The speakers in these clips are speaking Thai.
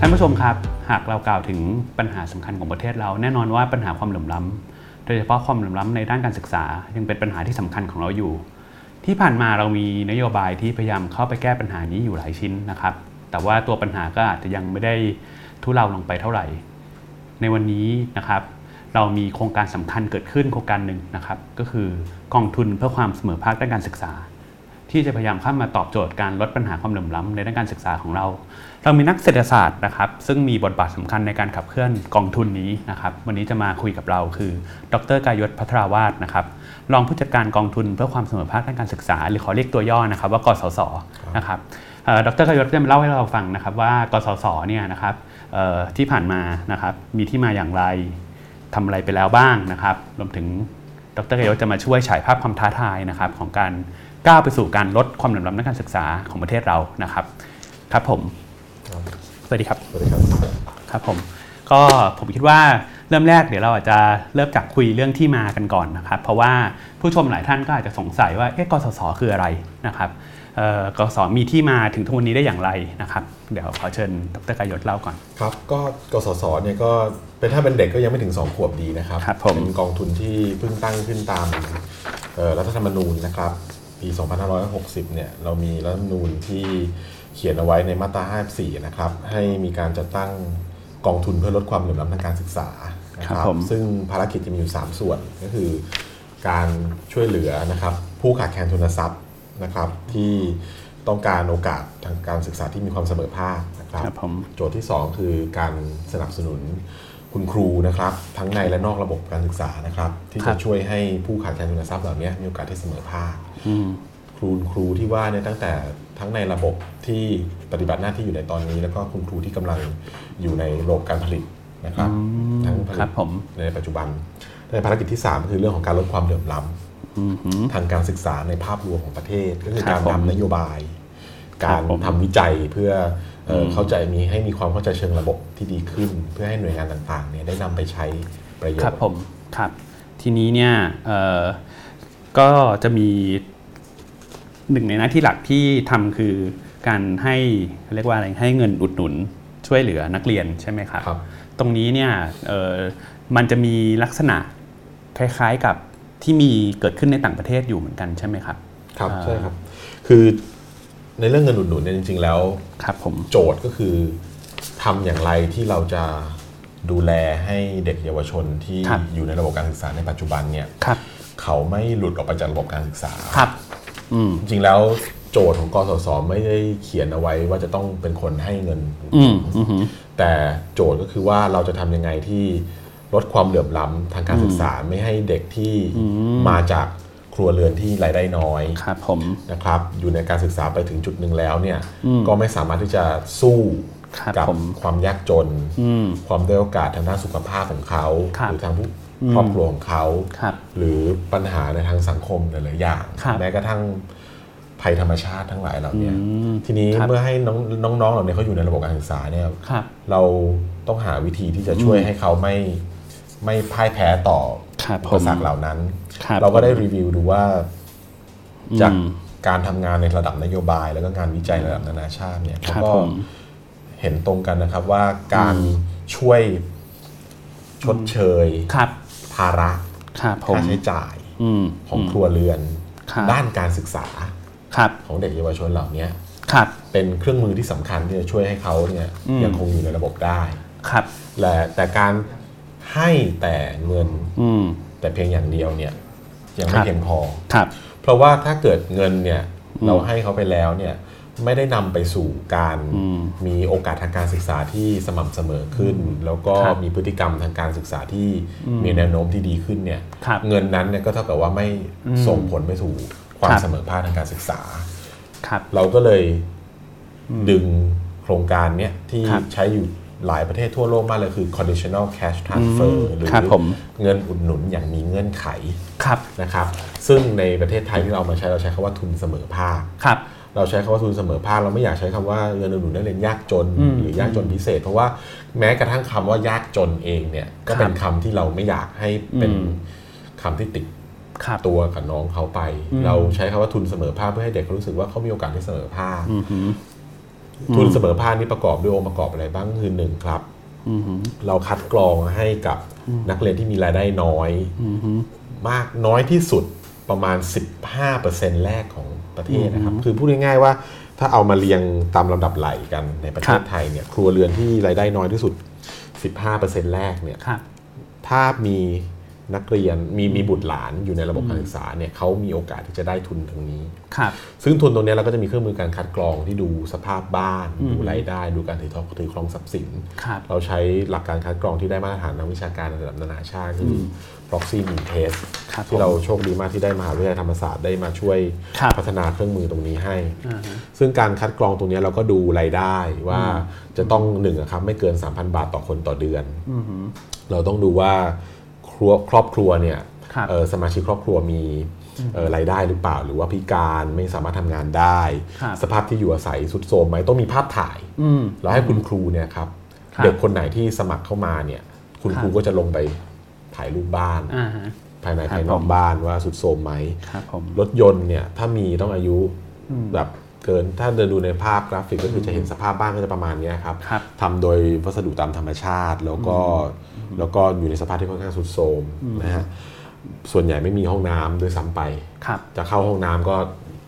ท่านผู้ชมครับ หากเรากล่าวถึงปัญหาสำคัญของประเทศเราแน่นอนว่าปัญหาความเหลื่อมล้ำโดยเฉพาะความเหลื่อมล้ำในด้านการศึกษา ยังเป็นปัญหาที่สำคัญของเราอยู่ ที่ผ่านมาเรามีนโยบายที่พยายามเข้าไปแก้ปัญหานี้อยู่หลายชิ้นนะครับ แต่ว่าตัวปัญหาก็อาจจะยังไม่ได้ทุเลาลงไปเท่าไหร่ ในวันนี้นะครับ เรามีโครงการสำคัญเกิดขึ้นโครงการหนึ่งนะครับ ก็คือกองทุนเพื่อความเสมอภาคด้านการศึกษา ที่จะพยายามเข้ามาตอบโจทย์การลดปัญหาความเหลื่อมล้ำในด้านการศึกษาของเรา เรามีนักเศรษฐศาสตร์นะครับ ซึ่งมีบทบาทสำคัญในการขับเคลื่อนกองทุนนี้นะครับ วันนี้จะมาคุยกับเราคือ ดรกายศพัทราวาสนะครับรองผู้จัดการกองทุนเพื่อความเสมอภาคด้านการศึกษา หรือขอเรียกตัวย่อนะครับ ว่ากสศนะครับเอ่อดรกายศจะมาเล่าให้เราฟังนะครับว่ากสศเนี่ยนะครับเอ่อที่ผ่านมานะครับมีที่มาอย่างไร ทำอะไรไปแล้วบ้างนะครับ รวมถึงดรกยศจะมาช่วยฉายภาพความท้าทายนะครับ ของการก้าวไปสู่การลดความเหลื่อมล้ำด้านการศึกษาของประเทศเรานะครับ ครับผม สวัสดีครับ สวัสดีครับ ครับผมก็ผมคิดว่าเริ่มแรกเดี๋ยวเราอาจจะเริ่มจากคุยเรื่องที่มากันก่อนนะครับ เพราะว่าผู้ชมหลายท่านก็อาจจะสงสัยว่าเอ๊ะกสศคืออะไรนะครับเอ่อกสมีที่มาถึงทุกวันนี้ได้อย่างไรนะครับ เดี๋ยวขอเชิญดรกยศเล่าก่อน ครับ ก็กสศเนี่ยก็เป็นถ้าเป็นเด็กก็ยังไม่ถึง 2 ขวบดีนะครับ ครับผม เป็นกองทุนที่เพิ่งตั้งขึ้นตามเอ่อรัฐธรรมนูญนะครับ ปี 2560 เนี่ยเรามีรัฐธรรมนูญที่เขียนเอาไว้ในมาตรา 54 นะครับ ให้มีการจัดตั้งกองทุนเพื่อลดความเหลื่อมล้ำทางการศึกษานะค ครั รั บบ ผม ซึ่งภารกิจจะมีอยู่ 3 ส่วนก็คือ การช่วยเหลือนะครับผู้ขาดแคลนทุนทรัพย์นะครับ ที่ต้องการโอกาสทางการศึกษาที่มีความเสมอภาคนะครับ ครับผม โจทย์ที่ 2 คือการสนับสนุนคุณครูนะครับ ทั้งในและนอกระบบการศึกษานะครับ ที่ ครั จะ บ ช่วยให้ผู้ขาดแคลนทุนทรัพย์เหล่านี้มีโอกาสที่เสมอภาค อืม ครูครูที่ว่าเนี่ยตั้งแต่ทั้งในระบบที่ปฏิบัติหน้าที่อยู่ในตอนนี้ แล้วก็คุณครูที่กำลังอยู่ในโลกการผลิตนะครับ อืม ทั้งผลิ ครั ต บผม ในปัจจุบันในภารกิจที่ 3 คือเรื่องของการลดความเหลื่อมล้ำ อืมหืม ทางการศึกษาในภาพรวมของประเทศ ก็คือ ครั กา บผรม ทำนโยบาย ครับ การ ผม ทำวิจัยเพื่อเอ่ออ ม เข้าใจมีให้มีความเข้าใจเชิงระบบที่ดีขึ้น เพื่อให้หน่วยงานต่างๆเนี่ยได้นำไปใช้ประโยช ครับ น์ ผมครับทีนี้เนี่ยเอ่อก็จะมีหนึ่งในหน้าที่หลักที่ทำคือการให้เขาเรียกว่าอะไรให้เงินอุดหนุนช่วยเหลือนักเรียนใช่ไหมครับ ครับ ตรงนี้เนี่ยเอ่อมันจะมีลักษณะคล้ายๆกับที่มีเกิดขึ้นในต่างประเทศอยู่เหมือนกันใช่ไหมครับ ครับ อ่า ใช่ครับคือในเรื่องเงินอุดหนุนเนี่ยจริง ๆ แล้ว ครับผม โจทย์ก็คือทำอย่างไรที่เราจะดูแลให้เด็กเยาวชนที่ ครับ อยู่ในระบบการศึกษาในปัจจุบันเนี่ย ครับ เขาไม่หลุดออกไปจากระบบการศึกษา ครับอืม จริงๆแล้วโจทย์ของกสศไม่ได้เขียนเอาไว้ว่าจะต้องเป็นคนให้เงิน อืมอืมหืม แต่โจทย์ก็คือว่าเราจะทำยังไงที่ลดความเหลื่อมล้ำทางการศึกษาไม่ให้เด็กที่ ม มาจากครัวเรือนที่รายได้น้อย ครับผม นะครับ อยู่ในการศึกษาไปถึงจุดหนึ่งแล้วเนี่ย อืม ก็ไม่สามารถที่จะสู้ ครับ กั ผม ความยากจน อืม ความด้อยโอกาสทางด้านสุขภาพของเขา ครับ หรือทางผู้ อืม ครอบครัวของเขา ครับ หรือปัญหาในทางสังคมหลาย ๆ อย่าง ครับ แม้กระทั่งภัยธรรมชาติทั้งหลายเหล่า อื เนี้ย ม ทีนี้ ครับ เมื่อให้น้องน้องๆเหล่านี้เขาอยู่ในระบบการศึกษาเนี่ย ครับ เราต้องหาวิธีที่จะช่วยให้เขาไม่ไม่พ่ายแพ้ต่อ ครับ อุ ผม ปสรรคเหล่านั้น ครับ เราก็ได้รีวิวดูว่า อืม จากการทำงานในระดับนโยบาย แล้วก็งานวิจัยระดับนานาชาติเนี่ย ค เขา รับ ก็ ผม เห็นตรงกันนะครับว่าการช่วยชดเชย ครับ ภาระ ครับผม ค่าใช้จ่าย อืม ของครัวเรือน ครับ ด้านการศึกษา ครับ ของเด็กเยาวชนเหล่านี้ ครับ เป็นเครื่องมือที่สำคัญที่จะช่วยให้เขาเนี่ย อืม ยังคงอยู่ในระบบได้ ครับ และแต่การให้แต่เงิน อืม แต่เพียงอย่างเดียวเนี่ยยัง ค ไม่ รับ เพียงพอ ครับ เพราะว่าถ้าเกิดเงินเนี่ยเราให้เขาไปแล้วเนี่ยไม่ได้นำไปสู่การ อืม มีโอกาสทางการศึกษาที่สม่ำเสมอขึ้น แล้วก็ ครับ มีพฤติกรรมทางการศึกษาที่มีแนวโน้มที่ดีขึ้นเนี่ย ครับ เงินนั้นเนี่ยก็เท่ากับว่าไม่ส่งผลไปสู่ควา ค ม รับ เสมอภาคทางการศึกษา ครับ เราก็เลยดึงโครงการเนี้ยที่ ครับ ใช้อยู่หลายประเทศทั่วโลกมากเลยคือ conditional cash transfer อืม หรือ ครับผม เงินอุดหนุนอย่างมีเงื่อนไข ครับ นะครับซึ่งในประเทศไทยที่เราเอามาใช้เราใช้คำว่าทุนเสมอภาค ครับ เราใช้คำว่าทุนเสมอภาค เราไม่อยากใช้คำว่าเงินอุดหนุนนักเรียนยากจน อืม หรือยากจนพิเศษ เพราะว่าแม้กระทั่งคำว่ายากจนเองเนี่ยก็เป็นคำที่เราไม่อยากให้เป็น อืม คำที่ติด ครับ ตัวกับน้องเขาไป อืม เราใช้คำว่าทุนเสมอภาคเพื่อให้เด็กเขารู้สึกว่าเขามีโอกาสที่เสมอภาค อืมหืม ทุนเสมอภาคนี่ประกอบด้วยองค์ประกอบอะไรบ้างคือหนึ่งครับ อือหือ เราคัดกรองให้กับนักเรียนที่มีรายได้น้อย อือหือ มากน้อยที่สุดประมาณ 15%แรกของประเทศนะครับ คือพูดง่ายๆว่าถ้าเอามาเรียงตามลำดับไหลกันในประเท ครั ศ บ ไทยเนี่ยครัวเรือนที่รายได้น้อยที่สุด 15%แรกเนี่ย ครับ ถ้ามีนักเรียนมีมีบุตรหลานอยู่ในระบบการศึกษาเนี่ยเขามีโอกาสที่จะได้ทุนตรงนี้ ครับ ซึ่งทุนตรงเนี้ยเราก็จะมีเครื่องมือการคัดกรองที่ดูสภาพบ้าน อืม ดูรายได้ ดูการถือทอถือครองทรัพย์สิน ครับ เราใช้หลักการคัดกรองที่ได้มาตรฐานนักวิชาการระดับนานาชาติคืออ proxy m e t e s t ครับ ที่เรา ผม โชคดีมากที่ได้มหาวิทยาลัยธรรมศาสตร์ได้มาช่วย ครับ พัฒนาเครื่องมือตรงนี้ให้ อ่าฮะ ซึ่งการคัดกรองตรงเนี้ยเราก็ดูรายได้ว่าจะต้องหนึ่งอะครับไม่เกิน 3,000 บาทต่อคนต่อเดือน อือหือ เราต้องดูว่าครัวครอบครัวเนี่ย ครับ เอ่อสมาชิกครอบครัวมีเอ่อรายได้หรือเปล่า หรือว่าพิการไม่สามารถทำงานได้ ครับ สภาพที่อยู่อาศัยสุดโทรมไหมต้องมีภาพถ่าย อืม แล้วให้คุณครูเนี่ยครับ ครับ เด็กคนไหนที่สมัครเข้ามาเนี่ยคุณ ครับ ครูก็จะลงไปถ่ายรูปบ้าน อ่าฮะ ภายใน ครับ ภายนอก ผม บ้านว่าสุดโทรมไหม ครับผม รถยนต์เนี่ยถ้ามีต้องอายุ อืม แบบเกินถ้าเดินดูในภาพกราฟิกก็คือจะเห็นสภาพบ้านก็จะประมาณเนี้ยครับ ครับ ทำโดยวัสดุตามธรรมชาติ แล้วก็แล้วก็อยู่ในสภาพที่ค่อนข้างสุดโทรมนะฮะส่วนใหญ่ไม่มีห้องน้ำด้วยซ้ำไป ครับ จะเข้าห้องน้ำก็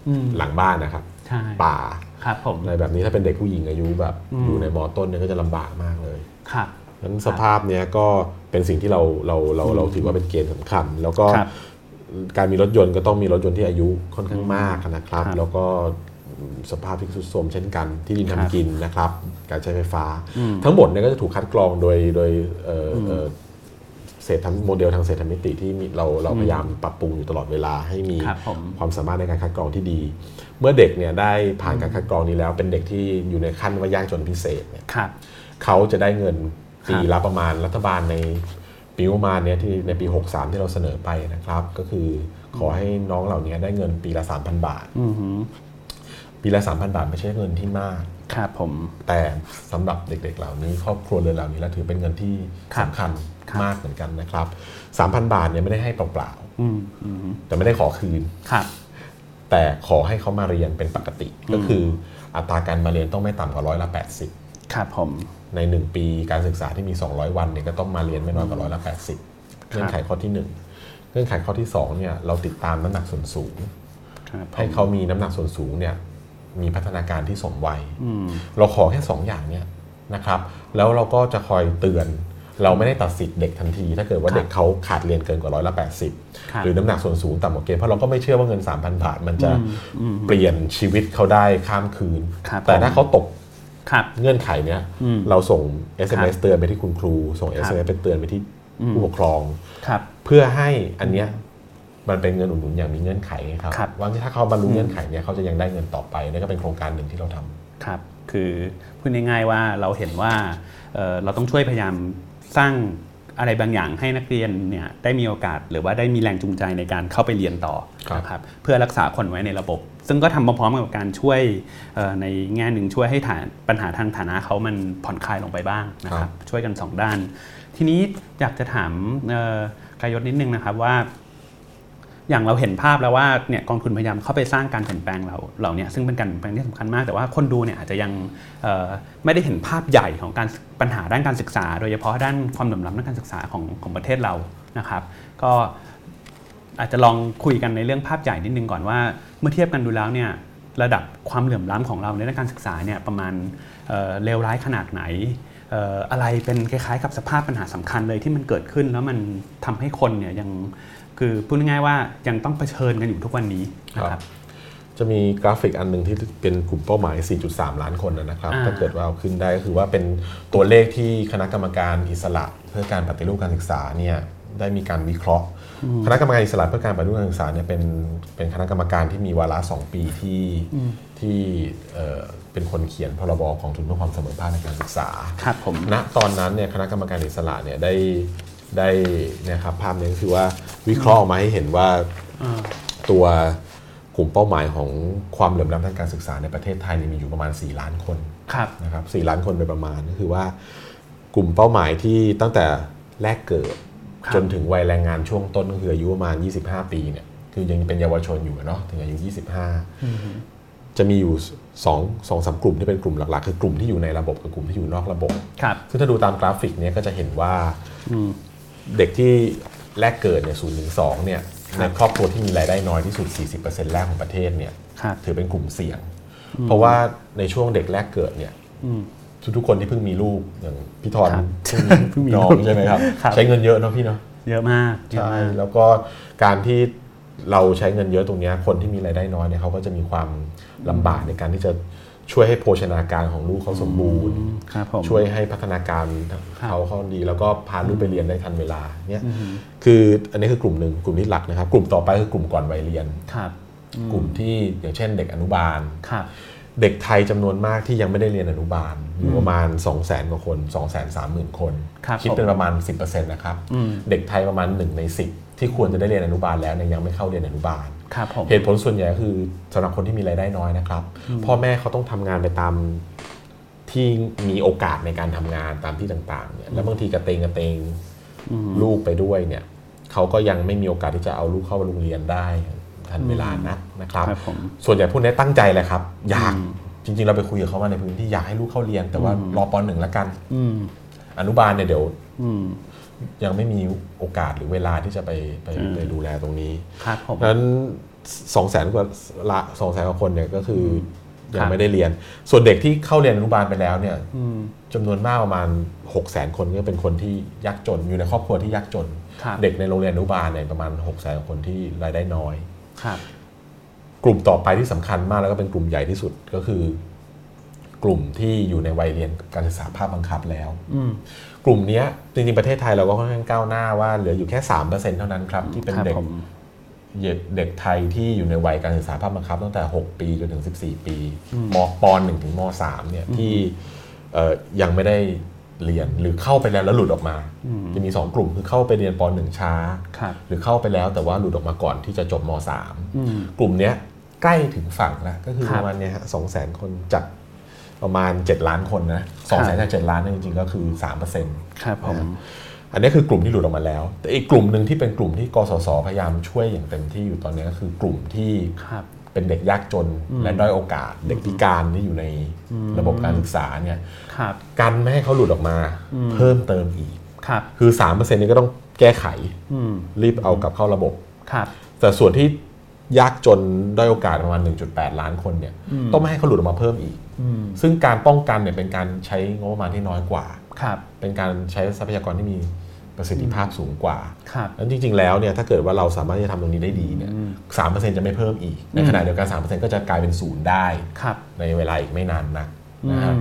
อืม หลังบ้านนะครับ ใช่ ป่า ครับผม อะไรแบบนี้ถ้าเป็นเด็กผู้หญิงอายุแบบ อืม อยู่ในมอต้นเนี่ยก็จะลำบากมากเลย ครับ นั้นสภาพเนี้ยก็เป็นสิ่งที่เราเราเราเราถือว่าเป็นเกณฑ์สำคัญ แล้วก็ ครับ การมีรถยนต์ก็ต้องมีรถยนต์ที่อายุค่อนข้างมากนะครับ ครับ แล้วก็สภาพที่สุดโทรมเช่นกันที่ดิน ครับ ทำกินนะครับ การใช้ไฟฟ้า อืม ทั้งหมดเนี่ยก็จะถูกคัดกรองโดยโดยเอ่ออ ม เอ่อเศรษฐโมเดลทางเศรษฐมิติที่มีเราเราพยายามปรับปรุงอยู่ตลอดเวลาให้มี ครับผม ความสามารถในการคัดกรองที่ดี เมื่อเด็กเนี่ยได้ผ่านการคัดกรองนี้แล้ว เป็นเด็กที่อยู่ในขั้นว่ายากจนพิเศษเนี่ย ครับ เขาจะได้เงินปี ครับ ละประมาณรัฐบาลในปีงบประมาณเนี้ยที่ในปี 63 ที่เราเสนอไปนะครับ ก็คือขอให้น้องเหล่านี้ได้เงินปีละ 3,000 บาท อือหือ ปีละ 3,000 บาทไม่ใช่เงินที่มาก ครับผม แต่สำหรับเด็กๆ เหล่านี้ ครอบครัวเรือนเหล่านี้แล้วถือเป็นเงินที่ ครั สำ บ คัญ ครับ มากเหมือนกันนะครับ 3,000 บาทเนี่ยไม่ได้ให้เปล่า อืมอือหือ ๆ แต่ไม่ได้ขอคืน ครับ แต่ขอให้เขามาเรียนเป็นปกติ ก็คืออัตราการมาเรียนต้องไม่ต่ำกว่าร้อยละ 80 ครับผม ใน 1 ปีการศึกษาที่มี 200 วันเนี่ยก็ต้องมาเรียนไม่น้อยกว่าร้อยละแปดสิบ ครับ เงื่อนไขข้อที่ 1 เงื่อนไขข้อที่2เนี่ยเราติดตามน้ำหนักส่วนสูง ครับผม ให้เขามีน้ำหนักส่วนสูงเนี่ยมีพัฒนาการที่สมวัย อืม เราขอแค่ 2 อย่างเนี่ยนะครับ แล้วเราก็จะคอยเตือน เราไม่ได้ตัดสิทธิ์เด็กทันที ถ้าเกิดว่า ครับ เด็กเขาขาดเรียนเกินกว่าร้อยละแปดสิบ ครับ หรือน้ำหนักส่วนสูงต่ำกว่าเกณฑ์เพราะเราก็ไม่เชื่อว่าเงิน 3,000 บาท มันจะ อืม เปลี่ยนชีวิตเขาได้ข้ามคืน ครับ แต่ ผม ถ้าเขาตก ครับ เงื่อนไขเนี้ย อืม เราส่ง SMS เตือนไปที่คุณครู ส่ง ครับ SMS ไปเตือนไปที่ผู้ปกครอง ครับ เพื่อให้อันเนี้ยมันเป็นเงินอุดหนุนอย่างมีเงื่อนไขไงครับ ครับ ว่าถ้าเขาบรรลุเงื่อนไขเนี้ยเขาจะยังได้เงินต่อไปนั่นก็เป็นโครงการหนึ่งที่เราทำ ครับ คือพูดง่ายๆว่าเราเห็นว่าเอ่อเราต้องช่วยพยายามสร้างอะไรบางอย่างให้นักเรียนเนี่ยได้มีโอกาส หรือว่าได้มีแรงจูงใจในการเข้าไปเรียนต่อ ครับ นะครับเพื่อรักษาคนไว้ในระบบ ซึ่งก็ทำมาพร้อมกับการช่วยเอ่อในแง่หนึ่งช่วยให้ฐานปัญหาทางฐานะเขามันผ่อนคลายลงไปบ้างนะค ครั รับ บ ช่วยกันสองด้าน ทีนี้อยากจะถามเอ่อกายศนิดนึงนะครับว่า อย่างเราเห็นภาพแล้วว่าเนี่ยกองทุนพยายามเข้าไปสร้างการเปลี่ยนแปลงเราเราเนี่ยซึ่งเป็นการเปลี่ยนแปลงที่สำคัญมาก แต่ว่าคนดูเนี่ยอาจจะยังเอ่อไม่ได้เห็นภาพใหญ่ของการปัญหาด้านการศึกษา โดยเฉพาะด้านความเหลื่อมล้ำด้านการศึกษาของของประเทศเรานะครับ ก็อาจจะลองคุยกันในเรื่องภาพใหญ่นิดนึงก่อนว่า เมื่อเทียบกันดูแล้วเนี่ยระดับความเหลื่อมล้ำของเราในด้านการศึกษาเนี่ยประมาณเอ่อเลวร้ายขนาดไหนเอ่ออะไรเป็นคล้ายๆ กับสภาพปัญหาสำคัญเลยที่มันเกิดขึ้นแล้วมันทำให้คนเนี่ยยัง คือพูดง่ายๆว่ายังต้องเผชิญกันอยู่ทุกวันนี้นะครับ จะมีกราฟิกอันหนึ่งที่เป็นกลุ่มเป้าหมาย 4.3 ล้านคนนะนะครับ อ่า ถ้าเกิดว่าเอาขึ้นได้ก็คือว่าเป็นตัวเลขที่คณะกรรมการอิสระเพื่อการปฏิรูปการศึกษาเนี่ยได้มีการวิเคราะห์ คณะกรรมการอิสระเพื่อการปฏิรูปการศึกษาเนี่ยเป็นเป็นคณะกรรมการที่มีวาระ 2 ปีที่ที่เอ่อเป็นคนเขียนพรบกองทุนเพื่อความเสมอภาคในการศึกษา ครับผม ณตอนนั้นเนี่ยคณะกรรมการอิสระเนี่ยได้ได้เนะครับภาพนี้ก็คือว่าวิเคราะห์ออกมาให้เห็นว่าตัวกลุ่มเป้าหมายของความเหลื่อมล้ำทางการศึกษาในประเทศไทยเนี่ยมีอยู่ประมาณ 4 ล้านคน ครับ นะครับ4ล้านคนโดยประมาณก็คือว่ากลุ่มเป้าหมายที่ตั้งแต่แรกเกิด ครับ จนถึงวัยแรงงานช่วงต้นก็คืออายุประมาณ 25 ปีเนี่ยคือยังเป็นเยาวชนอยู่อะเนาะถึงอายุ 25 จะมีอยู่สองสองสามกลุ่มที่เป็นกลุ่มหลักๆ คือกลุ่มที่อยู่ในระบบกับกลุ่มที่อยู่นอกระบบ ครับ ซึ่งถ้าดูตามกราฟิกเนี่ยก็จะเห็นว่า อืม เด็กที่แรกเกิดเนี่ยศูนย์ถึงสองเนี่ยในครอบครัวที่มีรายได้น้อยที่สุด 40%แรกของประเทศเนี่ย ครับ ถือเป็นกลุ่มเสี่ยง เพราะว่าในช่วงเด็กแรกเกิดเนี่ย อืม ทุกๆคนที่เพิ่งมีลูกอย่างพี่ทอน ครับ เพิ่ง เพิ่งมี มีน้อง ลูก ใช่ไหมครับ ครับ ใช้เงินเยอะเนาะพี่เนาะ เยอะมากเยอะ ใช่ มาก แล้วก็การที่เราใช้เงินเยอะตรงเนี้ยคนที่มีรายได้น้อยเนี่ยเขาก็จะมีความลำบากในการที่จะช่วยให้โภชนาการของลูกเขาสมบูรณ์ ครับผม ช่วยให้พัฒนาการ ครับ เขาเขาดี แล้วก็พาลูกไปเรียนได้ทันเวลาเนี่ยคืออันนี้คือกลุ่มหนึ่งกลุ่มที่หลักนะครับ กลุ่มต่อไปคือกลุ่มก่อนวัยเรียน ครับ กลุ่มที่อย่างเช่น เด็กอนุบาล ครับ เด็กไทยจำนวนมากที่ยังไม่ได้เรียนอนุบาลอยู่ประมาณ 2 0 0 0 0 0 กว่าคน 2 3 0 0 0 0 คน ครับ คิดเป็นประมาณ 10%นะครับ อืม เด็กไทยประมาณ 1 ใน 10 ที่ควรจะได้เรียนอนุบาลแล้วเนี่ยยังไม่เข้าเรียนอนุบาล ครับผม เหตุผลส่วนใหญ่ก็คือสำหรับคนที่มีรายได้น้อยนะครับ พ่อแม่เขาต้องทำงานไปตามที่มีโอกาสในการทำงานตามที่ต่างๆเนี่ยแล้วบางทีกระเตงกระเตงลูกไปด้วยเนี่ยเขาก็ยังไม่มีโอกาสที่จะเอาลูกเข้าโรงเรียนได้ทันเวลานักนะครับ ครับผม ส่วนใหญ่พวกนี้ตั้งใจเลยครับ อยากจริงๆ เราไปคุยกับเขามาในพื้นที่อยากให้ลูกเข้าเรียน แต่ว่ารอปหนึ่งละกัน อืม อนุบาลเนี่ยเดี๋ยว อืม ยังไม่มีโอกาสหรือเวลาที่จะไปไป อืม ไปดูแลตรงนี้ ครับผม นั้นสองแสนกว่าละสองแสนกว่าคนเนี่ยก็คืออยั ครั ง บ ไม่ได้เรียน ส่วนเด็กที่เข้าเรียนอนุบาลไปแล้วเนี่ย อืม จำนวนมากประมาณ6 0แสนคนก็เป็นคนที่ยากจนอยู่ในครอบครัวที่ยากจน ครับ เด็กในโรงเรียนอนุบาลเนี่ยประมาณ6 0แสนคนที่รายได้น้อย ครับ กลุ่มต่อไปที่สำคัญมากแล้วก็เป็นกลุ่มใหญ่ที่สุดก็คือ กลุ่มที่อยู่ในวัยเรียนการศึกษาภาคบังคับแล้ว อืม กลุ่มเนี้ยจริงๆประเทศไทยเราก็ค่อนข้างก้าวหน้าว่าเหลืออยู่แค่3%เท่านั้นครับที่เป็น ครับ เด็ก ผม เด็กไทยที่อยู่ในวัยการศึกษาภาคบังคับตั้งแต่ 6 ปีจนถึง 14 ปี อืม มปหนึ่งถึงมสามเนี่ยที่เอ่อยังไม่ได้เรียนหรือเข้าไปแล้วแล้วหลุดออกมา อืม จะมี 2 กลุ่มคือเข้าไปเรียนปหนึ่งช้า ครับ หรือเข้าไปแล้วแต่ว่าหลุดออกมาก่อนที่จะจบมสาม อืม กลุ่มเนี้ยใกล้ถึงฝั่งแล้วก็คือ ครับประมาณเนี้ยฮะสองแสนคนจากประมาณ 7 ล้านคนนะสองแสน ครับ จากเจ็ดล้านเนยจริงๆก็คือ3%เปอร์เซ็นต์ ครับผม อันนี้คือกลุ่มที่หลุดออกมาแล้ว แต่อีกกลุ่มหนึ่งที่เป็นกลุ่มที่กสศพยายามช่วยอย่างเต็มที่อยู่ตอนนี้ก็คือกลุ่มที่ ครับ เป็นเด็กยากจนและด้อยโอกาส เด็กพิการที่อยู่ในระบบการศึกษาเนี่ย ครับ กันไม่ให้เขาหลุดออกมา เพิ่มเติมอีก ครับ คือ3%นี้ก็ต้องแก้ไข อืม รีบเอากลับเข้าระบบ ครับ แต่ส่วนที่ยากจนด้อยโอกาสประมาณ 1.8 ล้านคนเนี่ยต้องไม่ให้เขาหลุดออกมาเพิ่มอีก อืม ซึ่งการป้องกันเนี่ยเป็นการใช้งบประมาณที่น้อยกว่า ครับ เป็นการใช้ทรัพยากรที่มีประสิทธิภาพสูงกว่า ครับ แล้วจริงๆ แล้วเนี่ยถ้าเกิดว่าเราสามารถที่จะทำตรงนี้ได้ดีเนี่ยสามเปอร์เซ็นต์จะไม่เพิ่มอีก ในขณะเดียวกันสามเปอร์เซ็นต์ก็จะกลายเป็นศูนย์ได้ ครับ ในเวลาอีกไม่นานนัก อื นะฮะ ม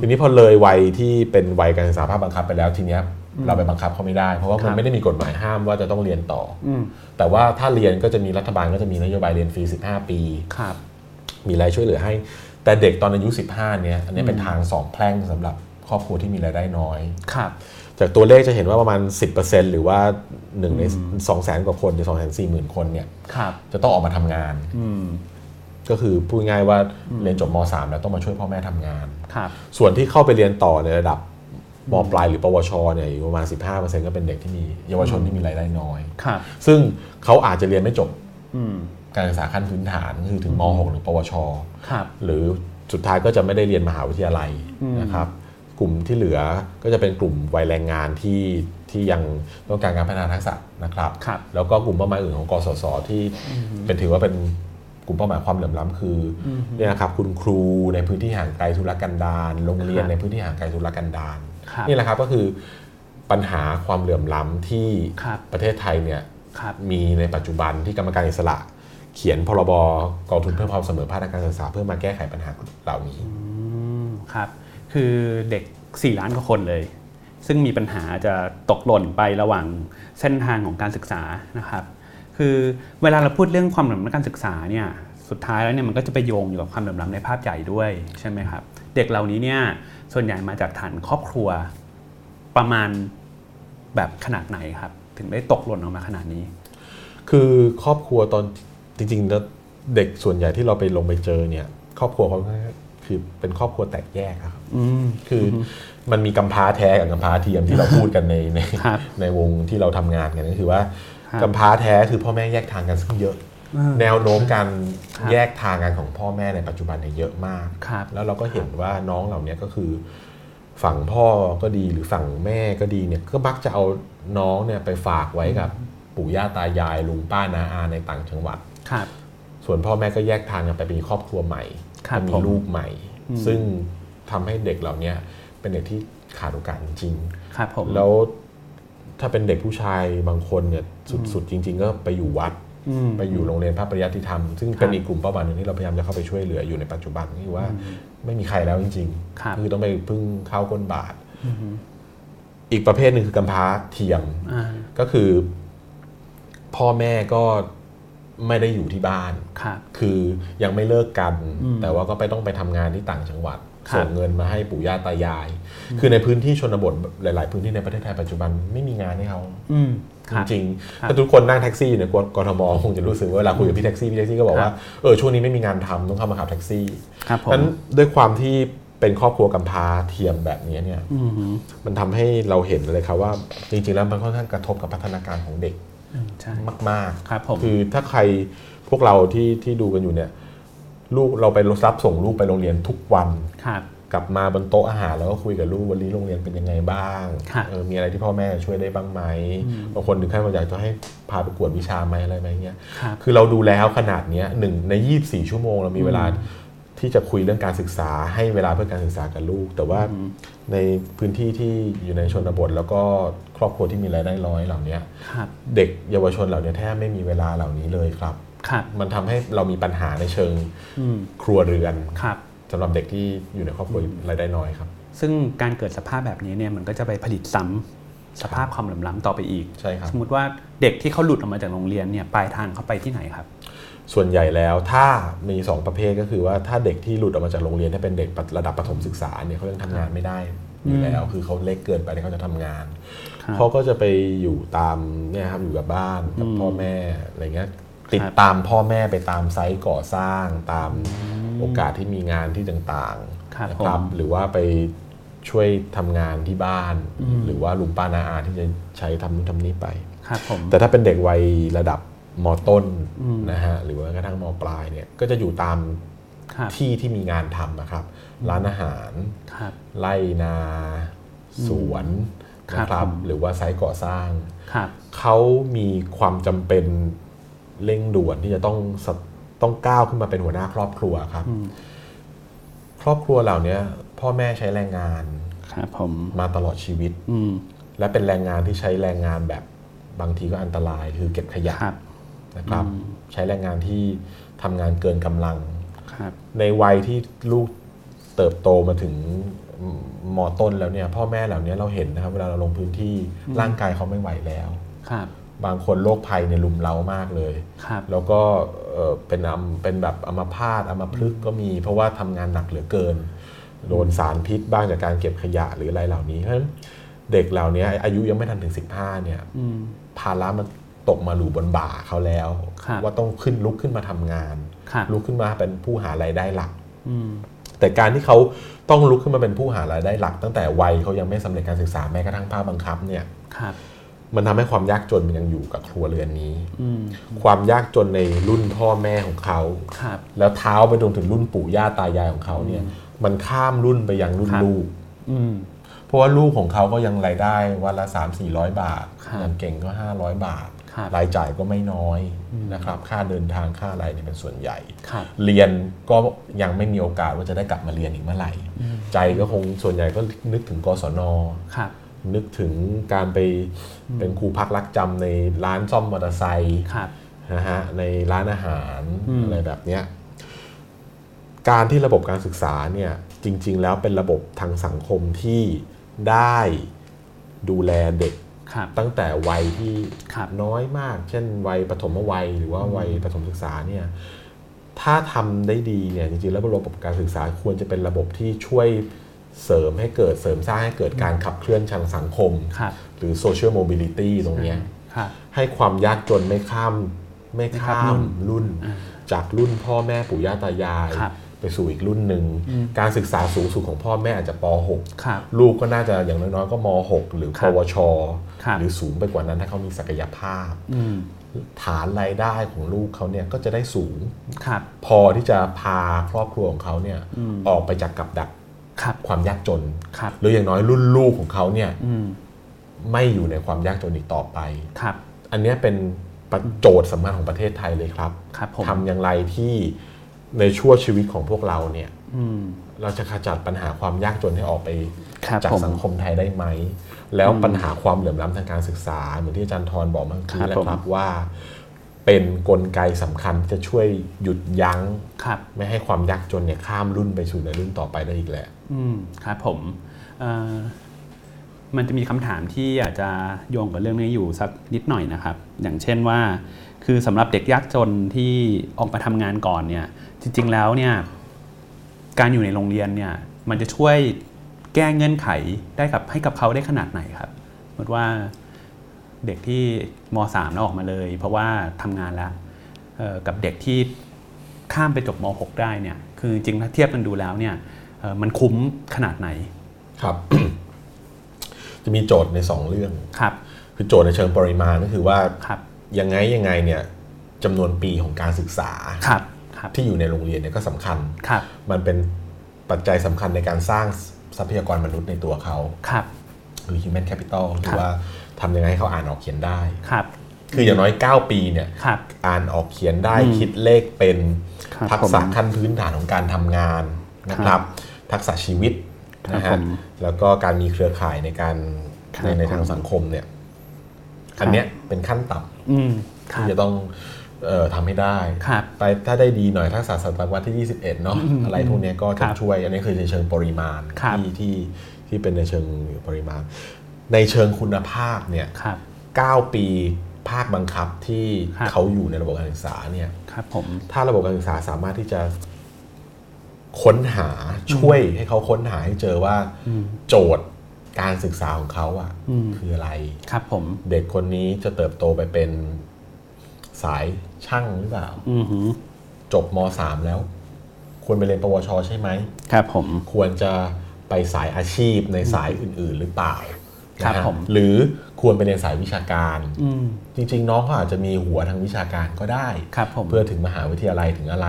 ทีนี้พอเลยวัยที่เป็นวัยการศึกษาภาคบังคับไปแล้วทีเนี้ยเราไปบังคับเขาไม่ได้ เพราะว่า ครั มัน บ ไม่ได้มีกฎหมายห้ามว่าจะต้องเรียนต่ออ อืม แต่ว่าถ้าเรียนก็จะมีรัฐบาลก็จะมีนโยบายเรียนฟรี 15 ปี ครับ มีรายช่วยเหลือให้ แต่เด็กตอนอายุ 15 เนี่ยอันเนี้ยเป็นทางสองแพร่งสำหรับครอบครัวที่มีรายได้น้อย ครับ จากตัวเลขจะเห็นว่าประมาณ 10%หรือว่า1ใน2แสนกว่าคนหรือ2แสนสี่หมื่นคนเนี่ย ครับ จะต้องออกมาทำงาน อืม ก็คือพูดง่ายๆว่าเรียนจบม .3 แล้วต้องมาช่วยพ่อแม่ทำงาน ครับ ส่วนที่เข้าไปเรียนต่อในระดับมปลายหรือปวชเนี่ยอยู่ประมาณ 15%ก็เป็นเด็กที่มีเยาวชนที่มีรายได้น้อย ครับ ซึ่งเขาอาจจะเรียนไม่จบ อืม การศึกษาขั้นพื้นฐานคือถึงม .6 หรือปวช ครับ หรือสุดท้ายก็จะไม่ได้เรียนมหาวิทยาลัย อืม นะครับ กลุ่มที่เหลือก็จะเป็นกลุ่มวัยแรงงานที่ที่ยังต้องการการพัฒนาทักษะนะครับ ครับ แล้วก็กลุ่มเป้าหมายอื่นของกสศที่เป็นถือว่าเป็นกลุ่มเป้าหมายความเหลื่อมล้ำคืออเนี่ยนะครับคุณครูในพื้นที่ห่างไกลธุรกันดารโรงเรียคนรับ ในพื้นที่ห่างไกลธุรกันดาร ครับ นี่แหละครับก็คือปัญหาความเหลื่อมล้ำที่ ครับ ประเทศไทยเนี่ย ครับ มีในปัจจุบันที่กรรมการอิสระ เขียนพรบกองทุนเพื่อความเสมอภาคทางการศึกษาเพื่อมาแก้ไขปัญหาเหล่านี้ อืม ครับ คือเด็ก 4 ล้านกว่าคนเลย ซึ่งมีปัญหาจะตกหล่นไประหว่างเส้นทางของการศึกษานะครับ คือเวลาเราพูดเรื่องความเหลื่อมล้ำการศึกษาเนี่ย สุดท้ายแล้วเนี่ยมันก็จะไปโยงอยู่กับความเหลื่อมล้ำในภาพใหญ่ด้วยใช่ไหมครับ เด็กเหล่านี้เนี่ยส่วนใหญ่มาจากฐานครอบครัวประมาณแบบขนาดไหนครับ ถึงได้ตกหล่นออกมาขนาดนี้ คือครอบครัวตอนจริงๆแล้วเด็กส่วนใหญ่ที่เราไปลงไปเจอเนี่ยครอบครัวเขาก็คือเป็นครอบครัวแตกแยกอะครับ อืม คืออมันมีกำพร้าแท้กับกำพร้าเทียมที่เราพูดกันในใน ครับ ในวงที่เราทำงานกันก็คือว่า ครับ กำพร้าแท้คือพ่อแม่แยกทางกันซึ่งเยอะ อ่า แนวโน้มการ ครับ แยกทางกันของพ่อแม่ในปัจจุบันเนี่ยเยอะมาก ครับ แล้วเราก็เห็นว่าน้องเหล่าเนี้ยก็คือ ฝั่งพ่อก็ดีหรือฝั่งแม่ก็ดีเนี่ยก็มักจะเอาน้องเนี่ยไปฝากไว้กับปู่ย่าตายายลุงป้านาอาในต่างจังหวัด ครับ ส่วนพ่อแม่ก็แยกทางกันไปมีครอบครัวใหม่ ครับ ไปมี ผม ลูกใหม่ อืม ซึ่งทำให้เด็กเหล่าเนี้ยเป็นเด็กที่ขาดโอกาสจริง ครับผม ๆแล้วถ้าเป็นเด็กผู้ชายบางคนเนี่ยสุดๆจริง ๆ ก็ไปอยู่วัด อืม ไปอยู่โรงเรียนพระปริยัติธรรม ซึ่งเป็น ครับ อีกกลุ่มเป้าหมายหนึ่งที่เราพยายามจะเข้าไปช่วยเหลืออยู่ในปัจจุบันนี่ว่าไม่มีใครแล้วจริง ครับ ๆคือต้องไปพึ่งข้าวก้นบาท อีกประเภทหนึ่งคือกำพร้าเทียม อ่า ก็คือ พ่อแม่ก็ไม่ได้อยู่ที่บ้าน ครับ คือยังไม่เลิกกัน อืม แต่ว่าก็ไปต้องไปทำงานที่ต่างจังหวัด ครับ ส่งเงินมาให้ปู่ย่าตายาย คือในพื้นที่ชนบทหลาย ๆ พื้นที่ในประเทศไทยปัจจุบันไม่มีงานให้เขา อืมค จ รับ ริง ครั ๆ บ ถ้าทุกคนนั่งแท็กซี่อยู่ในกรกทมคงจะรู้สึกว่าเวลาคุยกับพี่แท็กซี่พี่แท็กซี่ก็บอก ครั ว่า บ เออช่วงนี้ไม่มีงานทำต้องเข้ามาขับแท็กซี่ ครับผม นั้นด้วยความที่เป็นครอบครัวกำพร้าเทียมแบบนี้เนี่ย อืม มันทำให้เราเห็นเลยครับว่าจริงๆแล้วมันค่อนข้างกระทบกับพัฒนาการของเด็ก อืมใช่ มาก ครับผม ๆ คือถ้าใครพวกเราที่ที่ดูกันอยู่เนี่ยลูกเราไปรับส่งลูกไปโรงเรียนทุกวัน ครับ กลับมาบนโต๊ะอาหารแล้วก็คุยกับลูกวันนี้โรงเรียนเป็นยังไงบ้าง ค่ะ เออมีอะไรที่พ่อแม่ช่วยได้บ้างไหม อืม บางคนถึงขั้นมาอยากจะให้พาไปกวดวิชาไหมอะไรไหมเงี้ย ครับ คือเราดูแล้วขนาดเนี้ยหนึ่งใน 24 ชั่วโมงเรามีเวลาที่จะคุยเรื่องการศึกษา ให้เวลาเพื่อการศึกษากับลูก แต่ว่าในพื้นที่ที่อยู่ในชนบท แล้วก็ครอบครัวที่มีรายได้ร้อยเหล่าเนี้ย ครับ เด็กเยาวชนเหล่าเนี้ยแทบไม่มีเวลาเหล่านี้เลยครับ ครับ มันทำให้เรามีปัญหาในเชิง อืม ครัวเรือน ครับ สำหรับเด็กที่อยู่ในครอบครัวรายได้น้อยครับ ซึ่งการเกิดสภาพแบบนี้เนี่ยมันก็จะไปผลิตซ้ำสภาพความเหลื่อมล้ำต่อไปอีก ใช่ครับ สมมติว่าเด็กที่เขาหลุดออกมาจากโรงเรียนเนี่ยปลายทางเขาไปที่ไหนครับ ส่วนใหญ่แล้วถ้ามี 2 ประเภทก็คือว่าถ้าเด็กที่หลุดออกมาจากโรงเรียนถ้าเป็นเด็กระดับประถมศึกษาเนี่ยเขายังทำงานไม่ได้อยู่แล้ว คือเขาเล็กเกินไปที่เขาจะทำงาน ครับ เขาก็จะไปอยู่ตามเนี่ยครับอยู่กับบ้านกับพ่อแม่อะไรเงี้ยติด ครับ ตามพ่อแม่ไปตามไซต์ก่อสร้าง ตามโอกาสที่มีงานที่ต่าง ครับ ๆนะครับ ผม หรือว่าไปช่วยทำงานที่บ้าน หรือว่าลุงป้านาอาที่จะใช้ทำนู่นทำนี่ไป ครับผม แต่ถ้าเป็นเด็กวัยระดับมต้น อืม นะฮะหรือว่ากระทั่งมปลายเนี่ยก็จะอยู่ตาม ครับ ที่ที่มีงานทำนะครับ ร้านอาหาร ครับ ไร่นาสวน ครับ นะครั ผ บ ม หรือว่าไซต์ก่อสร้าง ครับ เขามีความจำเป็นเร่งด่วนที่จะต้องสะต้องก้าวขึ้นมาเป็นหัวหน้าครอบครัวครับ อืม ครอบครัวเหล่าเนี้ยพ่อแม่ใช้แรงงาน ครับผม มาตลอดชีวิต อืม และเป็นแรงงานที่ใช้แรงงานแบบบางทีก็อันตรายคือเก็บขยะ ครับ นะครับใช้แรงงานที่ทำงานเกินกำลัง ครับ ในวัยที่ลูกเติบโตมาถึงมมต้นแล้วเนี่ยพ่อแม่เหล่านี้เราเห็นนะครับเวลาเราลงพื้นที่ร่างกายเขาไม่ไหวแล้ว ครับ บางคนโรคภัยเนี่ยลุมเล้ามากเลย ครับ แล้วก็เอ่อเป็นอัมเป็นแบบอัมพาตอัมพฤกษ์ก็มี เพราะว่าทำงานหนักเหลือเกิน โดนสารพิษบ้างจากการเก็บขยะหรืออะไรเหล่านี้เพราะฉะนั้นเด็กเหล่านี้อายุยังไม่ทันถึง 15เนี่ย อืม ภาระมันตกมาหลู่บนบ่าเขาแล้ว ครับ ว่าต้องขึ้นลุกขึ้นมาทำงาน ครับ ลุกขึ้นมาเป็นผู้หารายได้หลัก อืม แต่การที่เขาต้องลุกขึ้นมาเป็นผู้หารายได้หลัก ตั้งแต่วัยเขายังไม่สำเร็จการศึกษาแม้กระทั่งภาคบังคับเนี่ย ครับ มันทำให้ความยากจนมันยังอยู่กับครัวเรือนนี้ อืม ความยากจนในรุ่นพ่อแม่ของเขา ครับ แล้วเท้าไปจนถึงรุ่นปู่ย่าตายายของเขาเนี่ยมันข้ามรุ่นไปยังรุ่น ครับ ลูก อืม เพราะว่าลูกของเขาก็ยังรายได้วันละ 3 4 0 0 บาท ครับ อย่างเก่งก็ 500 บาท ครับ รายจ่ายก็ไม่น้อยนะครับ ค่าเดินทางค่าอะไรเนี่ยเป็นส่วนใหญ่ ครับ เรียนก็ยังไม่มีโอกาสว่าจะได้กลับมาเรียนอีกเมื่อไหร่ ใจก็คงส่วนใหญ่ก็นึกถึงกศน ครับ นึกถึงการไปเป็นครูพักรักจำในร้านซ่อมมอเตอร์ไซค์ ครับ นะฮะในร้านอาหาร อืม อะไรแบบเนี้ยการที่ระบบการศึกษาเนี่ยจริง ๆ แล้วเป็นระบบทางสังคมที่ได้ดูแลเด็ก ครับ ตั้งแต่วัยที่ ครับ น้อยมาก เช่นวัยปฐมวัยหรือว่าวัยปฐมศึกษาเนี่ยถ้าทำได้ดีเนี่ยจริงๆแล้วระบบการศึกษาควรจะเป็นระบบที่ช่วยเสริมให้เกิดเสริมสร้างให้เกิดการขับเคลื่อนทางสังคม ครับ หรือ social mobility ตรงเนี้ย ครับ ให้ความยากจนไม่ข้ามไม่ข้ามรุ่น จากรุ่นพ่อแม่ปู่ย่าตายาย ครับ ไปสู่อีกรุ่นหนึ่ง อืม การศึกษาสูงสุดของพ่อแม่อาจจะป .6 ครับ ลูกก็น่าจะอย่างน้อยๆก็ม .6 หรือ ค ป รับ วช ครับ หรือสูงไปกว่านั้นถ้าเขามีศักยภาพ อืม ฐานรายได้ของลูกเขาเนี่ยก็จะได้สูง ครับ พอที่จะพาครอบครัวของเขาเนี่ย อืม ออกไปจากกับดัก ครับ ความยากจน ครับ หรืออย่างน้อยรุ่นลูกของเขาเนี่ย อืม ไม่อยู่ในความยากจนอีกต่อไป ครับ อันเนี้ยเป็นประโจทย์สำคัญของประเทศไทยเลยครับ ครับผม ทำอย่างไรที่ในชั่วชีวิตของพวกเราเนี่ย อืม เราจะขจัดปัญหาความยากจนให้ออกไป ครับ จาก ผม สังคมไทยได้ไหม แล้ว อืม ปัญหาความเหลื่อมล้ำทางการศึกษา เหมือนที่อาจารย์ทรบอกเมื่อกี้ ครับ แหละ ผม ครับว่า เป็นกลไกสำคัญที่จะช่วยหยุดยั้ง ครับ ไม่ให้ความยากจนเนี่ยข้ามรุ่นไปสู่ในรุ่นต่อไปได้อีกแหละ อืมครับผมเอ่อมันจะมีคำถามที่อาจจะโยงกับเรื่องนี้อยู่สักนิดหน่อยนะครับ อย่างเช่นว่า คือสำหรับเด็กยากจนที่ออกมาทำงานก่อนเนี่ย จริง ๆแล้วเนี่ยการอยู่ในโรงเรียนเนี่ยมันจะช่วยแก้เงื่อนไขได้กับให้กับเขาได้ขนาดไหนครับสมมติว่าเด็กที่ม .3 แล้วออกมาเลย เพราะว่าทำงานแล้วเอ่อกับเด็กที่ข้ามไปจบม .6 ได้เนี่ยคือจริงๆถ้าเทียบกันดูแล้วเนี่ย เอ่อมันคุ้มขนาดไหน ครับ จะมีโจทย์ในสองเรื่อง ครับ คือโจทย์ในเชิงปริมาณก็คือว่า ครับ ยังไงยังไงเนี่ยจำนวนปีของการศึกษา ครับครับ ที่อยู่ในโรงเรียนเนี่ยก็สำคัญ ครับ มันเป็นปัจจัยสำคัญในการสร้างทรัพยากรมนุษย์ในตัวเขา ครับ หรือ human capital หครืรั อบ ว่าทำยังไงให้เขาอ่านออกเขียนได้ ครับ คืออย่างน้อย 9 ปีเนี่ย ครับ อ่านออกเขียนได้ อืม คิดเลขเป็น ครับ ทักษะ ผม ขั้นพื้นฐานของการทำงานนะครับ ทักษะชีวิต ครับ นะ ผ ฮะ ม แล้วก็การมีเครือข่ายในการ ครับ ในในทาง ผม สังคมเนี่ย ครับ อันเนี้ยเป็นขั้นต่ อืม ำ ครับที่จะต้องเอ่อทำให้ได้ ครับ ไปถ้าได้ดีหน่อยทักษะศตวรรษที่ 21 เนาะอะไรพวกเนี้ยก็ ครั จะ บ ช่วย อันนี้คือในเชิงปริมาณ ครับ ที่ที่ที่เป็นในเชิงปริมาณ ในเชิงคุณภาพเนี่ย ครับ 9 ปีภาคบังคับที่ ครับ เขาอยู่ในระบบการศึกษาเนี่ย ครับผม ถ้าระบบการศึกษาสามารถที่จะค้นหาช่วยให้เขาค้นหาให้เจอว่า อืม โจทย์การศึกษาของเขาอะ อืม คืออะไร ครับผม เด็กคนนี้จะเติบโตไปเป็นสายช่างหรือเปล่า อือหือ จบม .3 แล้ว ควรไปเรียนปวช ใช่ไหม ครับผม ควรจะไปสายอาชีพในสายอื่น ๆ หรือเปล่า ครับ นะฮะ ผม หรือควรไปเรียนสายวิชาการ อืม จริง ๆ น้องเขาอาจจะมีหัวทางวิชาการก็ได้ ครับผม เพื่อถึงมหาวิทยาลัยถึงอะไร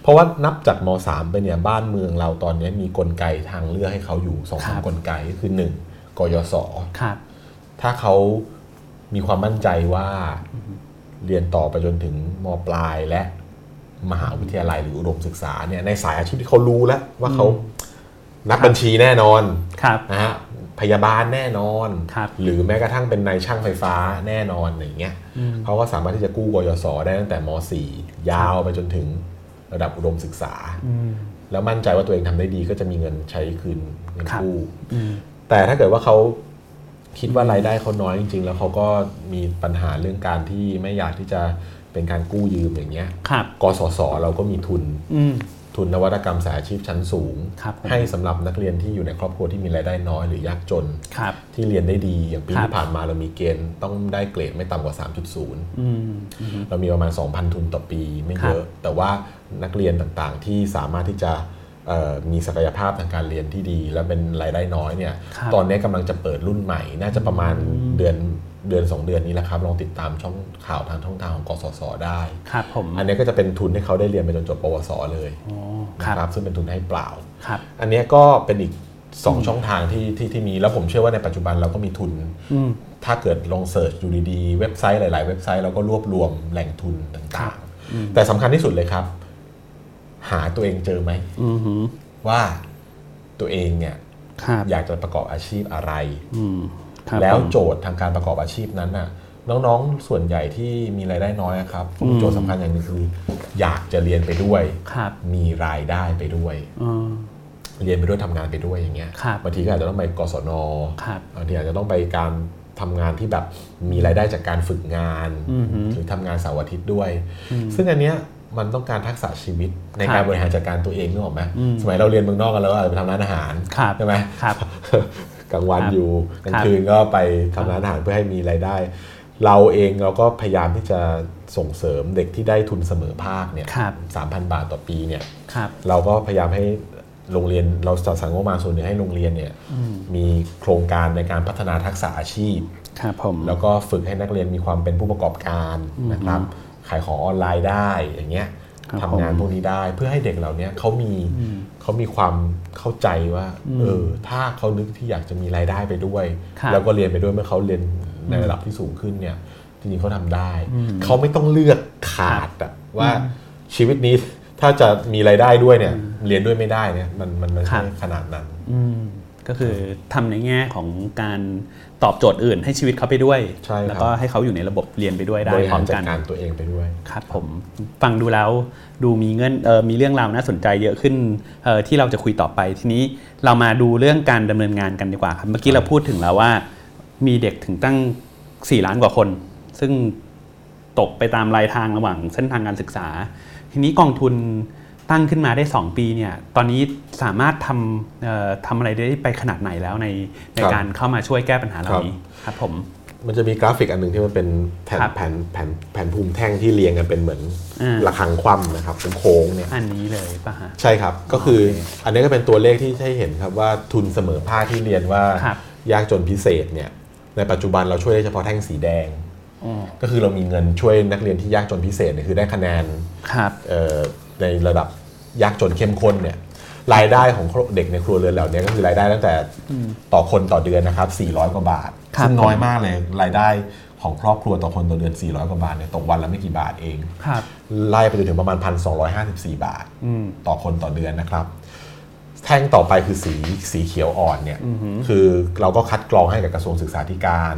เพราะว่านับจากม .3 ไปเนี่ยบ้านเมืองเราตอนนี้มีกลไกทางเลือกให้เขาอยู่สองสามกลไกก็คือหนึ่งกยศ ครับ ถ้าเขามีความมั่นใจว่าเรียนต่อไปจนถึงมปลายและมหาวิทยาลัยหรืออุดมศึกษาเนี่ยในสายอาชีพที่เขารู้แล้วว่าเขานักบัญชีแน่นอน ครับ นะฮะพยาบาลแน่นอน ครับ หรือแม้กระทั่งเป็นนายช่างไฟฟ้าแน่นอนอย่างเงี้ย อืม เขาก็สามารถที่จะกู้กยศได้ตั้งแต่ม .4 ยาวไปจนถึงระดับอุดมศึกษา อืม แล้วมั่นใจว่าตัวเองทำได้ดีก็จะมีเงินใช้คืนเงิน ครับ กู้ อืม แต่ถ้าเกิดว่าเขาคิดว่ารายได้เขาน้อยจริง ๆ แล้วเขาก็มีปัญหาเรื่องการที่ไม่อยากที่จะเป็นการกู้ยืมอย่างเงี้ย ครับ กสศเราก็มีทุน อืม ทุนนวัตกรรมสายอาชีพชั้นสูง ครับผม ให้สำหรับนักเรียนที่อยู่ในครอบครัวที่มีรายได้น้อยหรือยากจน ครับ ที่เรียนได้ดีอย่างปี ครับ ที่ผ่านมาเรามีเกณฑ์ต้องได้เกรดไม่ต่ำกว่า 3.0 อืมอือหือ เรามีประมาณ 2,000 ทุนต่อปีไม่เยอะ แต่ว่านักเรียนต่างๆ ที่สามารถที่จะเอ่อมีศักยภาพทางการเรียนที่ดี และเป็นรายได้น้อยเนี่ย ครับ ตอนนี้กำลังจะเปิดรุ่นใหม่ น่าจะประมาณเดือนเดือน 2 เดือนนี้แหละครับ ลองติดตามช่องข่าวทางช่องทางของกสศได้ ครับผม อันนี้ก็จะเป็นทุนให้เขาได้เรียนไปจนจบปวสเลย โอ้ค นะ รับ ครับซึ่งเป็นทุนให้เปล่า ครับ อันนี้ก็เป็นอีก 2 ช่องทางที่ที่ที่มีแล้วผมเชื่อว่าในปัจจุบันเราก็มีทุน อืม ถ้าเกิดลองเสิร์ชดูดีๆ เว็บไซต์หลาย ๆ เว็บไซต์เราก็รวบรวมแหล่งทุนต่างๆ แต่สำคัญที่สุดเลยครับ หาตัวเองเจอไหม อือหือ ว่าตัวเองเนี่ย ครับ อยากจะประกอบอาชีพอะไร อืมครับ แล้ว ผม โจทย์ทางการประกอบอาชีพนั้นน่ะ น้องๆส่วนใหญ่ที่มีรายได้น้อยอะครับ อืม โจทย์สำคัญอย่างหนึ่งคือ อยากจะเรียนไปด้วย ครับ มีรายได้ไปด้วย เออ เรียนไปด้วยทำงานไปด้วยอย่างเงี้ย ครับ บางทีก็อาจจะต้องไปกศน ครับ บางทีอาจจะต้องไปการทำงานที่แบบมีรายได้จากการฝึกงาน อือหือ หรือทำงานเสาร์อาทิตย์ด้วย อืม ซึ่งอันเนี้ยมันต้องการทักษะชีวิตใน ครับ การบริหารจัดการตัวเองนึกออกไหม อืม สมัยเราเรียนเมืองนอกกันแล้วอาจจะไปทำร้านอาหาร ครับ ใช่ไหม ครับ กลางวัน ครับ อยู่กลางคืนก็ไปทำร้านอาหารเพื่อให้มีรายได้ เราเองเราก็พยายามที่จะส่งเสริมเด็กที่ได้ทุนเสมอภาคเนี่ย ครับ สามพันบาทต่อปีเนี่ย ครับ เราก็พยายามให้โรงเรียนเราจัดสรรงบประมาณส่วนหนึ่งให้โรงเรียนเนี่ยมีโครงการในการพัฒนาทักษะอาชีพ ครับผม แล้วก็ฝึกให้นักเรียนมีความเป็นผู้ประกอบการนะครับขายของออนไลน์ได้อย่างเงี้ย ครับ ทำงานพวกนี้ได้เพื่อให้เด็กเหล่าเนี้ยเขามีเขามีความเข้าใจว่าเออถ้าเขานึกที่อยากจะมีรายได้ไปด้วย ครับ แล้วก็เรียนไปด้วยเมื่อเขาเรียนในระดับที่สูงขึ้นเนี่ยจริงๆเขาทำได้เขาไม่ต้องเลือกขาดอะว่าชีวิตนี้ถ้าจะมีรายได้ด้วยเนี่ยเรียนด้วยไม่ได้เนี่ยมันมันไม่ใช่ขนาดนั้น อืมก็คือทำในแง่ของการตอบโจทย์อื่นให้ชีวิตเขาไปด้วย ใช่ครับ แล้วก็ให้เขาอยู่ในระบบเรียนไปด้วยได้ บริ พร้ หา อ ร ม จั กั ด น การตัวเองไปด้วย ครับผมฟังดูแล้วดูมีเงื่อนเอ่อมีเรื่องราวน่าสนใจเยอะขึ้นเอ่อที่เราจะคุยต่อไป ทีนี้เรามาดูเรื่องการดำเนินงานกันดีกว่าครับเมื่อกี้เราพูดถึงแล้วว่า มีเด็กถึงตั้ง 4 ล้านกว่าคน ซึ่งตกไปตามรายทางระหว่างเส้นทางการศึกษา ทีนี้กองทุนตั้งขึ้นมาได้ 2 ปีเนี่ยตอนนี้สามารถทำเอ่อทำอะไรได้ไปขนาดไหนแล้วในใน ครับ การเข้ามาช่วยแก้ปัญหาเหล่า ครับ นี้ครับผม มันจะมีกราฟิกอันหนึ่งที่มันเป็นแผ่น ครับ แผ่นแผ่นแผ่นภูมิแท่งที่เรียงกันเป็นเหมือน อ่า ระฆังคว่ำนะครับเป็นโค้งเนี่ย อันนี้เลยป่ะฮะ ใช่ครับ ก็คืออันนี้ก็เป็นตัวเลขที่ให้เห็นครับว่าทุนเสมอภาคที่เรียนว่า ครับ ยากจนพิเศษเนี่ยในปัจจุบันเราช่วยได้เฉพาะแท่งสีแดง อ๋อ ก็คือเรามีเงินช่วยนักเรียนที่ยากจนพิเศษเนี่ยคือได้คะแนน ครับ เอ่อในระดับยากจนเข้มข้นเนี่ยรายได้ของเด็กในครัวเรือนเหล่านี้ก็คือรายได้ตั้งแต่ต่อคนต่อเดือนนะครับ 400 กว่าบาท ครับ ซึ่งน้อยมากเลยรายได้ของครอบครัวต่อคนต่อเดือน 400 กว่าบาทเนี่ยตกวันละไม่กี่บาทเอง ครับ ไล่ไปจนถึงประมาณ 1,254 บาท อืม ต่อคนต่อเดือนนะครับ แท่งต่อไปคือสีสีเขียวอ่อนเนี่ยคือเราก็คัดกรองให้กับกระทรวงศึกษาธิการ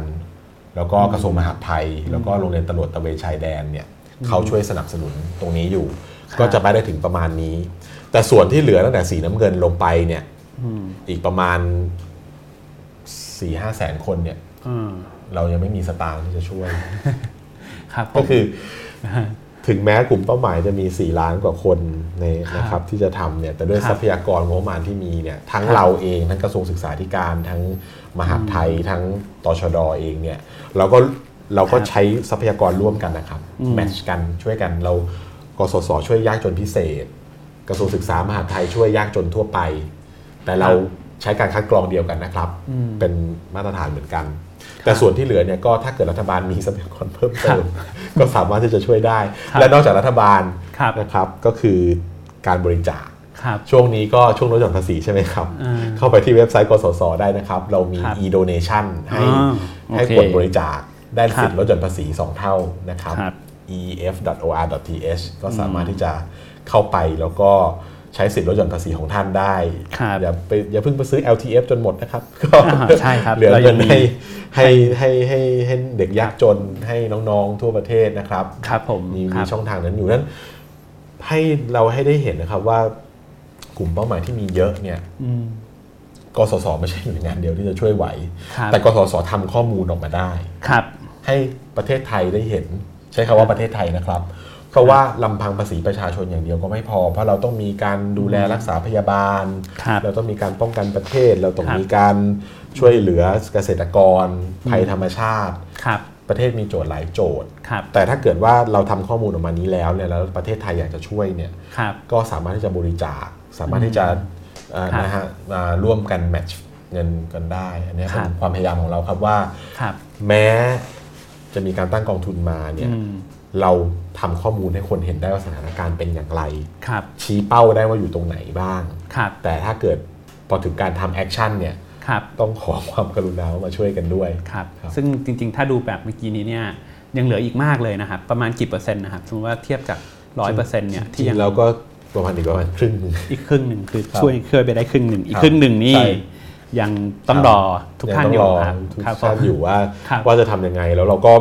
แล้วก็กระทรวงมหาดไทย แล้วก็โรงเรียนตำรวจตระเวนชายแดนเนี่ยเขาช่วยสนับสนุนตรงนี้อยู่ ครับ ก็จะไปได้ถึงประมาณนี้ แต่ส่วนที่เหลือตั้งแต่สีน้ำเงินลงไปเนี่ย อืม อีกประมาณ4ี่ห้าแสนคนเนี่ย อืม เรายังไม่มีสตางค์ที่จะช่วย ครับผม ก็คือถึงแม้กลุ่มเป้าหมายจะมี 4 ล้านกว่าคนในนะครับที่จะทำเนี่ยแต่ด้วคยรับ ทรัพยากรงบประมาณที่มีเนี่ยทั้ง ครับ เราเองทั้งกระทรวงศึกษาธิการ ทั้งมหาดไทย ทั้งตชดเองเนี่ยเราก็เราก็ ครับ ใช้ทรัพยากรร่วมกันนะครับ อืม แมทช์กันช่วยกันเรากสศช่วยยากจนพิเศษ กระทรวงศึกษามหาดไทยช่วยยากจนทั่วไป แต่เราใช้การคัดกรองเดียวกันนะครับ เป็นมาตรฐานเหมือนกัน แต่ส่วนที่เหลือเนี่ยก็ถ้าเกิดรัฐบาลมีทรัพยากรเพิ่มเติม ก็สามารถที่จะช่วยได้ ครับ และนอกจากรัฐบาล ครับ นะครับก็คือการบริจาค ครับ ช่วงนี้ก็ช่วงลดหย่อนภาษีใช่ไหมครับ อ่า เข้าไปที่เว็บไซต์กสศได้นะครับ เรามี ครับ e-donation ให้ อ่า ให้ โอเค กดบริจาคได้สิครัทธิ์ บ ลดหย่อนภาษี 2 เท่านะครับ ครับ ef.or.th ก็สามารถที่จะเข้าไปแล้วก็ใช้สิทธิ์ลดหย่อนภาษีของท่านได้ ครับ อย่าไปอย่าเพิ่งไปซื้อ LTF จนหมดนะครับ ก็ อ่าใช่ครับ เหลือ เรายั เงิน งมี ให้ให้ให้ให้ให้เด็กยากจนให้น้องๆทั่วประเทศนะครับ ครับผม มี ค มี รับ ช่องทางนั้นอยู่นั้นให้เราให้ได้เห็นนะครับว่ากลุ่มเป้าหมายที่มีเยอะเนี่ย อืม กสศไม่ใช่หน่วยงานเดียวที่จะช่วยไหว ครับ แต่กสศทำข้อมูลออกมาได้ ครับ ให้ประเทศไทยได้เห็น ใช้คำว่าประเทศไทยนะครับ เพราะว่าลำพังภาษีประชาชนอย่างเดียวก็ไม่พอ เพราะเราต้องมีการดูแลรักษาพยาบาล ครับ เราต้องมีการป้องกันประเทศ เราต้อง ครับ มีการช่วยเหลือเกษตรกร ภัยธรรมชาติ ครับ ประเทศมีโจทย์หลายโจทย์ ครับ แต่ถ้าเกิดว่าเราทำข้อมูลออกมานี้แล้วเนี่ยแล้วประเทศไทยอยากจะช่วยเนี่ย ครับ ก็สามารถที่จะบริจาค สามารถที่จะเอ่อ ครับ นะฮะมาร่วมกันแมทช์เงินกันได้อันเนี้ย ครับ เป็นความพยายามของเราครับว่า ครับ แม้จะมีการตั้งกองทุนมาเนี่ย อืม เราทำข้อมูลให้คนเห็นได้ว่าสถานการณ์เป็นอย่างไร ครับ ชี้เป้าได้ว่าอยู่ตรงไหนบ้าง ครับ แต่ถ้าเกิดพอถึงการทำแอคชั่นเนี่ย ครับ ต้องขอความกรุณาว่ามาช่วยกันด้วย ครับ ครับ ซึ่งจริง ๆ ถ้าดูแบบเมื่อกี้นี้เนี่ย ยังเหลืออีกมากเลยนะครับ ประมาณกี่เปอร์เซ็นต์นะครับ สมมติว่าเทียบจากร้อยเปอร์เซ็นต์เนี่ย ที่ ที่ยัง เราก็ประมาณอีกประมาณครึ่งหนึ่ง อีกครึ่งหนึ่งคือ ครับ ช่วยช่วยไปได้ครึ่งหนึ่ง อีก ครับ ครึ่งหนึ่งนี่ ใช่ ยังต้องรอทุกท่านอยู่ งครัต้งบ ทุก ครับผ ท่าน ม อยู่ว่า ครับ ว่าจะทำยังไงแล้วเราก็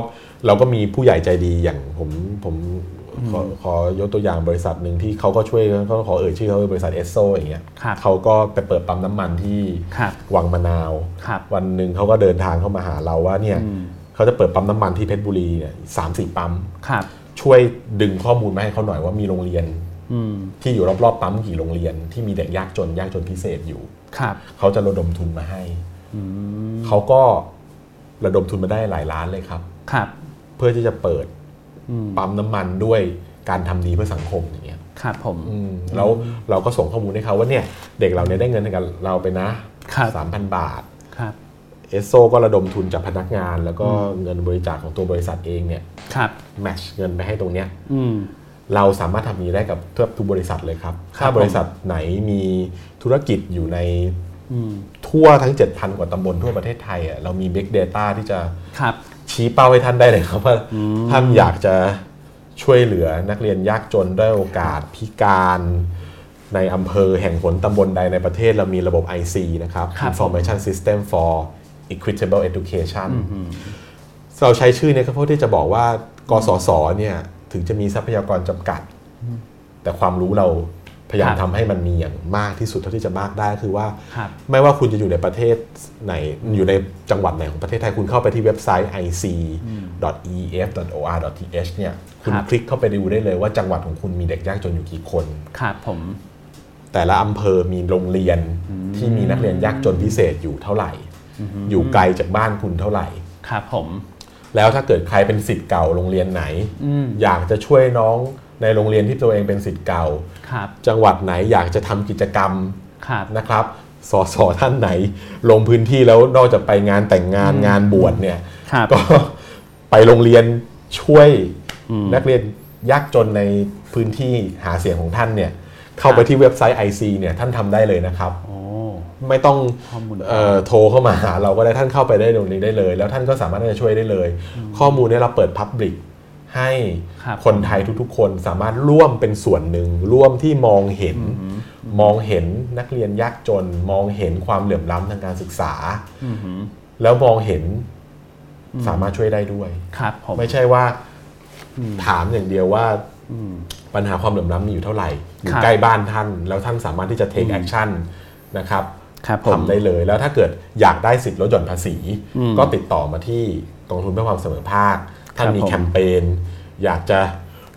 เราก็มีผู้ใหญ่ใจดีอย่างผมผมขอขอยกตัวอย่างบริษัทหนึ่งที่เขาก็ช่วยเขาขอเอ่ยชื่อเขาคือบริษัทเอสโซอย่างเงี้ย ครับ เขาก็ไปเปิดปั๊มน้ำมันที่ ครับ วังมะนาว ครับ วันหนึ่งเขาก็เดินทางเข้ามาหาเราว่าเนี่ยเขาจะเปิดปั๊มน้ำมันที่เพชรบุรีเนี่ยสามสี่ปั๊ม ครับ ช่วยดึงข้อมูลมาให้เขาหน่อยว่ามีโรงเรียน อืม ที่อยู่รอบๆปั๊มกี่โรงเรียนที่มีเด็กยากจนยากจนพิเศษอยู่ ครับ เขาจะระดมทุนมาให้ เขาก็ระดมทุนมาได้หลายล้านเลยครับ ครับ เพื่อที่จะเปิด อืม ปั๊มน้ำมันด้วยการทำดีเพื่อสังคมอย่างเงี้ย ครับผม อืมแล้วเราก็ส่งข้อมูลให้เขาว่าเนี่ยเด็กเราเนี่ยได้เงินจากเราไปนะครับ สามพันบาท ครับ เอสโซก็ระดมทุนจากพนักงาน แล้วก็เงินบริจาคของตัวบริษัทเองเนี่ย ครับ แมชเงินไปให้ตรงเนี้ย อืม เราสามารถทำอย่างนี้ได้กับเทือบทุกบริษัทเลยครับ ครับ ถ้าบริษัทไหนมีธุรกิจอยู่ใน อืม ทั่วทั้ง 7,000 กว่าตำบลทั่วประเทศไทยอ่ะเรามี Big Data ที่จะ ครับ ชี้เป้าให้ท่านได้เลยครับว่าท่านอยากจะช่วยเหลือนักเรียนยากจนด้อยโอกาสพิการ ในอำเภอแห่งผลตำบลใดในประเทศเรามีระบบ IC นะครับ ครับ Information System for Equitable Education เราใช้ชื่อเนี่ยก็เพื่อที่จะบอกว่ากสศเนี่ยถึงจะมีทรัพยากรจำกัด แต่ความรู้เราพยายาม ครับ ทำให้มันมีอย่างมากที่สุดเท่าที่จะมากได้คือว่า ครับ ไม่ว่าคุณจะอยู่ในประเทศไหนอยู่ในจังหวัดไหนของประเทศไทย คุณเข้าไปที่เว็บไซต์ ic.ef.or.th เนี่ยคุณคลิกเข้าไปดูได้เลยว่าจังหวัดของคุณมีเด็กยากจนอยู่กี่คน ครับผม แต่ละอำเภอมีโรงเรียนที่มีนักเรียนยากจนพิเศษอยู่เท่าไหร่ อยู่ไกลจากบ้านคุณเท่าไหร่ ครับผม แล้วถ้าเกิดใครเป็นสิทธิ์เก่าโรงเรียนไหน อืม อยากจะช่วยน้องในโรงเรียนที่ตัวเองเป็นสิทธิ์เก่า ครับ จังหวัดไหนอยากจะทำกิจกรรม ครับ นะครับสสท่านไหน ลงพื้นที่แล้วนอกจากไปงานแต่งงานงานบวชเนี่ย ครับ ก็ ไปโรงเรียนช่วย อืม นักเรียนยากจนในพื้นที่หาเสียงของท่านเนี่ยเข้าไปที่เว็บไซต์ IC เนี่ยท่านทำได้เลยนะครับ โอ้ ไม่ต้อง ข้อมูล เอ่อโทรเข้ามาหาเราก็ได้ท่านเข้าไปได้ตรงนี้ได้เลย แล้วท่านก็สามารถที่จะช่วยได้เลย ข้อมูลเนี้เราเปิดพับลิกให้ ครับ คนไทยทุกๆ คนสามารถร่วมเป็นส่วนหนึ่ง ร่วมที่มองเห็น มองเห็นนักเรียนยากจน มองเห็นความเหลื่อมล้ำทางการศึกษา อือหือ แล้วมองเห็นสามารถช่วยได้ด้วย ครับผม ไม่ใช่ว่าถามอย่างเดียวว่าปัญหาความเหลื่อมล้ำมีอยู่เท่าไหร่อยู่ ครับ ใกล้บ้านท่าน แล้วท่านสามารถที่จะ take action นะครับ ครับผม ทำได้เลยแล้วถ้าเกิดอยากได้สิทธิ์ลดหย่อนภาษี อืม ก็ติดต่อมาที่กองทุนเพื่อความเสมอภาคท่าคนรับ มี ผม แคมเปญอยากจะ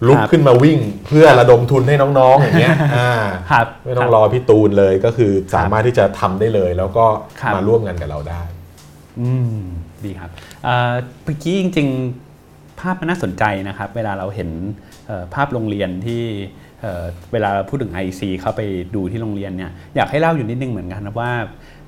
ลุก ครับ ขึ้นมาวิ่งเพื่อระดมทุนให้น้องๆอย่างเงี้ยอ่า ครับ ไม่ต้องรอพี่ตูนเลยก็คือสามารถที่จะทำได้เลย แล้วก็ ครับ มาร่วมงานกับเราได้ อืมดีครับเอ่อเมื่อกี้จริงๆ ภาพมันน่าสนใจนะครับ เวลาเราเห็นเอ่อภาพโรงเรียนที่เอ่อเวลาพูดถึง IC เข้าไปดูที่โรงเรียนเนี่ยอยากให้เล่าอยู่นิดนึงเหมือนกันนะว่า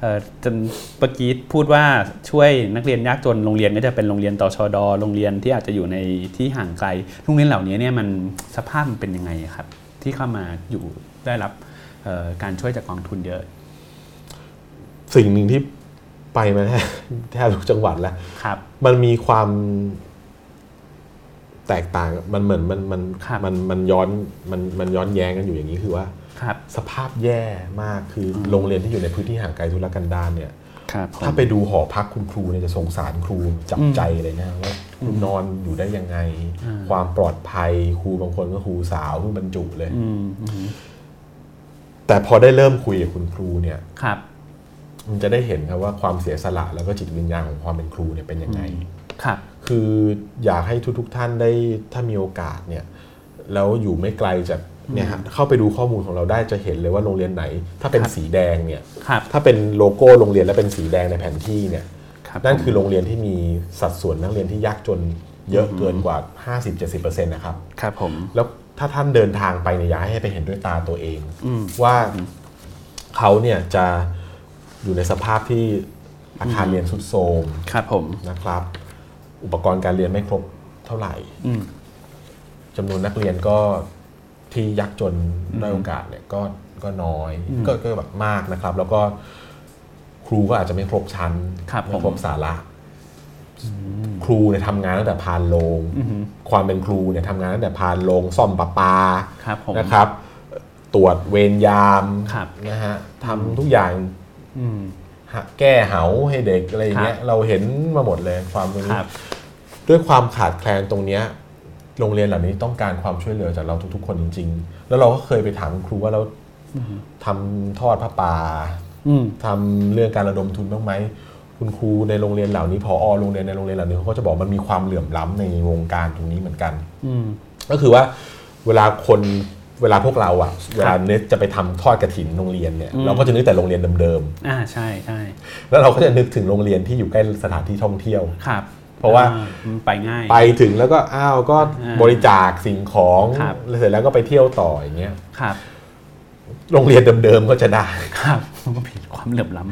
เอ่อจนเมื่อกี้พูดว่าช่วยนักเรียนยากจนโรงเรียนก็จะเป็นโรงเรียนต่อชอดอโรงเรียนที่อาจจะอยู่ในที่ห่างไกลโรงเรียนเหล่านี้เนี่ยมันสภาพมันเป็นยังไงครับ ที่เข้ามาอยู่ได้รับเอ่อการช่วยจากกองทุนเยอะ สิ่งหนึ่งที่ไปมาแทบ แทบทุกจังหวัดแล้ว ครับ มันมีความแตกต่างมันเหมือนมันมัน ครับ มันมันย้อนมันมันย้อนแย้งกันอยู่อย่างนี้คือว่า ครับ สภาพแย่มากคือโรงเรียนที่อยู่ในพื้นที่ห่างไกลทุรกันดารเนี่ย ครับผม ถ้าไปดูหอพักคุณครูเนี่ยจะสงสารครูจับใจเลยนะว่าคุณนอนอยู่ได้ยังไง อืม ความปลอดภัยครูบางคนก็ครูสาวเพิ่งบรรจุเลย อืมอืม แต่พอได้เริ่มคุยกับคุณครูเนี่ย ครับ มันจะได้เห็นครับว่าความเสียสละแล้วก็จิตวิญญาณของความเป็นครูเนี่ยเป็นยังไง ครับ คืออยากให้ทุกๆทท่านได้ถ้ามีโอกาสเนี่ยแล้วอยู่ไม่ไกลจากเนี่ยฮะเข้าไปดูข้อมูลของเราได้จะเห็นเลยว่าโรงเรียนไหน ถ้าเป็น ครับ สีแดงเนี่ย ครับ ถ้าเป็นโลโก้โรงเรียนและเป็นสีแดงในแผนที่เนี่ย ครับ นั่นคือโรงเรียนที่มีสัดส่วนนักเรียนที่ยากจนเยอะเกินกว่า 50-70%นะครับ ครับผม แล้วถ้าท่านเดินทางไปเนี่ยอยากให้ไปเห็นด้วยตาตัวเอง อืม ว่าเขาเนี่ยจะอยู่ในสภาพที่อาคารเรียนสุดโทรม ครับผม นะครับ อุปกรณ์การเรียนไม่ครบเท่าไหร่ อืม จำนวนนักเรียนก็ที่ยากจนด้อยโอกาสเนี่ยก็ก็น้อยก็ก็แบบมากนะครับ แล้วก็ครูก็อาจจะไม่ครบชั้น ครับ ไม่ ผม ครบสาระ ครูเนี่ยทำงานตั้งแต่พานโรงความเป็นครูเนี่ยทำงานตั้งแต่พานโรงซ่อมประปา ครับผม นะครับ ตรวจเวรยาม ครับ นะฮะทำทุกอย่าง อืม หาแก้เหาให้เด็กอะไรอย่างเงี้คยรับ เราเห็นมาหมดเลยความตรง ค นี้ รับ ด้วยความขาดแคลนตรงเนี้ยโรงเรียนเหล่านี้ต้องการความช่วยเหลือจากเราทุก ๆ คนจริง ๆ แล้วเราก็เคยไปถามครูว่าเราทำทอดผ้าป่า อืม ทำเรื่องการระดมทุนบ้างไหม คุณครูในโรงเรียนเหล่านี้พอโรงเรียนในโรงเรียนเหล่านี้เขาก็จะบอกมันมีความเหลื่อมล้ำในวงการตรงนี้เหมือนกัน อืม ก็คือว่าเวลาคนเวลาพวกเราอะเวลาเนกจะไปทำทอดกระถินโรงเรียนเนี่ย อืม เราก็จะนึกแต่โรงเรียนเดิม อ่า ใช่ใช่ ๆแล้วเราก็จะนึกถึงโรงเรียนที่อยู่ใกล้สถานที่ท่องเที่ยว ครับ เพราะว่า อ่มันไปง่าย ไปถึงแล้วก็อ้าวก็ อ่า บริจาคสิ่งของ ครับ แล้วเสร็จแล้วก็ไปเที่ยวต่ออย่างเงี้ย ครับ โรงเรียนเดิมๆก็จะได้ ครับมันก็ผิดความเหลื่อมล้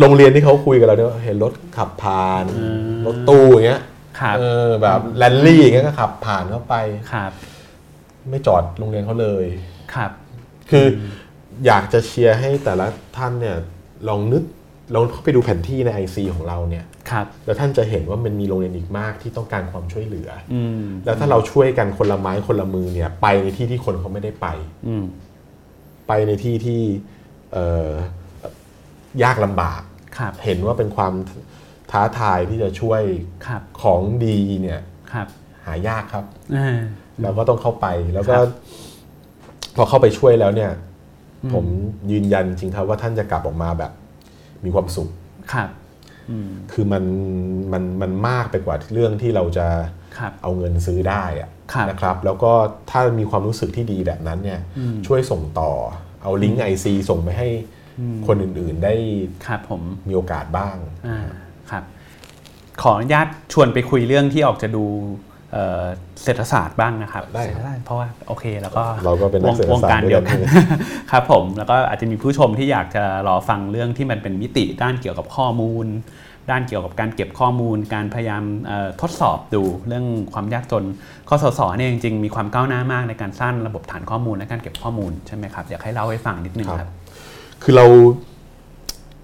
โรงเรียนที่เขาคุยกับเราเนี่ยเห็นรถขับผ่านรถตู้อย่างเงี้ย ครับ เออแบบแรลลี่อย่างเงี้ยก็ขับผ่านเข้าไป ำครับ ไม่จอดโรงเรียนเขาเลย ครับ คืออยากจะเชียร์ให้แต่ละท่านเนี่ยลองนึกลองเข้าไปดูแผนที่ใน IC ของเราเนี่ย ครับ แล้วท่านจะเห็นว่ามันมีโรงเรียนอีกมากที่ต้องการความช่วยเหลืออ อืม แล้วถ้าเราช่วยกันคนละไม้คนละมือเนี่ยไปในที่ที่คนเขาไม่ได้ไป อืม ไปในที่ที่เอ่อยากลำบาก ครับ เห็นว่าเป็นความท้าทายที่จะช่วย ครับ ของดีเนี่ย ครับ หายากครับ เออ เราก็ต้องเข้าไปแล้วก็ ครับ พอเข้าไปช่วยแล้วเนี่ย อืม ผมยืนยันจริงครับว่าท่านจะกลับออกมาแบบ มีความสุข ครับอืม คือมันมันมันมากไปกว่าเรื่องที่เราจะ ครับ เอาเงินซื้อได้อะ ครับ นะครับ แล้วก็ถ้ามีความรู้สึกที่ดีแบบนั้นเนี่ย อืม ช่วยส่งต่อ เอาลิงก์ IC ส่งไปให้คนอื่นๆได้ ครับผม มีโอกาสบ้าง อ่าครับขออนุญาตชวนไปคุยเรื่องที่ออกจะดูเอ่อเศรษฐศาสตร์บ้างนะครับ ได้คเศรษรับฐศาสตร์เพราะว่าโอเคแล้วก็ เราก็เป็นนักเศรษฐ วง ศาสตร์ การเดียวกัน ด้วยกัน ครับผมแล้วก็อาจจะมีผู้ชมที่อยากจะรอฟังเรื่องที่มันเป็นมิติด้านเกี่ยวกับข้อมูล ด้านเกี่ยวกับการเก็บข้อมูล การพยายามเอ่อทดสอบดูเรื่องความยากจนคสศเนี่ยจริงๆมีความก้าวหน้ามากในการสร้างระบบฐานข้อมูลและการเก็บข้อมูลใช่ไหมครับอยากให้เล่าให้ฟังนิดนึงครับ คือเรา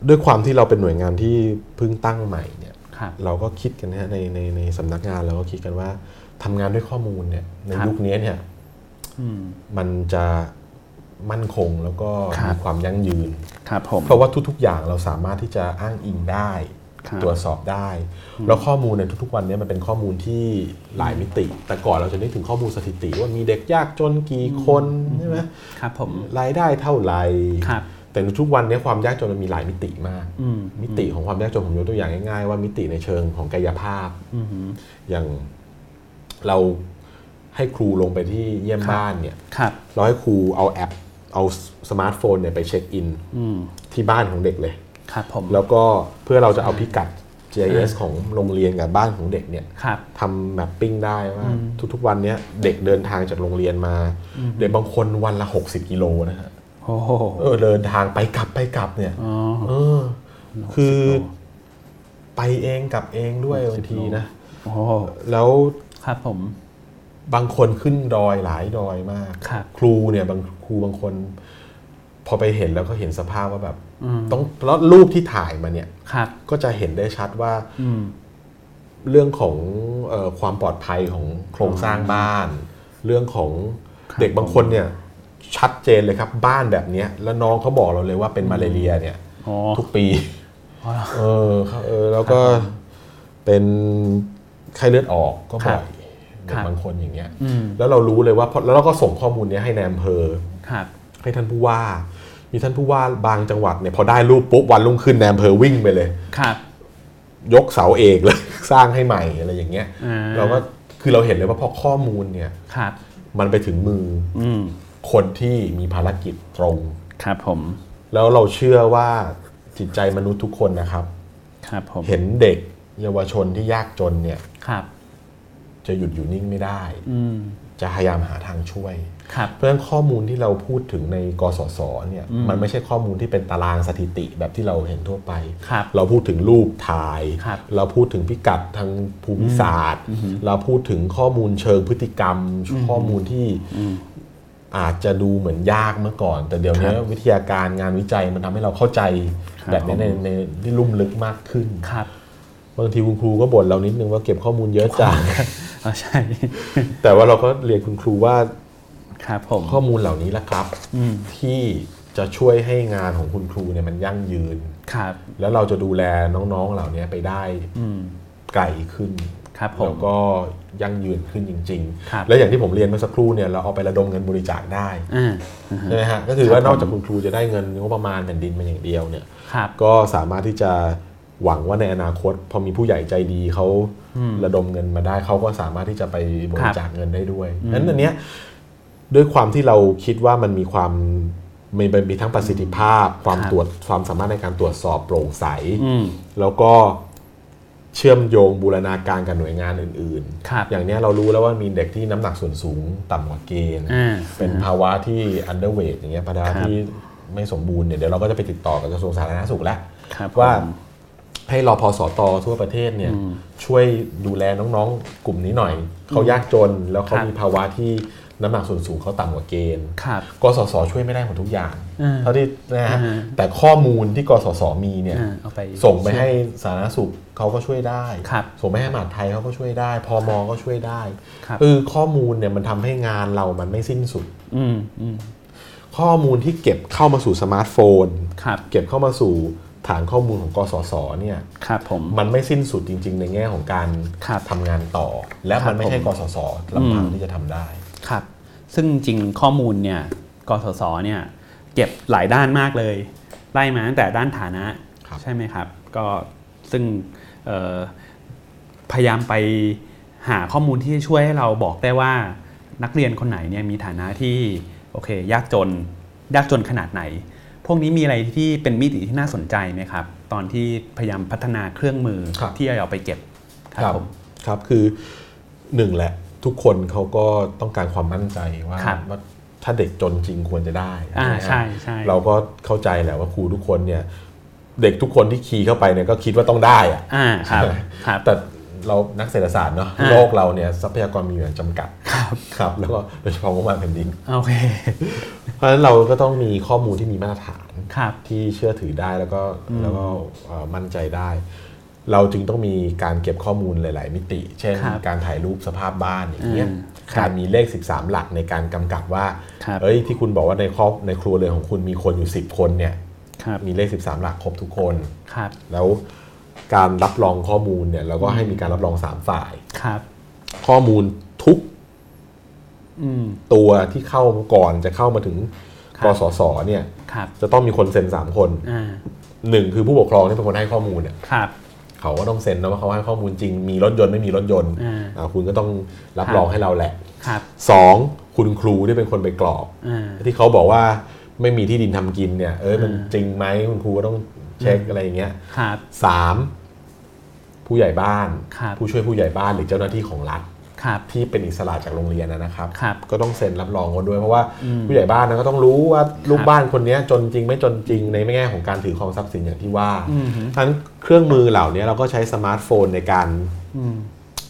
ด้วยความที่เราเป็นหน่วยงานที่เพิ่งตั้งใหม่เนี่ย ครับ เราก็คิดกันนะฮะในในในสำนักงานเราก็คิดกันว่าทำงานด้วยข้อมูลเนี่ยใน ครับ ยุคนี้เนี่ย อืม มันจะมั่นคงแล้วก็ ครับ มีความยั่งยืน ครับผม เพราะว่าทุกๆ อย่างเราสามารถที่จะอ้างอิงได้ ครับ ตรวจสอบได้ แล้วข้อมูลในทุกๆวันเนี้มันเป็นข้อมูลที่หลายมิติ แต่ก่อนเราจะนึกถึงข้อมูลสถิติ ว่ามีเด็กยากจนกี่คนใช่ไหม ครับผม รายได้เท่าไหร่ ครับ แต่ในทุกวันเนี้ความยากจนมันมีหลายมิติมาก อืม มิติของความยากจนผมยกตัวอย่างง่ายๆว่ามิติในเชิงของกายภาพ อือหือ อย่างเราให้ครูลงไปที่เยี่ยมบ้านเนี่ย ครับ เราให้ครูเอาแอป เอาสมาร์ทโฟนเนี่ยไปเช็คอิน อืม ที่บ้านของเด็กเลย ครับผม แล้วก็เพื่อเราจะเอาพิกัด GIS ของโรงเรียนกับบ้านของเด็กเนี่ย ครับ ทำแมปปิ้งได้ว่าทุกๆวันเนี้ยเด็กเดินทางจากโรงเรียนมา เด็กบางคนวันละ 60กิโลนะฮะ โอ้โห เออเดินทางไปกลับไปกลับเนี่ย อ๋อ เออ คือ โล ไปเองกลับเองด้วยบางทีนะ โอ้โห แล้ว ครับผม บางคนขึ้นดอยหลายดอยมาก ครับ ครูเนี่ยบางครูบางคน พอไปเห็นแล้วก็เห็นสภาพว่าแบบ อืม ต้องแล้วรูปที่ถ่ายมาเนี่ย ครับ ก็จะเห็นได้ชัดว่า อืม เรื่องของเออความปลอดภัยของโครงสร้างบ้าน เรื่องของ ครับ เด็กบางคนเนี่ย ชัดเจนเลยครับ บ้านแบบเนี้ยแล้วน้องเขาบอกเราเลยว่าเป็นมาเลเรียเนี่ย อ๋อ ทุกปี อ๋อ เออครับเออแล้วก็เป็นไข้เลือดออกก็บ่อยคเด็ก รับ บางคนอย่างเงี้ย อืม แล้วเรารู้เลยว่าเพราะแล้วเราก็ส่งข้อมูลเนี้ยให้ในอำเภอ ครับ ให้ท่านผู้ว่า มีท่านผู้ว่าบางจังหวัดเนี่ยพอได้รูปปุ๊บวันรุ่งขึ้นในอำเภอวิ่งไปเลย ครับ ยกเสาเอกเลย สร้างให้ใหม่อะไรอย่างเงี้ย อ่า เราก็คือเราเห็นเลยว่าพอข้อมูลเนี่ย ครับ มันไปถึงมือ อืม คนที่มีภารกิจตรง ครับผม แล้วเราเชื่อว่าจิตใจมนุษย์ทุกคนนะครับ ครับผม เห็นเด็กเยาวชนที่ยากจนเนี่ย ครับ จะหยุดอยู่นิ่งไม่ได้ อืม จะพยายามหาทางช่วย ครับ เพราะฉะนั้นข้อมูลที่เราพูดถึงในกสศเนี่ย อืม มันไม่ใช่ข้อมูลที่เป็นตารางสถิติแบบที่เราเห็นทั่วไป ครับ เราพูดถึงรูปถ่าย ครับ เราพูดถึงพิกัดทางภูมิศาสตร์ เราพูดถึงข้อมูลเชิงพฤติกรรม ข้อมูลที่อาจจะดูเหมือนยากเมื่อก่อน แต่เดี๋ยวนี้วิทยาการงานวิจัยมันทำให้เราเข้าใจ ครับ แบบนี้ในในที่ลุ่มลึกมากขึ้น ครับ บางทีคุณครูก็บ่นเรานิดนึงว่าเก็บข้อมูลเยอะจัง อ๋อใช่ แต่ว่าเราก็เรียนคุณครูว่า ครับผม ข้อมูลเหล่านี้ละครับ อืม ที่จะช่วยให้งานของคุณครูเนี่ยมันยั่งยืน ครับ แล้วเราจะดูแลน้องๆเหล่านี้ไปได้ อืม ไกลขึ้น ครับผ แล้ ม วก็ยั่งยืนขึ้นจริง ครับ ๆ แล้วอย่างที่ผมเรียนเมื่อสักครู่เนี่ยเราเอาไประดมเงินบริจาคได้ อ่า ใช่ไหมฮะก็ถือว่า ครับผม นอกจากคุณครูจะได้เงินงบประมาณแผ่นดินมาอย่างเดียวเนี่ย ครับ ก็สามารถที่จะหวังว่าในอนาคต พอมีผู้ใหญ่ใจดีเขาระดมเงินมาได้เขาก็สามารถที่จะไปบริจาคเงินได้ด้วยนั้นอันเนี้ยด้วยความที่เราคิดว่ามันมีความมีมีทั้งประสิทธิภาพ ความ ครับ ตรวจความสามารถในการตรวจสอบโปร่งใส อืม แล้วก็ เชื่อมโยงบูรณาการกับหน่วยงานอื่นๆ ครับ อย่างเนี้ยเรารู้แล้วว่ามีเด็กที่น้ำหนักส่วนสูงต่ำกว่าเกณฑ์ อ่า เป็นภาวะที่ underweight อย่างเงี้ยภาวะที่ไม่สมบูรณ์เนี่ยเดี๋ยวเราก็จะไปติดต่อกับกระทรวงสาธารณสุขแล้ว ครับ ว่าให้รอพอสอตอทั่วประเทศเนี่ยช่วยดูแลน้องๆ กลุ่มนี้หน่อย เขายากจนแล้วเขา ครับ มีภาวะที่น้ำหนักส่วนสูงเขาต่ำกว่าเกณฑ์ ครับ กสศช่วยไม่ได้หมดทุกอย่าง อ่า เท่าที่นะฮะ อ่า แต่ข้อมูลที่กสศมีเนี่ย อ่าเอาไป ส่งไปให้สาธารณสุขเขาก็ช่วยได้ ครับ ส่งไปให้มหาดไทยเขาก็ช่วยได้พอมก็ช่วยได้ ครับ คือข้อมูลเนี่ยมันทำให้งานเรามันไม่สิ้นสุด อืมอืม ข้อมูลที่เก็บเข้ามาสู่สมาร์ทโฟน ครับ เก็บเข้ามาสู่ฐานข้อมูลของกสศเนี่ย ครับผม มันไม่สิ้นสุดจริง ๆ ในแง่ของการ ครับ ทำงานต่อ และ ครับ มันไม่ใช่ ผม กสศลำพัง อืม ที่จะทำได้ ครับ ซึ่งจริงข้อมูลเนี่ยกสศเนี่ยเก็บหลายด้านมากเลย ไล่มาตั้งแต่ด้านฐานะ ครับ ใช่ไหมครับ ก็ซึ่งเอ่อพยายามไปหาข้อมูลที่ช่วยให้เราบอกได้ว่านักเรียนคนไหนเนี่ยมีฐานะที่โอเค ยากจน ยากจนขนาดไหน พวกนี้มีอะไรที่เป็นมิติที่น่าสนใจไหมครับ ตอนที่พยายามพัฒนาเครื่องมือ ครับ ที่จะเอาไปเก็บครับผม ครับคือหนึ่งแหละทุกคนเขาก็ต้องการความมั่นใจว่า ครับ ว่าถ้าเด็กจนจริงควรจะได้ อ่า นะฮะ ใช่ใช่ เราก็เข้าใจแหละว่าครูทุกคนเนี่ยเด็กทุกคนที่คีย์เข้าไปเนี่ยก็คิดว่าต้องได้อะ อ่าครับครับ แต่เรานักเศรษฐศาสตร์เนาะ อ่า โลกเราเนี่ยทรัพยากรมีอยู่อย่างจำกัดครับครับแล้วก็โดยเฉพาะงบประมาณแผ่นดิน โอเค เพราะฉะนั้นเราก็ต้องมีข้อมูลที่มีมาตรฐาน ครับ ที่เชื่อถือได้แล้วก็แล้วก็เอ่อมั่นใจได้ เราจึงต้องมีการเก็บข้อมูลหลาย ๆ มิติ เช่น ครับ การถ่ายรูปสภาพบ้านอย่างเงี้ย อืมครับ การมีเลข 13 หลักในการกำกับว่า ครับ เอ้ยที่คุณบอกว่าในครอบในครัวเรือนของคุณมีคนอยู่ 10 คนเนี่ย ครับ มีเลข 13 หลักครบทุกคน ครับ แล้วการรับรองข้อมูลเนี่ยเราก็ให้มีการรับรอง 3 ฝ่าย ครับ ข้อมูลทุก อืม ตัวที่เข้าก่อนจะเข้ามาถึง ครับ กสศเนี่ย ครับ จะต้องมีคนเซ็น 3 คน อ่า หนึ่งคือผู้ปกครองที่เป็นคนให้ข้อมูลเนี่ย ครับ เขาก็ต้องเซ็นนะว่าเขาให้ข้อมูลจริง มีรถยนต์ไม่มีรถยนต์ อ่า อ่าคุณก็ต้องรับรองให้เราแหละ ครับ 2. คุณครูที่เป็นคนไปกรอก อ่า ที่เขาบอกว่าไม่มีที่ดินทำกินเนี่ยเอ้ยมันจริงไหมคุณครูก็ต้องเช็คอะไรอย่างเงี้ย ครับ สามผู้ใหญ่บ้าน ครับ ผู้ช่วยผู้ใหญ่บ้านหรือเจ้าหน้าที่ของรัฐ ครับ ที่เป็นอิสระจากโรงเรียนนะนะครับ ครับ ก็ต้องเซ็นรับรองกันด้วยเพราะว่าผู้ใหญ่บ้านนะก็ต้องรู้ว่าลูกบ้านคนเนี้ยจนจริงไม่จนจริงในแง่ของการถือครองทรัพย์สินอย่างที่ว่า อืมฮึ ฉะนั้นเครื่องมือเหล่านี้เราก็ใช้สมาร์ทโฟนในการ อืม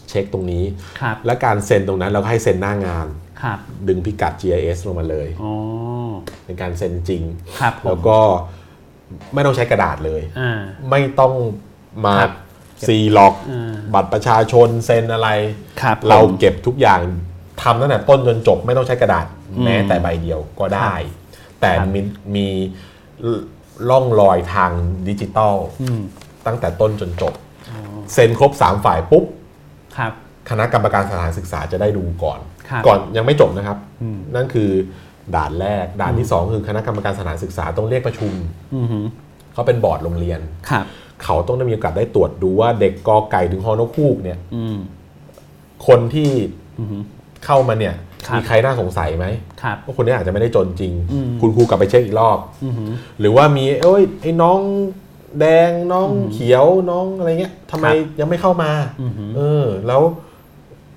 เช็คตรงนี้ ครับ และการเซ็นตรงนั้นเราก็ให้เซ็นหน้างาน ครับ ดึงพิกัด GIS ลงมาเลย อ๋อ ในการเซ็นจริง ครับผม แล้วก็ไม่ต้องใช้กระดาษเลย อ่า ไม่ต้องมา ครับ ซีล็อก อ่า บัตรประชาชนเซ็นอะไร ครับ เรา ผม เก็บทุกอย่างทำตั้งแต่ต้นจนจบไม่ต้องใช้กระดาษ อืม แม้แต่ใบเดียวก็ได้ แต่ ครับ มีมีล่องรอยทางดิจิตอล อืม ตั้งแต่ต้นจนจบ เซ็นครบ 3 ฝ่ายปุ๊บ ครับ คณะกรรมการสถานศึกษาจะได้ดูก่อน ครับ ก่อนยังไม่จบนะครับ อืม นั่นคือด่านแรกด่านที่สองคือคณะกรรมการสถานศึกษาต้องเรียกประชุม อือหือ เขาเป็นบอร์ดโรงเรียน ครับ เขาต้องได้มีโอกาสได้ตรวจดูว่าเด็กกอไก่ถึงฮอนกคูกเนี่ย อืม คนที่ อือหือ เข้ามาเนี่ย ครับ มีใครน่าสงสัยไหม ครับ ว่าคนนี้อาจจะไม่ได้จนจริง อืม คุณครูกลับไปเช็คอีกรอบ อือหือ หรือว่ามีเอ้ยไอ้น้องแดงน้องเขียวน้องอะไรเงี้ยทำไมยังไม่เข้ามา อือหือ เออ แล้ว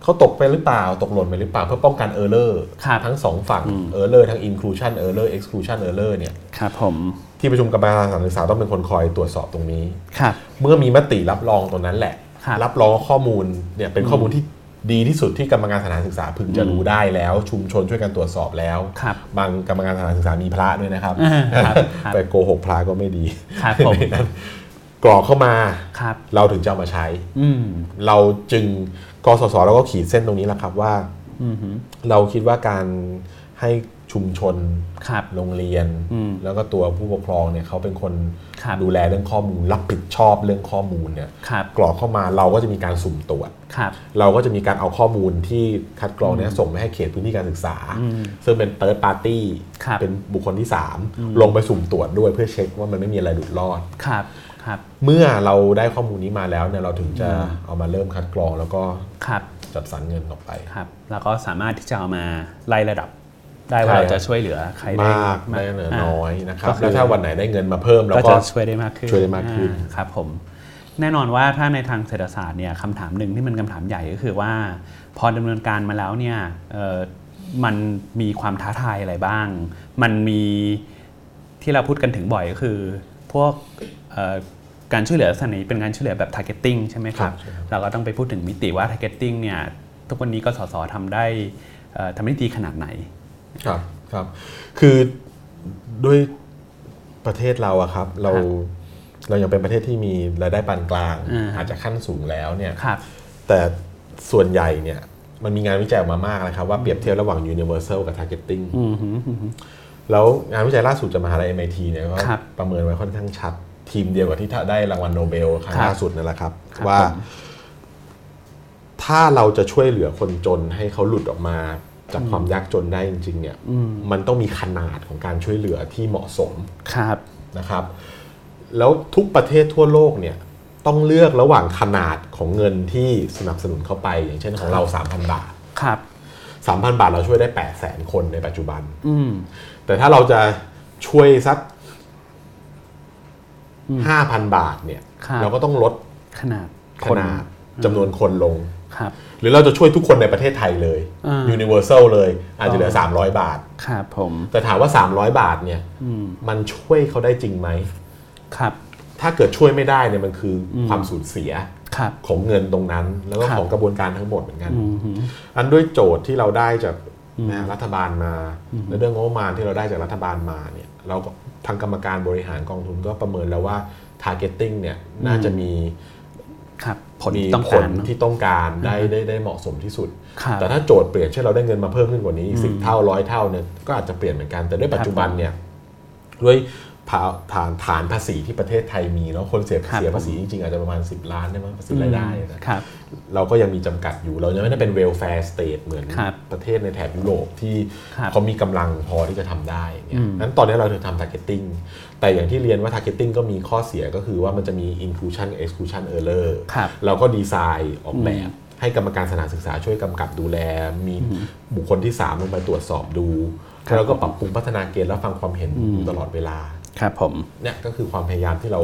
เขาตกไปหรือเปล่าตกหล่นไปหรือเปล่าเพื่อป้องกันเออร์เลอร์ ครับ ทั้งสองฝั่ง อืม เออร์เลอร์ทั้งอินคลูชันเออร์เลอร์เอ็กซ์คลูชันเออร์เลอร์เนี่ย ครับผม ที่ประชุมกรรมการสถานศึกษาต้องเป็นคนคอยตรวจสอบตรงนี้ ครับ เมื่อมีมติรับรองตรงนั้นแหละ ครับ รับรองข้อมูลเนี่ยเป็นข้อมูลที่ดีที่สุดที่กรรมการสถานศึกษาพึงจะรู้ได้แล้ว ชุมชนช่วยกันตรวจสอบแล้ว ครับ งกรรมการสถานศึกษามีพระด้วยนะครับ อ่าครับครับ ไปโกหกพระก็ไม่ดี ครับผม ในนั้นกรอกเข้ามา ครับ เราถึงจะเอามาใช้ อืม เราจึงกสศเราก็ขีดเส้นตรงนี้แหละครับว่า อือหือ เราคิดว่าการให้ชุมชน ครับ โรงเรียน อืม แล้วก็ตัวผู้ปกครองเนี่ยเขาเป็นคน ครับ ดูแลเรื่องข้อมูล รับผิดชอบเรื่องข้อมูลเนี่ย ครับ กรอกเข้ามาเราก็จะมีการสุ่มตรวจ ครับ เราก็จะมีการเอาข้อมูลที่คัดกรองเนี้ยส่งไปให้เขตพื้นที่การศึกษา อืม ซึ่งเป็น third party ครับ เป็นบุคคลที่ 3 ลงไปสุ่มตรวจด้วยเพื่อเช็คว่ามันไม่มีอะไรหลุดรอด ครับ ครับ เมื่อเราได้ข้อมูลนี้มาแล้วเนี่ยเราถึงจะเอามาเริ่มคัดกรองแล้วก็ ครับ จัดสรรเงินออกไป ครับ แล้วก็สามารถที่จะเอามาไล่ระดับ ได้ว่า ใช่ เราจะช่วยเหลือใครได้ มาก มา ได้เหลือ อ่า น้อยนะครับ ก็คือ แล้วถ้าวันไหนได้เงินมาเพิ่มเรา ก็ ก็ จะช่วยได้มากขึ้น ช่วยได้มากขึ้น อ่ครับผม แน่นอนว่าถ้าในทางเศรษฐศาสตร์เนี่ยคำถามหนึ่งที่มันคำถามใหญ่ก็คือว่า พอดำเนินการมาแล้วเนี่ยเอ่อมันมีความท้าทายอะไรบ้าง มันมีที่เราพูดกันถึงบ่อยก็คือ พวกเอ่อการช่วยเหลือลักษณะนี้เป็นการช่วยเหลือแบบ targeting ใช่ไหมครับ ครับใช่ครับ เราก็ต้องไปพูดถึงมิติว่า targeting เนี่ยทุกวันนี้ก็สสทำได้เอ่อทำได้ดีขนาดไหน ครับครับคือด้วยประเทศเราอะครับ เรา ครับ เรายังเป็นประเทศที่มีรายได้ปานกลาง อ่า อาจจะขั้นสูงแล้วเนี่ย ครับ แต่ส่วนใหญ่เนี่ยมันมีงานวิจัยออกมามากนะครับ ว่าเปรียบเทียบระหว่าง universal กับ targeting อืมฮึอืมฮึ แล้วงานวิจัยล่าสุดจากมหาลัย MIT เนี่ยก็ ครับ ประเมินไว้ค่อนข้างชัด ทีมเดียวกับที่ได้รางวัลโนเบลครั้ง ครับ ล่าสุดนั่นแหละครับ ครับ ว่า ผม ถ้าเราจะช่วยเหลือคนจนให้เขาหลุดออกมาจากความยากจนได้จริง ๆ เนี่ย อืม มันต้องมีขนาดของการช่วยเหลือที่เหมาะสม ครับ นะครับ แล้วทุกประเทศทั่วโลกเนี่ยต้องเลือกระหว่างขนาดของเงินที่สนับสนุนเข้าไป อย่างเช่นของเรา 3,000 บาท ครับ 3,000 บาทเราช่วยได้ 8 0 0 0 0 0 คนในปัจจุบัน อืม แต่ถ้าเราจะช่วยสัก 5,000 บาทเนี่ย ครับ เราก็ต้องลด ขนาด ขนาดจำนวนคนลง ครับ หรือเราจะช่วยทุกคนในประเทศไทยเลย อ่า universal เลยอาจจะเหลือ 300 บาท ครับผม แต่ถามว่า 300 บาทเนี่ย อืม มันช่วยเขาได้จริงไหม ครับ ถ้าเกิดช่วยไม่ได้เนี่ยมันคืออความสูญเสีย ครับ ของเงินตรงนั้น แล้วก็ ครับ ของกระบวนการทั้งหมดเหมือนกัน อืมฮึ อันด้วยโจทย์ที่เราได้จากนะฮะรัฐบาลมา และเรื่องงบประมาณที่เราได้จากรัฐบาลมาเนี่ยเราก็ทางกรรมการบริหารกองทุนก็ประเมินแล้วว่า targeting เนี่ยน่าจะมี ครับ ผล มี ที่ต้อง ผ การ ล เนอะ ที่ต้องการได้ได้ได้เหมาะสมที่สุด ครับ แต่ถ้าโจทย์เปลี่ยนเช่นเราได้เงินมาเพิ่มขึ้นกว่านี้สิบเท่าร้อยเท่าเนี่ยก็อาจจะเปลี่ยนเหมือนกัน แต่ด้วยปัจจุบันเนี่ยด้วยภาฐานฐานภาษีที่ประเทศไทยมีเนาะคนเสีย ครับ เสียภาษีจริงๆอาจจะประมาณ 10 ล้านได้มั้งภาษีรายได้นะ ครับ เราก็ยังมีจำกัดอยู่ เรายังไม่ได้เป็นเวลแฟร์สเตทเหมือน ครับ ประเทศในแถบยุโรปที่ ครับ เขามีกำลังพอที่จะทำได้เนี่ อื ย ม นั้นตอนนี้เราถึงทำ targeting แต่อย่างที่เรียนว่า targeting ก็มีข้อเสียก็คือว่ามันจะมี inclusion exclusion error ครับ เราก็ดีไซน์ออกแบ อื บ ม ให้กรรมการสถานศึกษาช่วยกำกับดูแล มีบุคคลที่ 3 ลงไปตรวจสอบดู ครับ แล้วก็ปรับปรุงพัฒนาเกณฑ์และฟังความเห็นอยู่ตลอดเวลา ครับผม เนี่ยก็คือความพยายามที่เรา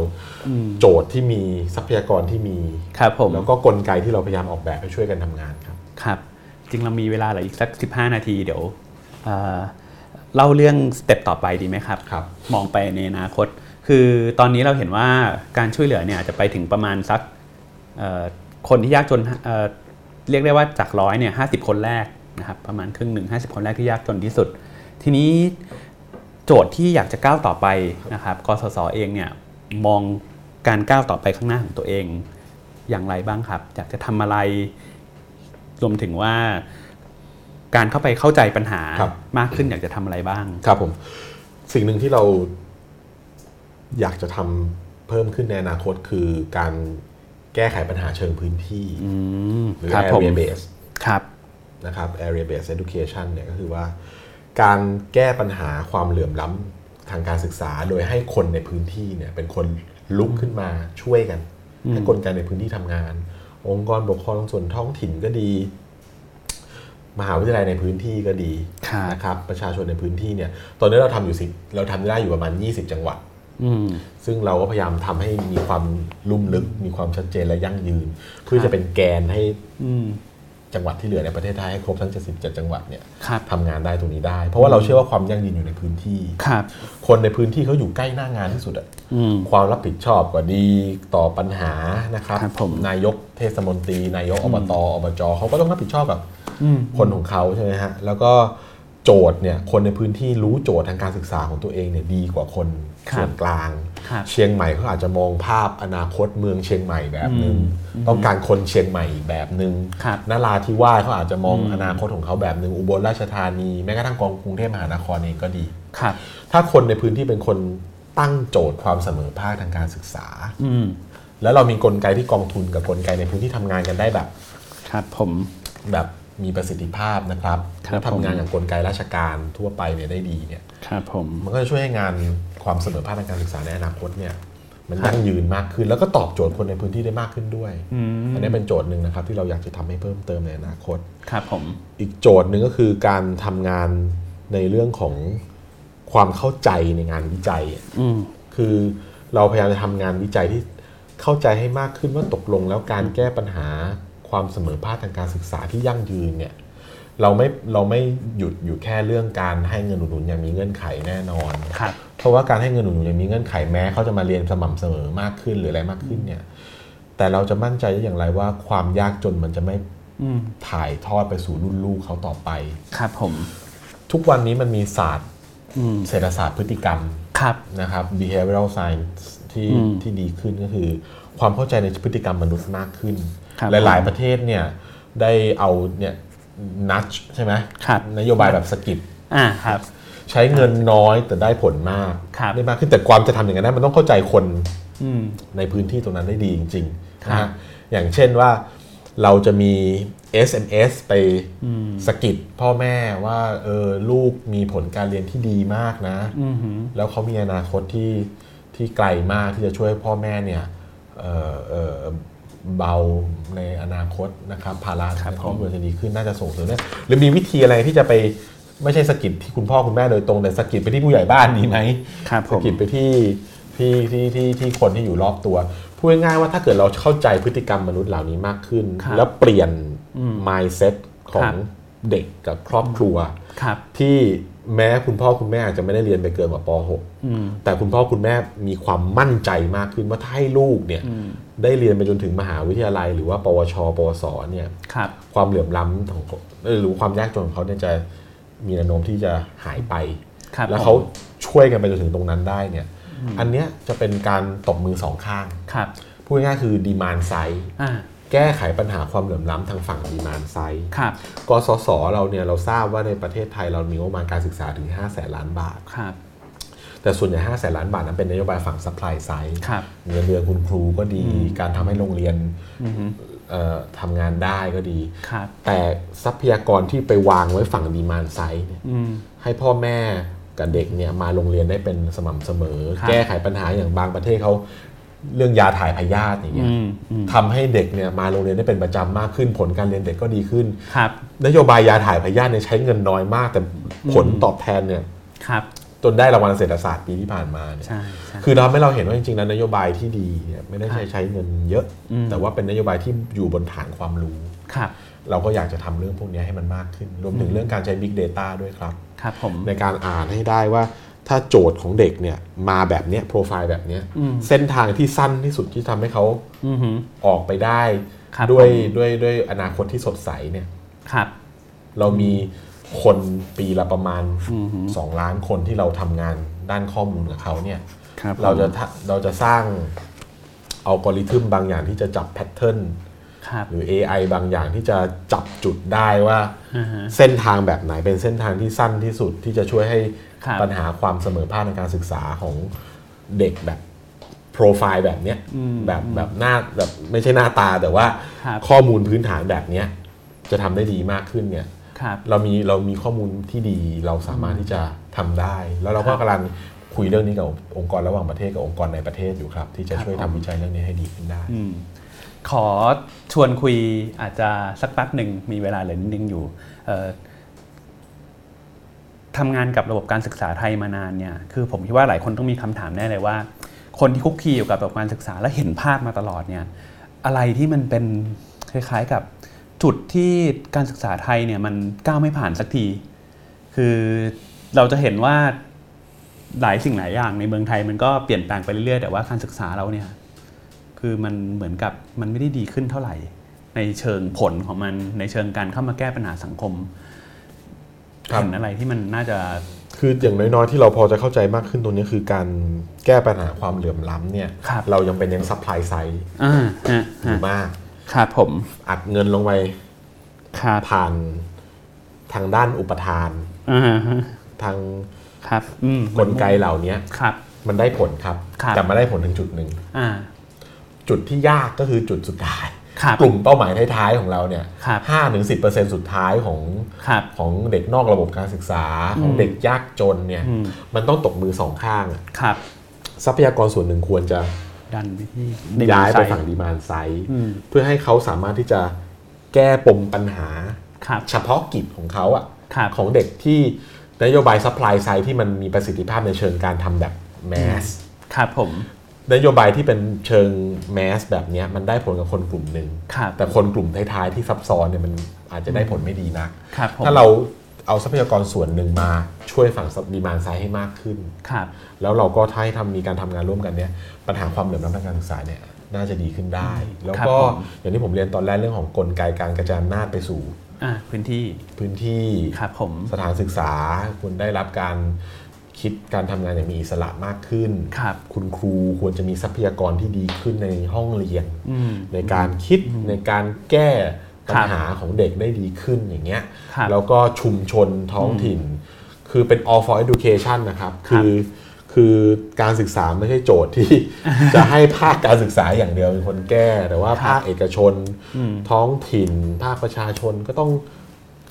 โจทย์ที่มีทรัพยากรที่มี ครับผม แล้วก็กลไกที่เราพยายามออกแบบให้ช่วยกันทำงานครับ ครับ จริงเรามีเวลาเหลืออีกสัก 15 นาทีเดี๋ยวเอ่อเล่าเรื่องสเต็ปต่อไปดีไหมครับ ครับ มองไปในอนาคต คือตอนนี้เราเห็นว่าการช่วยเหลือเนี่ยอาจจะไปถึงประมาณสักเอ่อคนที่ยากจนเอ่อเรียกได้ว่าจากร้อยเนี่ยห้คนแรกนะครับประมาณครึ่งหนึ่ง50 คนแรกที่ยากจนที่สุด ทีนี้โจทย์ที่อยากจะก้าวต่อไปนะครับกสศเองเนี่ยมองการก้าวต่อไปข้างหน้าของตัวเองอย่างไรบ้างครับ อยากจะทำอะไรรวมถึงว่าการเข้าไปเข้าใจปัญหา ครับ มากขึ้นอยากจะทำอะไรบ้าง ครับผม สิ่งหนึ่งที่เราอยากจะทำเพิ่มขึ้นในอนาคตคือการแก้ไขปัญหาเชิงพื้นที่ อืม หรือ ครับผม area based ครับ นะครับ area based education เนี่ยก็คือว่า การแก้ปัญหาความเหลื่อมล้ำทางการศึกษา โดยให้คนในพื้นที่เนี่ยเป็นคนลุกขึ้นมาช่วยกันให้กลไกในพื้นที่ทำงาน องค์กรปกครองส่วนท้องถิ่นก็ดี มหาวิทยาลัยในพื้นที่ก็ดี ครับ นะครับประชาชนในพื้นที่เนี่ยตอนนี้เราทำอยู่สิบเราทำได้อยู่ประมาณ 20 จังหวัด อืม ซึ่งเราก็พยายามทำให้มีความลุ่มลึก มีความชัดเจนและยั่งยืน เพื่อจะเป็นแกนให้ อืม จังหวัดที่เหลือในประเทศไทยให้ครบทั้ง 77 จังหวัดเนี่ย ครับ ทำงานได้ตรงนี้ได้ เพราะว่าเราเชื่อว่าความยั่งยืนอยู่ในพื้นที่ ครับ คนในพื้นที่เขาอยู่ใกล้หน้างานที่สุดอะ อืม ความรับผิดชอบก็ดีต่อปัญหานะครับ ครับผม นายกเทศมนตรี นายกอบตอบจเขาก็ต้องรับผิดชอบกับ อืม คนของเขาใช่ไหมฮะแล้วก็โจทย์เนี่ยคนในพื้นที่รู้โจทย์ทางการศึกษาของตัวเองเนี่ยดีกว่าคน ครับ ส่วนกลาง ครับ เชียงใหม่เขาอาจจะมองภาพอนาคตเมืองเชียงใหม่แบบหนึง่งต้องการคนเชียงใหม่อีกแบบหนึง่ง ครับ นราธิวาสเขาอาจจะมองอนาคตของเขาแบบหนึ่งอุบลราชธานี แม้กระทั่งกองกรุงเทพมหานครเองก็ดี ครับ ถ้าคนในพื้นที่เป็นคนตั้งโจทย์ความเสมอภาคทางการศึกษา อืม แล้วเรามีกลไกที่กองทุนกับกลไกในพื้นที่ทำงานกันได้แบบ ครับผม แบบมีประสิทธิภาพนะครับ ครับ และทำงานกับกลไกราชการทั่วไปเนี่ยได้ดีเนี่ย ครับผม มันก็จะช่วยให้งานความเสมอภาคทางการศึกษาในอนาคตเนี่ยมันยั่งยืนมากขึ้น แล้วก็ตอบโจทย์คนในพื้นที่ได้มากขึ้นด้วย อืม อันนี้เป็นโจทย์หนึ่งนะครับที่เราอยากจะทำให้เพิ่มเติมในอนาคต ครับผม อีกโจทย์หนึ่งก็คือการทำงานในเรื่องของความเข้าใจในงานวิจัย อืม คือเราพยายามจะทำงานวิจัยที่ เข้าใจให้มากขึ้นว่าตกลงแล้วการแก้ปัญหาความเสมอภาคทางการศึกษาที่ยั่งยืนเนี่ยเราไม่เราไม่หยุดอยู่แค่เรื่องการให้เงินอุดหนุนอย่างมีเงื่อนไขแน่นอน ครับ เพราะว่าการให้เงินอุดหนุนอย่างมีเงื่อนไขแม้เขาจะมาเรียนสม่ำเสมอมากขึ้นหรืออะไรมากขึ้นเนี่ยแต่เราจะมั่นใจได้อย่างไรว่าความยากจนมันจะไม่ อืม ถ่ายทอดไปสู่รุ่นลูกเขาต่อไป ครับผม ทุกวันนี้มันมีศาสตร์ อืม เศรษฐศาสตร์พฤติกรรม ครับ นะครับ behavioral science ที่ อืม ที่ดีขึ้นก็คือ ความเข้าใจในพฤติกรรมมนุษย์มากขึ้น ครับ หลายๆประเทศเนี่ยได้เอาเนี่ยนัชใช่ไหม ครับ นโยบายแบบสกิด อ่าครับ ใช้เงินน้อยแต่ได้ผลมาก ครับ ได้มากขึ้นแต่ความจะทำอย่างนั้นได้มันต้องเข้าใจคน อืม ในพื้นที่ตรงนั้นได้ดีจริงๆ ครับ นะฮะอย่างเช่นว่าเราจะมี SMS ไปสะกิดพ่อแม่ว่าเออลูกมีผลการเรียนที่ดีมากนะ อือหือ แล้วเขามีอนาคตที่ที่ไกลมากที่จะช่วยพ่อแม่เนี่ยเออเออเบาในอนาคตนะครับภาระในครอบครัวจะดีขึ้นน่าจะส่งเสริมเนี่ยหรือมีวิธีอะไรที่จะไปไม่ใช่สะกิดที่คุณพ่อคุณแม่โดยตรงแต่สะกิดไปที่ผู้ใหญ่บ้านดีไหม ครับผ สะ ม กิดไปที่ที่ที่ที่ที่คนที่อยู่รอบตัวพูดง่ายๆว่าถ้าเกิดเราเข้าใจพฤติกรรมมนุษย์เหล่านี้มากขึ้น ครับ แล้วเปลี่ยน อืม mindset ขอ ครั ง บ เด็กกับครอบครัว ครับ ที่แม้คุณพ่อคุณแม่อาจจะไม่ได้เรียนไปเกินกว่าป อืม .6 แต่คุณพ่อคุณแม่มีความมั่นใจมากขึ้นว่าถ้าให้ลูกเนี่ยได้เรียนไปจนถึงมหาวิทยาลัย หรือว่า ปวช ปวสเนี่ย ครับ ความเหลื่อมล้ำของเขาหรือความยากจนของเขาเนี่ยจะมีแนวโน้มที่จะหายไป ครับ แล้วเขา ผม ช่วยกันไปจนถึงตรงนั้นได้เนี่ย อันเนี้ยจะเป็นการตบมือสองข้าง ครับ พูดง่ายๆคือ demand side อ่า แก้ไขปัญหาความเหลื่อมล้ำทางฝั่ง demand side ครับ กสศเราเนี่ยเราทราบว่าในประเทศไทยเรามีงบประมาณการศึกษาถึง 5 0 0แสนล้านบาท ครับ แต่ส่วนใหญ่5 0 0แสนล้านบาทนั้นเป็นนโยบายฝั่ง supply side ครับ เงินเดือนคุณครูก็ดี การทำให้โรงเรียน อือหือ เอ่อทำงานได้ก็ดี ครับ แต่ทรัพยากรที่ไปวางไว้ฝั่ง demand side เนี่ย อืม ให้พ่อแม่กับเด็กเนี่ยมาโรงเรียนได้เป็นสม่ำเสมอ ครับ แก้ไขปัญหาอย่างบางประเทศเขาเรื่องยาถ่ายพยาธิอย่างเงี้ย อืมอืม ทำให้เด็กเนี่ยมาโรงเรียนได้เป็นประจำมากขึ้น ผลการเรียนเด็กก็ดีขึ้น ครับ นโยบายยาถ่ายพยาธิเนี่ยใช้เงินน้อยมาก แต่ผลตอบแทนเนี่ย ครับ จนได้รางวัลเศรษฐศาสตร์ปีที่ผ่านมาเนี่ย ใช่ใช่ คือเราให้เราเห็นว่าจริงๆแล้วนโยบายที่ดีเนี่ยไม่ได้ใช้ใช้เงินเยอะ อืม แต่ว่าเป็นนโยบายที่อยู่บนฐานความรู้ ครับ เราก็อยากจะทำเรื่องพวกนี้ให้มันมากขึ้น รวมถึงเรื่องการใช้ Big Data ด้วยครับ ครับผม ในการอ่านให้ได้ว่าถ้าโจทย์ของเด็กเนี่ยมาแบบเนี้ยโปรไฟล์แบบเนี้ย อืม เส้นทางที่สั้นที่สุดที่ทำให้เขา อือหือ ออกไปได้ ครับ ด้วย ผม ด้วยด้วยอนาคตที่สดใสเนี่ย ครับ เรามีคนปีละประมาณ อือหือ 2 ล้านคนที่เราทำงานด้านข้อมูลกับเขาเนี่ย ครับ เราจะทะเราจะสร้างอัลกอริทึมบางอย่างที่จะจับแพทเทิร์น ครับ หรือ AI บางอย่างที่จะจับจุดได้ว่า อ่าฮะ เส้นทางแบบไหนเป็นเส้นทางที่สั้นที่สุดที่จะช่วยให้ ครับ ปัญหาความเสมอภาคในการศึกษาของเด็กแบบโปรไฟล์แบบเนี้ยแบบแบบหน้าแบบไม่ใช่หน้าตาแต่ว่า ครับ ข้อมูลพื้นฐานแบบเนี้ยจะทำได้ดีมากขึ้นเนี่ย ครับ เรามีเรามีข้อมูลที่ดีเราสามารถที่จะทำได้ แล้วเราคก็รับ กำลังคุยเรื่องนี้กับองค์กรระหว่างประเทศกับองค์กรในประเทศอยู่ครับ ที่จะ ครับ ช่วย ผ ทำ ม วิจัยเรื่องนี้ให้ดีขึ้นได้ อืมขอชวนคุยอาจจะสักแป๊บหนึ่งมีเวลาเหลือนิดนึงอยู่เอ่อทำงานกับระบบการศึกษาไทยมานานเนี่ยคือผมคิดว่าหลายคนต้องมีคำถามแน่เลยว่า คนที่คุกคีอยู่กับระบบการศึกษาและเห็นภาพมาตลอดเนี่ยอะไรที่มันเป็นคล้ายๆกับจุดที่การศึกษาไทยเนี่ยมันก้าวไม่ผ่านสักที คือเราจะเห็นว่าหลายสิ่งหลายอย่างในเมืองไทยมันก็เปลี่ยนแปลงไปเรื่อยๆแต่ว่าการศึกษาเราเนี่ย คือมันเหมือนกับมันไม่ได้ดีขึ้นเท่าไหร่ ในเชิงผลของมันในเชิงการเข้ามาแก้ปัญหาสังคม ครับ เห็นอะไรที่มันน่าจะ คืออย่างน้อยๆที่เราพอจะเข้าใจมากขึ้นตรงนี้คือการแก้ปัญหาความเหลื่อมล้ำเนี่ย ครับ เรายังเป็นยังซัพพลายไซด์ อ่าฮะ อ ฮะ ยู่มาก ครับผม อัดเงินลงไป ครับ ผ่านทางด้านอุปทาน อ่าฮะ ทาง ครับอืม กลไกเหล่านี้ ครับ มันได้ผลครับ ครับ แต่มาได้ผลถึงจุดหนึ่ง อ่า จุดที่ยากก็คือจุดสุดท้าย ครับ กลุ่มเป้าหมายท้ายๆของเราเนี่ย ครับ ห้าถึงสิบเปอร์เซ็นต์สุดท้ายของ ครับ ของเด็กนอกระบบการศึกษา ของเด็กยากจนเนี่ย อืม มันต้องตกมือสองข้างอะ ครับ ทรัพยากรส่วนหนึ่งควรจะ ดันไปที่ ย้ายไปฝั่ง ใน ดีมานไซต์ อืม เพื่อให้เขาสามารถที่จะแก้ปมปัญหา ครับ เฉพาะกิจของเขาอะ ครับ ของเด็กที่นโยบายซัพพลายไซด์ที่มันมีประสิทธิภาพในเชิงการทำแบบแมส ครับผม นโยบายที่เป็นเชิงแมสแบบเนี้ยมันได้ผลกับคนกลุ่มหนึ่ง ครับ แต่คนกลุ่มท้ายๆที่ซับซ้อนเนี่ยมันอาจจะได้ผลไม่ดีนัก ครับผม ถ้าเราเอาทรัพยากรส่วนหนึ่งมาช่วยฝั่งดีมานไซด์ให้มากขึ้น ครับ แล้วเราก็ถ้าให้ทำมีการทำงานร่วมกันเนี่ยปัญหาความเหลื่อมล้ำทางการศึกษาเนี่ยน่าจะดีขึ้นได้ แล้วก็อย่างที่ผมเรียนตอนแรกเรื่องของกลไกการกระจายอำนาจไปสู่ อ่าพื้นที่ พื้นที่ ครับผม สถานศึกษาคุณได้รับการคิดการทำงานอย่างมีอิสระมากขึ้น ครับ ณครูควรจะมีทรัพยากรที่ดีขึ้นในห้องเรียน อืม ในการคิดในการแก้ปัญ ครับ หาของเด็กได้ดีขึ้นอย่างเงี้ย ครับ แล้วก็ชุมชนท้องถิ่น คือเป็น all for education นะครับ ครับ อคือการศึกษาไม่ใช่โจทย์ ที่ จะให้ภาคการศึกษาอย่างเดียวเป็นคนแก้ แต่ว่าภาคเอกชน ท้องถิ่น ภาคประชาชนก็ต้อง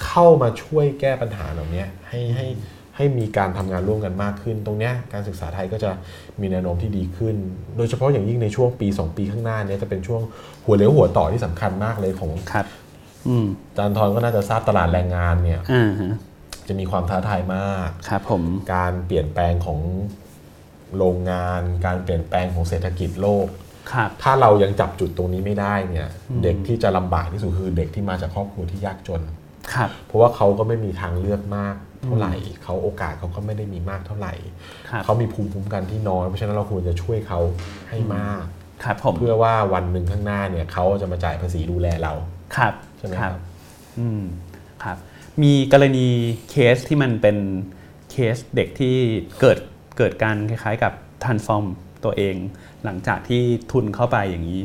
เข้ามาช่วยแก้ปัญหาเหล่านี้ให้ให้ให้มีการทำงานร่วมกันมากขึ้น ตรงเนี้ยการศึกษาไทยก็จะมีแนวโน้มที่ดีขึ้น โดยเฉพาะอย่างยิ่งในช่วงปี 2 ปีข้างหน้าเนี้ยจะเป็นช่วงหัวเลี้ยวหัวต่อที่สำคัญมากเลยของ ครับ อืม อาจารย์ทรก็น่าจะทราบตลาดแรงงานเนี่ย อ่าฮะ จะมีความท้าทายมาก ครับผม การเปลี่ยนแปลงของโรงงาน การเปลี่ยนแปลงของเศรษฐกิจโลก ครับ ถ้าเรายังจับจุดตรงนี้ไม่ได้เนี่ย เด็กที่จะลำบากที่สุดคือเด็กที่มาจากครอบครัวที่ยากจน ครับ เพราะว่าเขาก็ไม่มีทางเลือกมากเท่าไหร่ เขาโอกาสเขาก็ไม่ได้มีมากเท่าไหร่ ครับ เขามีภูมิคุ้มกันที่น้อยเพราะฉะนั้นเราควรจะช่วยเขาให้มาก ครับผม เพื่อว่าวันหนึ่งข้างหน้าเนี่ยเขาจะมาจ่ายภาษีดูแลเรา ครับ ใช่ไหม ค ค รั รับ บ อืมครับ มีกรณีเคสที่มันเป็นเคสเด็กที่เกิดเกิดการคล้ายๆกับ transform ตัวเอง หลังจากที่ทุนเข้าไปอย่างนี้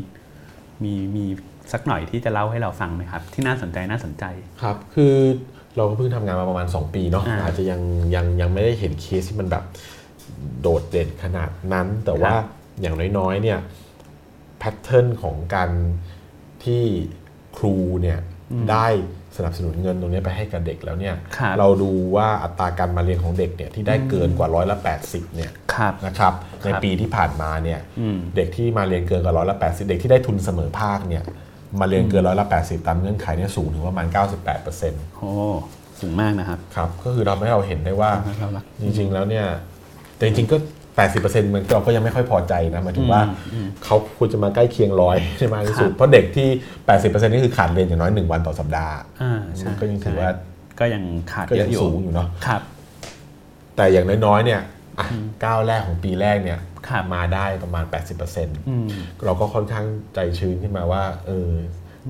มีมีสักหน่อยที่จะเล่าให้เราฟังไหมครับ ที่น่าสนใจน่าสนใจ ครับ คือเราก็เพิ่งทำงานมาประมาณ 2 ปีเนาะ อ่า อาจจะยังยังยังไม่ได้เห็นเคสที่มันแบบโดดเด่นขนาดนั้น แต่ว่าอย่างน้อยๆ เนี่ยแพทเทิร์นของการที่ครูเนี่ยได้สนับสนุนเงินตรงนี้ไปให้กับเด็กแล้วเนี่ย ครับ เราดูว่าอัตราการมาเรียนของเด็กเนี่ยที่ได้เกินกว่าร้อยละ80เนี่ย ครับ นะครับ ใน ครับ ปีที่ผ่านมาเนี่ย อืม เด็กที่มาเรียนเกินกว่าร้อยละแปดสิบเด็กที่ได้ทุนเสมอภาคเนี่ยมาเรียนเกินร้อยละแปดสิบตามเงื่อนไขเนี่ยสูงถึงประมาณเก้าสิบแปดเปอร์เซ็นต์ โอ้สูงมากนะครับ ครับก็คือทำให้เราเห็นได้ว่า เรารัก จริง ๆ แล้วเนี่ยแต่จริงๆก็แปดสิบเปอร์เซ็นต์มันเราก็ยังไม่ค่อยพอใจนะหมายถึงว่าเขาควรจะมาใกล้เคียงร้อย ใช่มากที่สุดเพราะเด็กที่แปดสิบเปอร์เซ็นต์นี่คือขาดเรียนอย่างน้อยหนึ่งวันต่อสัปดาห์ อ่าใช่ ก็ยังถือว่า ก็ยังขาด ก็ เย ยั อะ ง อยู่ สูงอยู่เนาะ ครับ แต่อย่างน้อยๆเนี่ยอ่ะก้าวแรกของปีแรกเนี่ย ครับ มาได้ประมาณ 80% อืม เราก็ค่อนข้างใจชื้นขึ้นมาว่าเออ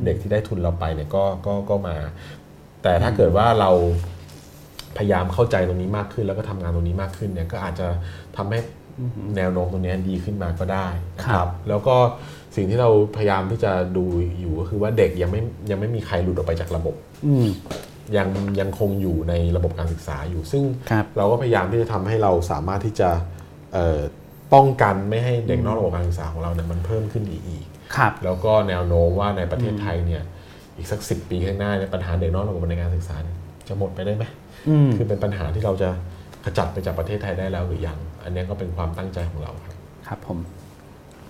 เด็กที่ได้ทุนเราไปเนี่ยก็ก็ก็มา แต่ถ้าเกิดว่าเราพยายามเข้าใจตรงนี้มากขึ้น แล้วก็ทำงานตรงนี้มากขึ้นเนี่ยก็อาจจะทำให้แนวโน้มตรงเนี้ยดีขึ้นมาก็ได้นะคครั รับ บ แล้วก็สิ่งที่เราพยายามที่จะดูอยู่ก็คือว่าเด็กยังไม่ยังไม่มีใครหลุดออกไปจากระบบ อืม ยังยังคงอยู่ในระบบการศึกษาอยู่ ซึ่ง ครับ เราก็พยายามที่จะทำให้เราสามารถที่จะเอ่อป้องกันไม่ให้เด็กนอกระบบการศึกษาของเราเนี่ยมันเพิ่มขึ้นอีก ครับ แล้วก็แนวโน้มว่าในประเทศไทยเนี่ยอีกสักสิปีข้างหน้าเนี่ยปัญหาเด็กนอกระบบในการศึกษาเนี่ยจะหมดไปได้ไหม อืม คือเป็นปัญหาที่เราจะขจัดไปจากประเทศไทยได้แล้วหรือยัง อันเนี้ยก็เป็นความตั้งใจของเราครับ ครับผม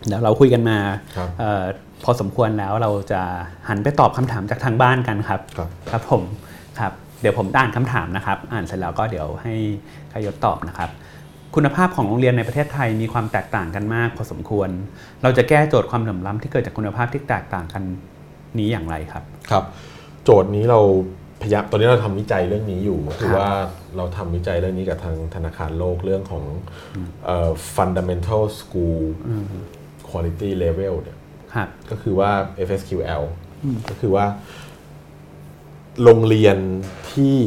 เดี๋ยวเราคุยกันมา ครับ เออพอสมควรแล้วเราจะหันไปตอบคำถามจากทางบ้านกันครับ ครับ ครับผมครับ เดี๋ยวผมอ่านคำถามนะครับ อ่านเสร็จแล้วก็เดี๋ยวให้ขยศตอบนะครับ คุณภาพของโรงเรียนในประเทศไทยมีความแตกต่างกันมาก พอสมควร เราจะแก้โจทย์ความเหลื่อมล้ำที่เกิดจากคุณภาพที่แตกต่างกันนี้อย่างไรครับ ครับ โจทย์นี้เราพยายามตอนนี้เราทำวิจัยเรื่องนี้อยู่คือว่าเราทำวิจัยเรื่องนี้กับทางธนาคารโลกเรื่องของเอ่อ fundamental school quality level เนี่ย ครับ ก็คือว่า FSQL ก็คือว่า โรงเรียนที่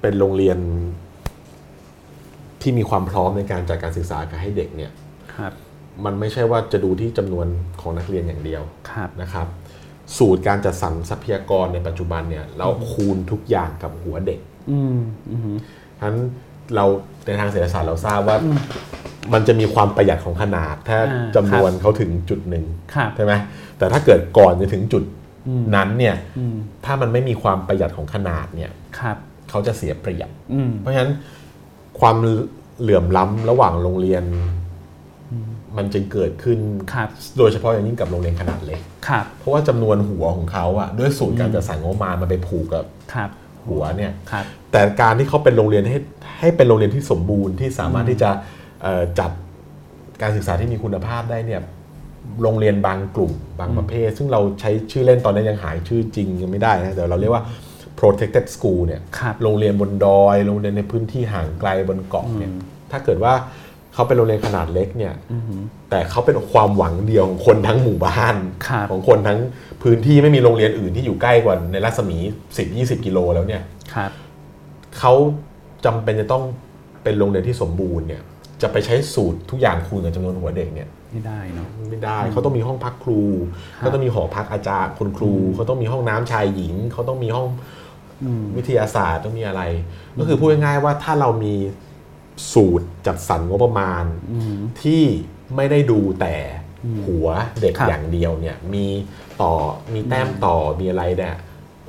เป็นโรงเรียนที่มีความพร้อมในการจัดการศึกษากับให้เด็กเนี่ย ครับ มันไม่ใช่ว่าจะดูที่จำนวนของนักเรียนอย่างเดียว ครับ นะครับ สูตรการจัดสรรทรัพยากรในปัจจุบันเนี่ย เราคูณทุกอย่างกับหัวเด็ก อืมอืม ทั้นเราในทางเศรษฐศาสตร์เราทราบว่ามันจะมีความประหยัดของขนาด ถ้า อ่า จำนวนเขาถึงจุดหนึ่ง ครับ ใช่ไหมแต่ถ้าเกิดก่อนจะถึงจุด อืม นั้นเนี่ย อืม ถ้ามันไม่มีความประหยัดของขนาดเนี่ย ครับ เขาจะเสียเปรียบ อืม เพราะฉะนั้นความเหลื่อมล้ำระหว่างโรงเรียน มันจึงเกิดขึ้น ครับ โดยเฉพาะอย่างยิ่งกับโรงเรียนขนาดเล็ก ครับ เพราะว่าจำนวนหัวของเขาอะด้วยสูตรการจัดสรรงบประมาณมันไปผูกกับ ครับ หัวเนี่ย ครับ แต่การที่เขาเป็นโรงเรียนให้ให้เป็นโรงเรียนที่สมบูรณ์ที่สามารถที่จะเอ่อจัด การศึกษาที่มีคุณภาพได้เนี่ยโรงเรียนบางกลุ่มบางประเภท ซึ่งเราใช้ชื่อเล่นตอนนี้ยังหายชื่อจริงยังไม่ได้นะแต่เราเรียกว่า protected school เนี่ย ครับ โรงเรียนบนดอย โรงเรียนในพื้นที่ห่างไกลบนเกาะเนี่ยถ้าเกิดว่าเขาเป็นโรงเรียนขนาดเล็กเนี่ยแต่เขาเป็นความหวังเดียวของคนทั้งหมู่บ้าน ครับ ของคนทั้งพื้นที่ไม่มีโรงเรียนอื่นที่อยู่ใกล้กว่าในรัศมี 10-20 กิโลแล้วเนี่ย ครับ เขาจำเป็นจะต้องเป็นโรงเรียนที่สมบูรณ์เนี่ยจะไปใช้สูตรทุกอย่างคูณกับจำนวนหัวเด็กเนี่ย ไม่ได้เนาะ ไม่ได้เขาต้องมีห้องพักครู ครับ เขาต้องมีหอพักอาจารย์คุณครูเขาต้องมีห้องน้ำชายหญิงเขาต้องมีห้อง อืม วิทยาศาสตร์ต้องมีอะไร ก็คือพูดง่ายๆว่าถ้าเรามีสูตรจัดสรรงบประมาณ อืม ที่ไม่ได้ดูแต่หัวเด็ก ครับ อย่างเดียวเนี่ยมีต่อมีแต้มต่อมีอะไรเนี่ย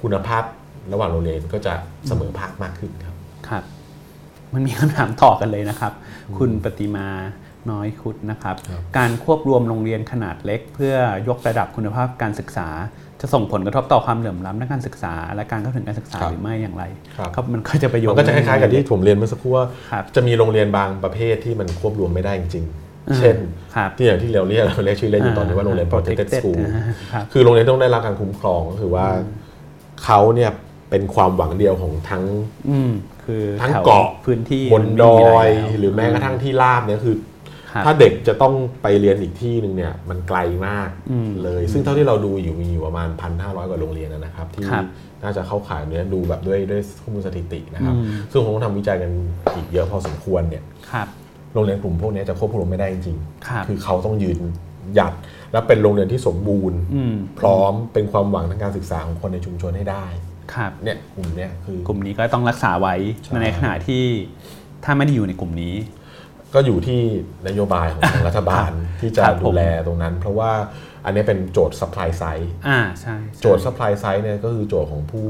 คุณภาพระหว่างโรงเรียนก็จะเสมอภาคมากขึ้นครับ ครับ มันมีคำถามต่อกันเลยนะครับ คุณปฏิมาน้อยคุดนะครับ ครับ การควบรวมโรงเรียนขนาดเล็ก เพื่อยกระดับคุณภาพการศึกษา จะส่งผลกระทบต่อความเหลื่อมล้ำด้านการศึกษา และการเข้าถึงการศึกษา ครับ หรือไม่อย่างไร ครับ ครับมันก็จะไปโยง มันก็จะคล้ายๆกับที่ผมเรียนเมื่อสักครู่ว่า ครับ จะมีโรงเรียนบางประเภทที่มันควบรวมไม่ได้จริง อื ๆ ม เช่น ครับ ที่อย่างที่เราเรียก เราเรียกชื่อเล่นอยู่ตอนนี้ว่าโรงเรียน protected school อ่าครับ คือโรงเรียนต้องได้รับการคุ้มครองก็คือว่าเขาเนี่ยเป็นความหวังเดียวของทั้ง อืมคือ ทั้ง แถว เกาะ พื้นที่ บน มั ด ไม่มี อะยไแล้ว หรือแม้กระทั่งที่ราบเนี่ยคือ ครับ ถ้าเด็กจะต้องไปเรียนอีกที่หนึ่งเนี่ยมันไกลมาก อืม เลย ซึ่งเท่าที่เราดูอยู่มีอยู่ประมาณ 1,500 กว่าโรงเรียนนะครับ ที่ ครับ น่าจะเข้าข่ายเนี้ยดูแบบด้วยด้วยข้อมูลสถิตินะครับ อืม ซึ่งคงต้องทำวิจัยกันอีกเยอะพอสมควรเนี่ย ครับ โรงเรียนกลุ่มพวกเนี้ยจะควบคุมไม่ได้จริง ครับ คือเขาต้องยืนหยัดและเป็นโรงเรียนที่สมบูรณ์ อืม พร้อมเป็นความหวังทางการศึกษาของคนในชุมชนให้ได้ ครับ เนี่ยกลุ่มเนี้ยคือ กลุ่มนี้ก็ต้องรักษาไว้ ใช่ ในขณะที่ถ้าไม่ได้อยู่ในกลุ่มนี้ ก็อยู่ที่นโยบายของทางรัฐบาล ที่จะ ครับผม ดูแลตรงนั้น เพราะว่าอันนี้เป็นโจทย์ supply side อ่าใช่ใช่ โจทย์ supply side เนี่ยก็คือโจทย์ของผู้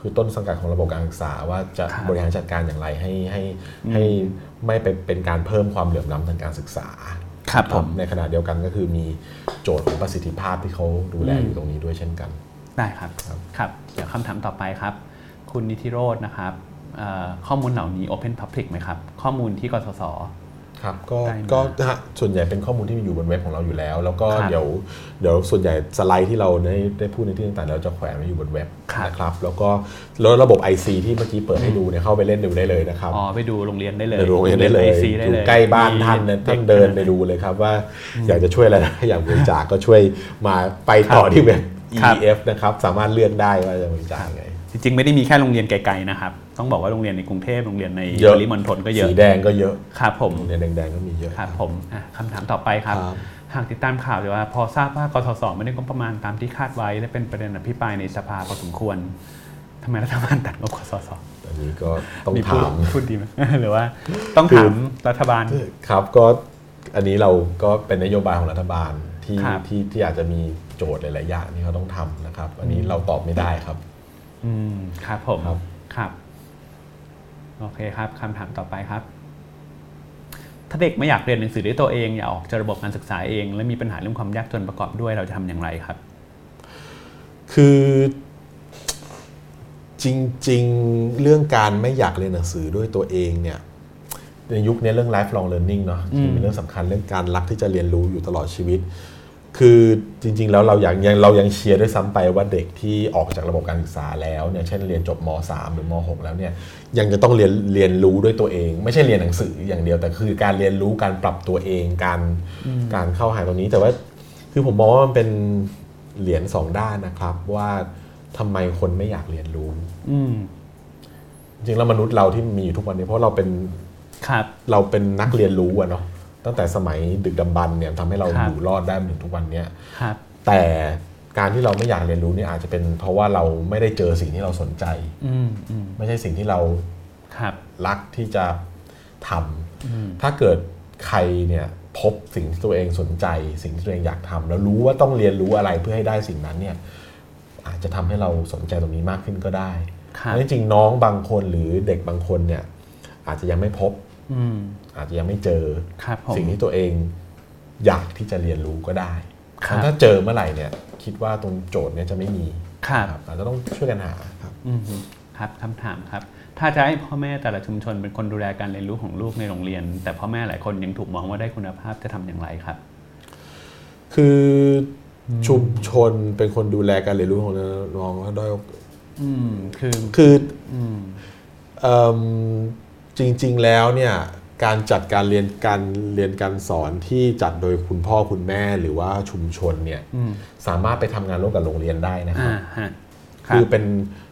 คือต้นสังกัดของระบบการศึกษาว่าจะ ครับ บริหารจัดการอย่างไรให้ให้ให้ไม่ไปเป็นการเพิ่มความเหลื่อมล้ำทางการศึกษา ครับผม ในขณะเดียวกันก็คือมีโจทย์ของประสิทธิภาพที่เขาดูแลอยู่ตรงนี้ด้วยเช่นกัน ได้ครับ ครับ ครับ เดี๋ยวคำถามต่อไปครับ คุณนิติโรธนะครับเอ่อข้อมูลเหล่านี้ Open Public ไหมครับ ข้อมูลที่กสศ ครับก็ ได้มา ก็นะฮะส่วนใหญ่เป็นข้อมูลที่มีอยู่บนเว็บของเราอยู่แล้ว แล้วก็ ครับ เดี๋ยวเดี๋ยวส่วนใหญ่สไลด์ที่เราได้ได้พูดในที่ต่างๆเราจะแขวนไว้อยู่บนเว็บ ครับ นะครับแล้วก็แล้วระบบ IC ที่เมื่อกี้เปิดให้ดูเนี่ยเข้าไปเล่นดูได้เลยนะครับ อ๋อไปดูโรงเรียนได้เลย เดี๋ยวดูเองได้เลย อ IC ได้ อยู่ เลย ใกล้บ้านท่าน มี นะท่านเดินไปดูเลยครับว่าอยากจะช่วยอะไรนะ อยากบริจาคก็ช่วยมาไปต่อที่เว็บ ครับ EF นะครับสามารถเลือกได้ว่าจะบริจาคไง จริงๆ ไม่ได้มีแค่โรงเรียนไกลๆนะครับ ต้องบอกว่าโรงเรียนในกรุงเทพโรงเรียนในปริมณฑลก็เยอะ สีแดงก็เยอะ ครับผม เนี่ยแดงๆก็มีเยอะ ครับผมอ่ะคำถามต่อไปครับ ครับ หากติดตามข่าวจะว่าพอทราบว่ากสศไม่ได้งบประมาณตามที่คาดไว้ และเป็นประเด็นอภิปรายในสภาพอสมควรทำไมรัฐบาลตัดงบกสศ อันนี้ก็ต้อง พูด ถาม พูดดี ไหม หรือว่าต้องถามรัฐบาล ครับก็อันนี้เราก็เป็นนโยบายของรัฐบาลที่ ครับ ที่ที่อาจจะมีโจทย์หลาย ๆ อย่างที่เขาต้องทำนะครับ อันนี้เราตอบไม่ได้ครับ อืมครับผม ครับ ครับโอเคครับคำถามต่อไปครับ ถ้าเด็กไม่อยากเรียนหนังสือด้วยตัวเองอยากออกจากระบบการศึกษาเอง และมีปัญหาเรื่องความยากจนประกอบด้วยเราจะทำอย่างไรครับ คือจริง ๆ เรื่องการไม่อยากเรียนหนังสือด้วยตัวเองเนี่ยในยุคนี้เรื่อง lifelong learning เนาะ อืม ที่เป็นเรื่องสำคัญเรื่องการรักที่จะเรียนรู้อยู่ตลอดชีวิต คือจริง ๆ แล้วเราอยากยังเรายังเชียร์ด้วยซ้ำไปว่าเด็กที่ออกจากระบบการศึกษาแล้วเนี่ยเช่นเรียนจบม .3 หรือม .6 แล้วเนี่ยยังจะต้องเรียนเรียนรู้ด้วยตัวเอง ไม่ใช่เรียนหนังสืออย่างเดียวแต่คือการเรียนรู้การปรับตัวเองการการเข้าหาตรงนี้แต่ว่า คือผมมองว่ามันเป็นเหรียญสองด้านนะครับว่าทำไมคนไม่อยากเรียนรู้ อืม จริงๆแล้วมนุษย์เราที่มีอยู่ทุกวันนี้เพราะเราเป็น ครับ เราเป็นนักเรียนรู้อะเนาะตั้งแต่สมัยดึกดำบรรพ์เนี่ยทำให้เรา ครั อบ ยู่รอดได้มาถึงทุกวันเนี้ย ครับ แต่การที่เราไม่อยากเรียนรู้เนี่ยอาจจะเป็นเพราะว่าเราไม่ได้เจอสิ่งที่เราสนใจ อืมอืม ไม่ใช่สิ่งที่เรา ครับ รักที่จะทำ อืม ถ้าเกิดใครเนี่ยพบสิ่งที่ตัวเองสนใจ สิ่งที่ตัวเองอยากทำแล้วรู้ว่าต้องเรียนรู้อะไรเพื่อให้ได้สิ่งนั้นเนี่ยอาจจะทำให้เราสนใจตรงนี้มากขึ้นก็ได้ ครับ แล้วจริงๆน้องบางคนหรือเด็กบางคนเนี่ยอาจจะยังไม่พบ อืม อาจจะยังไม่เจอ ครับผม สิ่งที่ตัวเองอยากที่จะเรียนรู้ก็ได้ ครับ ถ้าเจอเมื่อไหร่เนี่ยคิดว่าตรงโจทย์เนี่ยจะไม่มี ครับ ครับอาจจะต้องช่วยกันหาครับ อืมครับคำถามครับ ถ้าจะให้พ่อแม่แต่ละชุมชนเป็นคนดูแลการเรียนรู้ของลูกในโรงเรียน แต่พ่อแม่หลายคนยังถูกมองว่าได้คุณภาพจะทำอย่างไรครับ คือชุมชนเป็นคนดูแลการเรียนรู้ของน้องด้อยโอกาส อืมคือ คือ อืม เอิ่มจริง ๆ แล้วเนี่ยการจัดการเรียนการเรียนการสอนที่จัดโดยคุณพ่อคุณแม่หรือว่าชุมชนเนี่ย อืม สามารถไปทำงานร่วมกับโรงเรียนได้นะครับ อ่าฮะรับ คือเป็น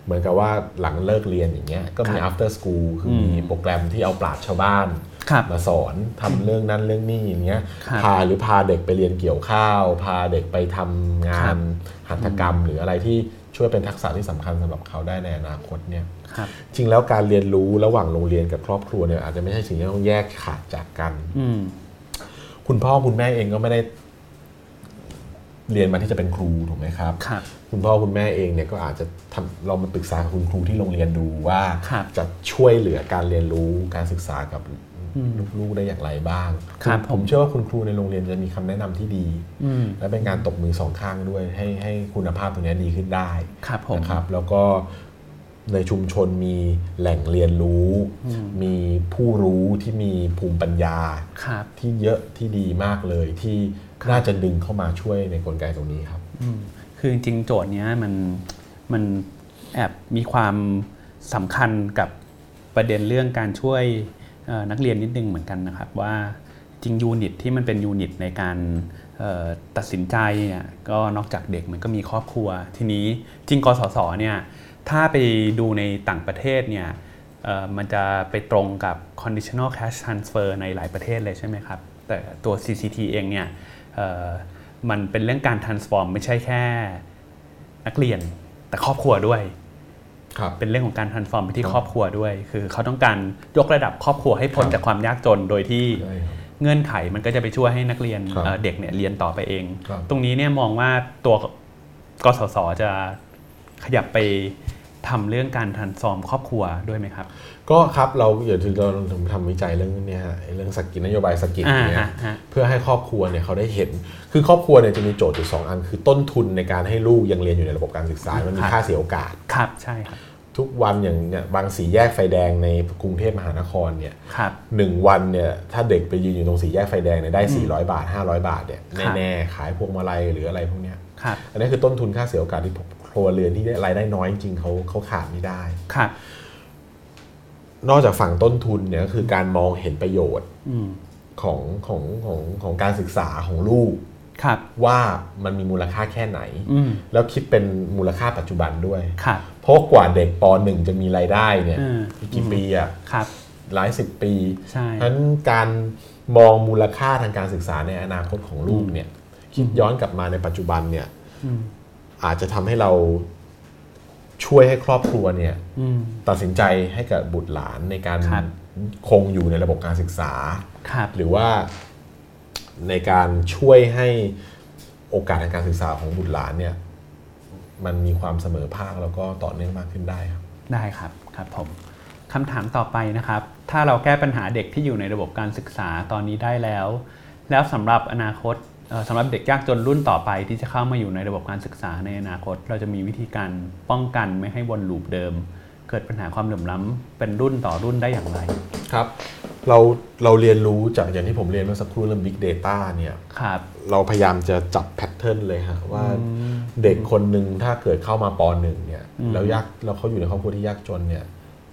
เหมือนกับว่าหลังเลิกเรียนอย่างเงี้ยก็คมีรับ after school คืออ ม มีโปรแกรมที่เอาปราชญ์ชาวบ้าน ครับ มาสอนทำเรื่องนั้นเรื่องนี้อย่างเงี้ย ครับ พาหรือพาเด็กไปเรียนเกี่ยวข้าว พาเด็กไปทำงา ครั น บ หัตถกรรม หรืออะไรที่ช่วยเป็นทักษะที่สำคัญสำหรับเขาได้ในอนาคตเนี่ย ครับ จริงแล้วการเรียนรู้ระหว่างโรงเรียนกับครอบครัวเนี่ยอาจจะไม่ใช่สิ่งที่ต้องแยกขาดจากกัน อืม คุณพ่อคุณแม่เองก็ไม่ได้เรียนมาที่จะเป็นครูถูกไหมครับ ครับ คุณพ่อคุณแม่เองเนี่ยก็อาจจะทำเรามาปรึกษากับคุณครูที่โรงเรียนดูว่า ครับ จะช่วยเหลือการเรียนรู้การศึกษากับ อืม ลูกๆได้อย่างไรบ้าง ครับ ผมเชื่อว่าคุณครูในโรงเรียนจะมีคำแนะนำที่ดี อืม และเป็นการตบมือสองข้างด้วยให้ให้คุณภาพตรงเนี้ยดีขึ้นได้ ครับผม นะครับ แล้วก็ในชุมชนมีแหล่งเรียนรู้ มีผู้รู้ที่มีภูมิปัญญา ครับ ที่เยอะที่ดีมากเลยที่น่าจะดึงเข้ามาช่วยในกลไกตรงนี้ครับ อืมคือจริงๆโจทย์เนี้ยมันมันแอบมีความสำคัญกับประเด็นเรื่องการช่วยเอ่อนักเรียนนิดนึงเหมือนกันนะครับ ว่าจริงยูนิตที่มันเป็นยูนิตในการเอ่อตัดสินใจเนี่ยก็นอกจากเด็กมันก็มีครอบครัว ทีนี้จริงกสศเนี่ยถ้าไปดูในต่างประเทศเนี่ยเอ่อมันจะไปตรงกับ conditional cash transfer ในหลายประเทศเลยใช่ไหมครับ แต่ตัว CCT เองเนี่ยเอ่อมันเป็นเรื่องการ transform ไม่ใช่แค่นักเรียนแต่ครอบครัวด้วย ครับ เป็นเรื่องของการ transform ไปที่ ครับ ครอบครัวด้วย คือเขาต้องการยกระดับครอบครัวให้พ้นจากความยากจนโดยที่ ได้ครับ เงื่อนไขมันก็จะไปช่วยให้นักเรียน ครับ เอ่อเด็กเนี่ยเรียนต่อไปเอง ครับ ตรงนี้เนี่ยมองว่าตัวกสศจะขยับไปทำเรื่องการทันซอมครอบครัวด้วยไหมครับ ก็ครับเราอย่างที่เราถึงทำวิจัยเรื่องเนี้ยฮะไอ้เรื่องสกิลนโยบายสกิล อ่า เนี่ย ฮะฮะ เพื่อให้ครอบครัวเนี่ยเขาได้เห็น คือครอบครัวเนี่ยจะมีโจทย์อยู่สองอัน คือต้นทุนในการให้ลูกยังเรียนอยู่ในระบบการศึกษา มันมีค่าเสียโอกาส ครับใช่ครับ ทุกวันอย่างเนี่ยบางสีแยกไฟแดงในกรุงเทพมหานครเนี่ย ครับ หนึ่งวันเนี่ยถ้าเด็กไปยืนอยู่ตรงสีแยกไฟแดงเนี่ยได้ 400 บาท 500 บาทเนี่ยแน่ๆขายพวงมาลัยหรืออะไรพวกเนี้ย ครับ อันนี้คือต้นทุนค่าเสียโอกาสที่ครัวเรือนที่ได้รายได้น้อยจริงๆเขาเขาขาดไม่ได้ ครับ นอกจากฝั่งต้นทุนเนี่ยก็คือการมองเห็นประโยชน์ อืม ของของของของการศึกษาของลูก ครับ ว่ามันมีมูลค่าแค่ไหน อืม แล้วคิดเป็นมูลค่าปัจจุบันด้วย ครับ เพราะกว่าเด็กป .1 จะมีรายได้เนี่ย อืม อีกกี่ปีอะ ครับ หลายสิบปี ใช่ เพราะฉะนั้นการมองมูลค่าทางการศึกษาในอนาคตของลูกเนี่ยคิดย้อนกลับมาในปัจจุบันเนี่ย อืม อาจจะทำให้เราช่วยให้ครอบครัวเนี่ย อืม ตัดสินใจให้กับบุตรหลานในการ ครับ คงอยู่ในระบบการศึกษา ครับ หรือว่าในการช่วยให้โอกาสทางการศึกษาของบุตรหลานเนี่ยมันมีความเสมอภาคแล้วก็ต่อเนื่องมากขึ้นได้ครับ ได้ครับครับผมคำถามต่อไปนะครับ ถ้าเราแก้ปัญหาเด็กที่อยู่ในระบบการศึกษาตอนนี้ได้แล้ว แล้วสำหรับอนาคตเอ่อสำหรับเด็กยากจนรุ่นต่อไปที่จะเข้ามาอยู่ในระบบการศึกษาในอนาคต เราจะมีวิธีการป้องกันไม่ให้วนลูปเดิม เกิดปัญหาความเหลื่อมล้ำเป็นรุ่นต่อรุ่นได้อย่างไร ครับ เราเราเรียนรู้จากอย่างที่ผมเรียนเมื่อสักครู่เรื่อง Big Data เนี่ย ครับ เราพยายามจะจับแพทเทิร์นเลยฮะว่าเด็กคนหนึ่งถ้าเกิดเข้ามาปหนึ่งเนี่ยแล้วยากแล้วเขาอยู่ในครอบครัวที่ยากจนเนี่ย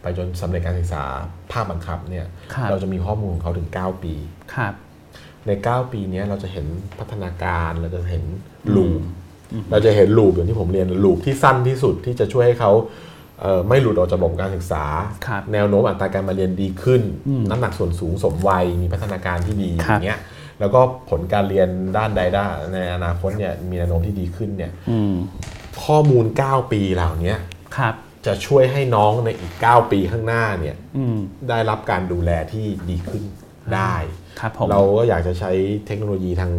ไปจนสำเร็จการศึกษาภาคบังคับเนี่ย ครับ เราจะมีข้อมูลของเขาถึง 9 ปี ครับ ใน 9 ปีเนี้ยเราจะเห็นพัฒนาการเราจะเห็นลูปเราจะเห็นลูปอย่างที่ผมเรียนลูปที่สั้นที่สุดที่จะช่วยให้เขาเอ่อไม่หลุดออกจากระบบการศึกษา ครับ แนวโน้มอัตราการมาเรียนดีขึ้น น้ำหนักส่วนสูงสมวัยมีพัฒนาการที่ดีอ ครับ ย่างเงี้ยแล้วก็ผลการเรียนด้านใดด้านในอนาคตเนี่ยมีแนวโน้มที่ดีขึ้นเนี่ยข้อมูล 9 ปีเหล่านี้ ครับ จะช่วยให้น้องในอีก 9 ปีข้างหน้าเนี่ย อืม ได้รับการดูแลที่ดีขึ้นได้ ครับผม เราก็อยากจะใช้เทคโนโลยีทาง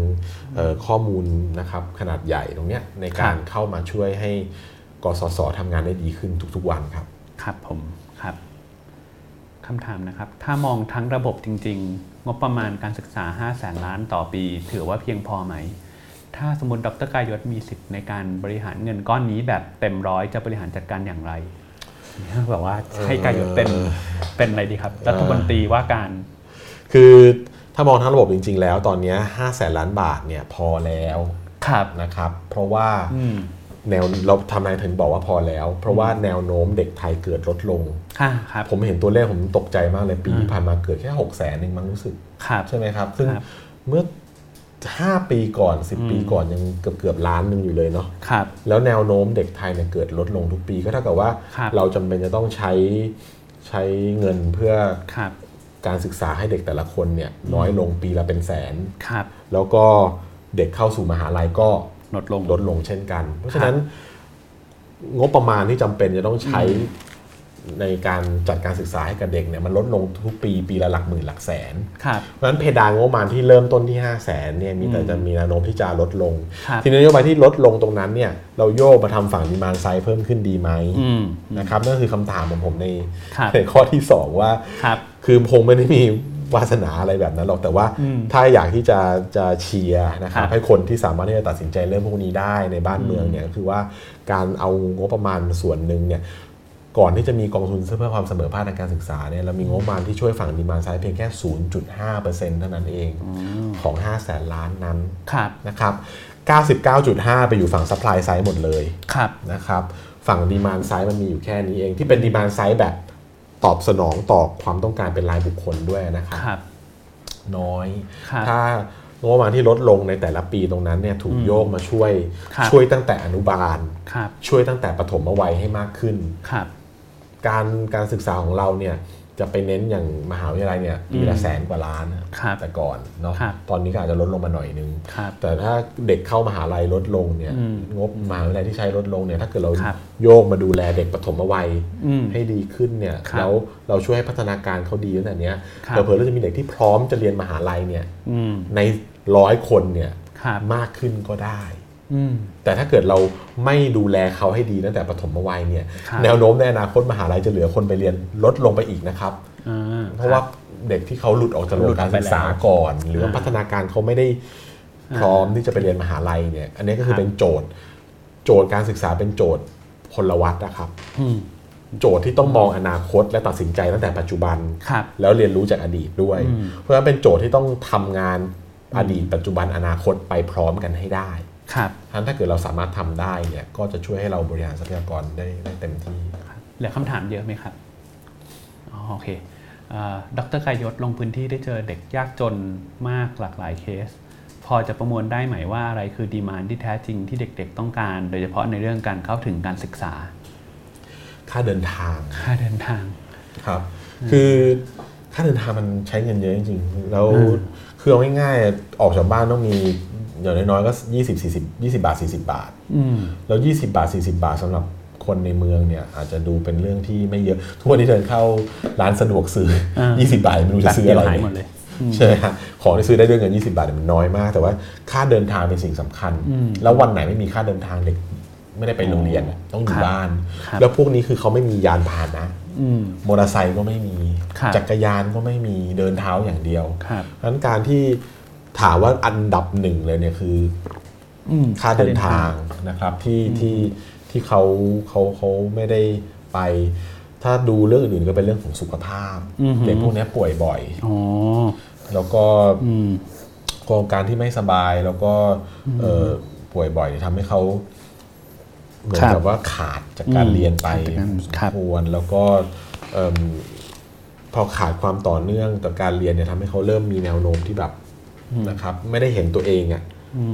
เอ่อข้อมูลนะครับขนาดใหญ่ตรงเนี้ยในการเข้ามาช่วยให้กสศทำงานได้ดีขึ้นทุกๆวันครับ ครับผมครับคำถามนะครับ ถ้ามองทั้งระบบจริง ๆ งบประมาณการศึกษา 5 0 0แสนล้านต่อปี ถือว่าเพียงพอไหม ถ้าสมมติดรกายยศมีสิทธิ์ในการบริหารเงินก้อนนี้แบบเต็มร้อยจะบริหารจัดการอย่างไร เนี่ยแบบว่าให้กายยุทธเป็นเป็นอะไรดีครับรัฐมนตรีว่าการ คือถ้ามองทั้งระบบจริง ๆ แล้วตอนเนี้5แสนล้านบาทเนี่ยพอแล้ว ครับ นะครับ เพราะว่า อืม แนวเราทำนายถึงบอกว่าพอแล้ว เพราะว่าแนวโน้มเด็กไทยเกิดลดลง ค่ะครับ ผมเห็นตัวเลขผมตกใจมากเลยปี อ่า ที่ผ่านมาเกิดแค่6แสนเองมันรู้สึก ครับ ใช่ไหมครับ ซึ่ง ครับ เมื่อ 5 ปีก่อน อืม 10 ปีก่อนยังเกือบเกือบล้านหนึงอยู่เลยเนาะ ครับ แล้วแนวโน้มเด็กไทยเนี่ยเกิดลดลงทุกปีก็เท่ากับว่า ครับ เราจำเป็นจะต้องใช้ใช้เงินเพื่อ ครับ การศึกษาให้เด็กแต่ละคนเนี่ยน้อยลงปีละเป็นแสน ครับ แล้วก็เด็กเข้าสู่มหาลัยก็ ลดลง ลดลงเช่นกัน เพราะฉะนั้นงบประมาณที่จำเป็นจะต้องใช้ในการจัดการศึกษาให้กับเด็กเนี่ยมันลดลงทุกปีปีละหลักหมื่นหลักแสน ครับ เพราะฉะนั้นเพดานงบประมาณที่เริ่มต้นที่ 5 0 0แสนเนี่ยมีแต่ อืม จะมีแนวโน้มที่จะลดลง ครับ ทีนี้นโยบายที่ลดลงตรงนั้นเนี่ยเราโยกมาทำฝั่งดีมานไซด์เพิ่มขึ้นดีไหม อืม นะครับนั่นคือคำถามของผมใน ครับ ในข้อที่ 2 ว่า ครับ คือคงไม่ได้มีวาสนาอะไรแบบนั้นหรอกแต่ว่า อืม ถ้าอยากที่จะจะเชียร์นะครั ครับ บ ให้คนที่สามารถที่จะตัดสินใจเรื่องพวกนี้ได้ในบ้าน อืม เมืองเนี่ยก็คือว่าการเอางบประมาณส่วนหนึ่งเนี่ยก่อนที่จะมีกองทุนเพื่อความเสมอภาคทางการศึกษาเนี่ยเรามีงบประมาณที่ช่วยฝั่งดีมานไซด์เพียงแค่ 0.5%เท่านั้นเอง ม ของ 5 0 0แสนล้านนั้น ครับ นะครับ 99.5 ไปอยู่ฝั่งซัพพลายไซด์หมดเลย ครับ นะครับฝั่งดีมานไซ d ์มันมีอยู่แค่นี้เอง ที่เป็นดีมานไซ d ์แบบตอบสนองต่อความต้องการเป็นรายบุคคลด้วยนะครับ ครับ น้อย ครับ ถ้างบประมาณที่ลดลงในแต่ละปีตรงนั้นเนี่ยถูกโยกมาช่วย ครับ ช่วยตั้งแต่อนุบาล ครับ ช่วยตั้งแต่ปฐมวัยให้มากขึ้น ครับ การการศึกษาของเราเนี่ยจะไปเน้นอย่างมหาวิทยาลัยเนี่ยปีละแสนกว่าล้านนะครับ แต่ก่อนเนาะ ครับ ตอนนี้ก็อาจจะลดลงมาหน่อยนึง ครับ แต่ถ้าเด็กเข้ามหาลัยลดลงเนี่ย อืม งบมหาวิทยาลัยที่ใช้ลดลงเนี่ยถ้าเกิดเรา ครับ โยกมาดูแลเด็กปฐมวัย อืม ให้ดีขึ้นเนี่ย ครับ แล้วเราช่วยให้พัฒนาการเขาดีตั้งแต่เนี้ย ครับ เผื่อๆเราจะมีเด็กที่พร้อมจะเรียนมหาลัยเนี่ย อืม ในร้อยคนเนี่ย ครับ มากขึ้นก็ได้ อืม แต่ถ้าเกิดเราไม่ดูแลเขาให้ดีตั้งแต่ปฐมวัยเนี่ย ครับ แนวโน้มในอนาคตมหาลัยจะเหลือคนไปเรียนลดลงไปอีกนะครับ อ่า เพราะว่าเด็กที่เขาหลุดออกจากระบบการศึกษาก่อน หรือว่า อ่า พัฒนาการเขาไม่ได้พร้อมที่จะไปเรียนมหาลัยเนี่ยอันนี้ก็คื ครั อบ เป็นโจทย์ โจทย์การศึกษาเป็นโจทย์พลวัตนะครับ อืม โจทย์ที่ต้องมองอนาคตและตัดสินใจตั้งแต่ปัจจุบัน ครับ แล้วเรียนรู้จากอดีตด้วย อืม เพราะฉะนั้นเป็นโจทย์ที่ต้องทำงานอดีต ปัจจุบันอนาคตไปพร้อมกันให้ได้ ครับ ทั้นถ้าเกิดเราสามารถทำได้เนี่ยก็จะช่วยให้เราบริหารทรัพยากรได้ได้เต็มที่ เหลือคำถามเยอะไหมครับ อ๋อ โอเคเอ่อดรกายศลงพื้นที่ได้เจอเด็กยากจนมากหลากหลายเคส พอจะประมวลได้ไหมว่าอะไรคือดีมานที่แท้จริงที่เด็กๆต้องการ โดยเฉพาะในเรื่องการเข้าถึงการศึกษา ค่าเดินทาง ค่าเดินทาง ครับ คือค่าเดินทางมันใช้เงินเยอะจริงๆ แล้ว อืม คือเอาง่ายๆ ออกจากบ้านต้องมีอย่างน้อยๆ ก็ 20 40 20 บาท 40 บาท อืม แล้ว 20 บาท 40 บาทสำหรับคนในเมืองเนี่ยอาจจะดูเป็นเรื่องที่ไม่เยอะ ทุกวันนี้เดินเข้าร้านสะดวกซื้อ อ่า 20 บาทไม่รู้จะซื้อ แป๊บ อะไร เดียวหายหมด เนี่ย เลย อืม ใช่ไหมฮะของที่ซื้อได้ด้วยเงิน 20 บาทเนี่ยมันน้อยมาก แต่ว่าค่าเดินทางเป็นสิ่งสำคัญ อืม แล้ววันไหนไม่มีค่าเดินทางเด็กไม่ได้ไปโรงเรียนอะต้องอยู่ ครับ บ้าน ครับ แล้วพวกนี้คือเขาไม่มียานพาหนะ อืม มอเตอร์ไซค์ก็ไม่มี ครับ จักรยานก็ไม่มีเดินเท้าอย่างเดียว ครับ เพราะฉะนั้นการที่ถามว่าอันดับหนึ่งเลยเนี่ยคือ อืม ค่าเดินทางนะครับที่ที่ที่เขาเขาเขาไม่ได้ไป ถ้าดูเรื่องอื่นๆก็เป็นเรื่องของสุขภาพ อือหือ เด็กพวกเนี้ยป่วยบ่อย อ๋อ แล้วก็ อืม โครงการที่ไม่สบายแล้วก็เอ่อป่วยบ่อยทำให้เขาเหมือน ครับ กับว่าขาดจากการ อืม เรียนไป ขาดจากการ สม ครับ ควรแล้วก็เอิ่มพอขาดความต่อเนื่องกับการเรียนเนี่ยทำให้เขาเริ่มมีแนวโน้มที่แบบนะครับ ไม่ได้เห็นตัวเองอะ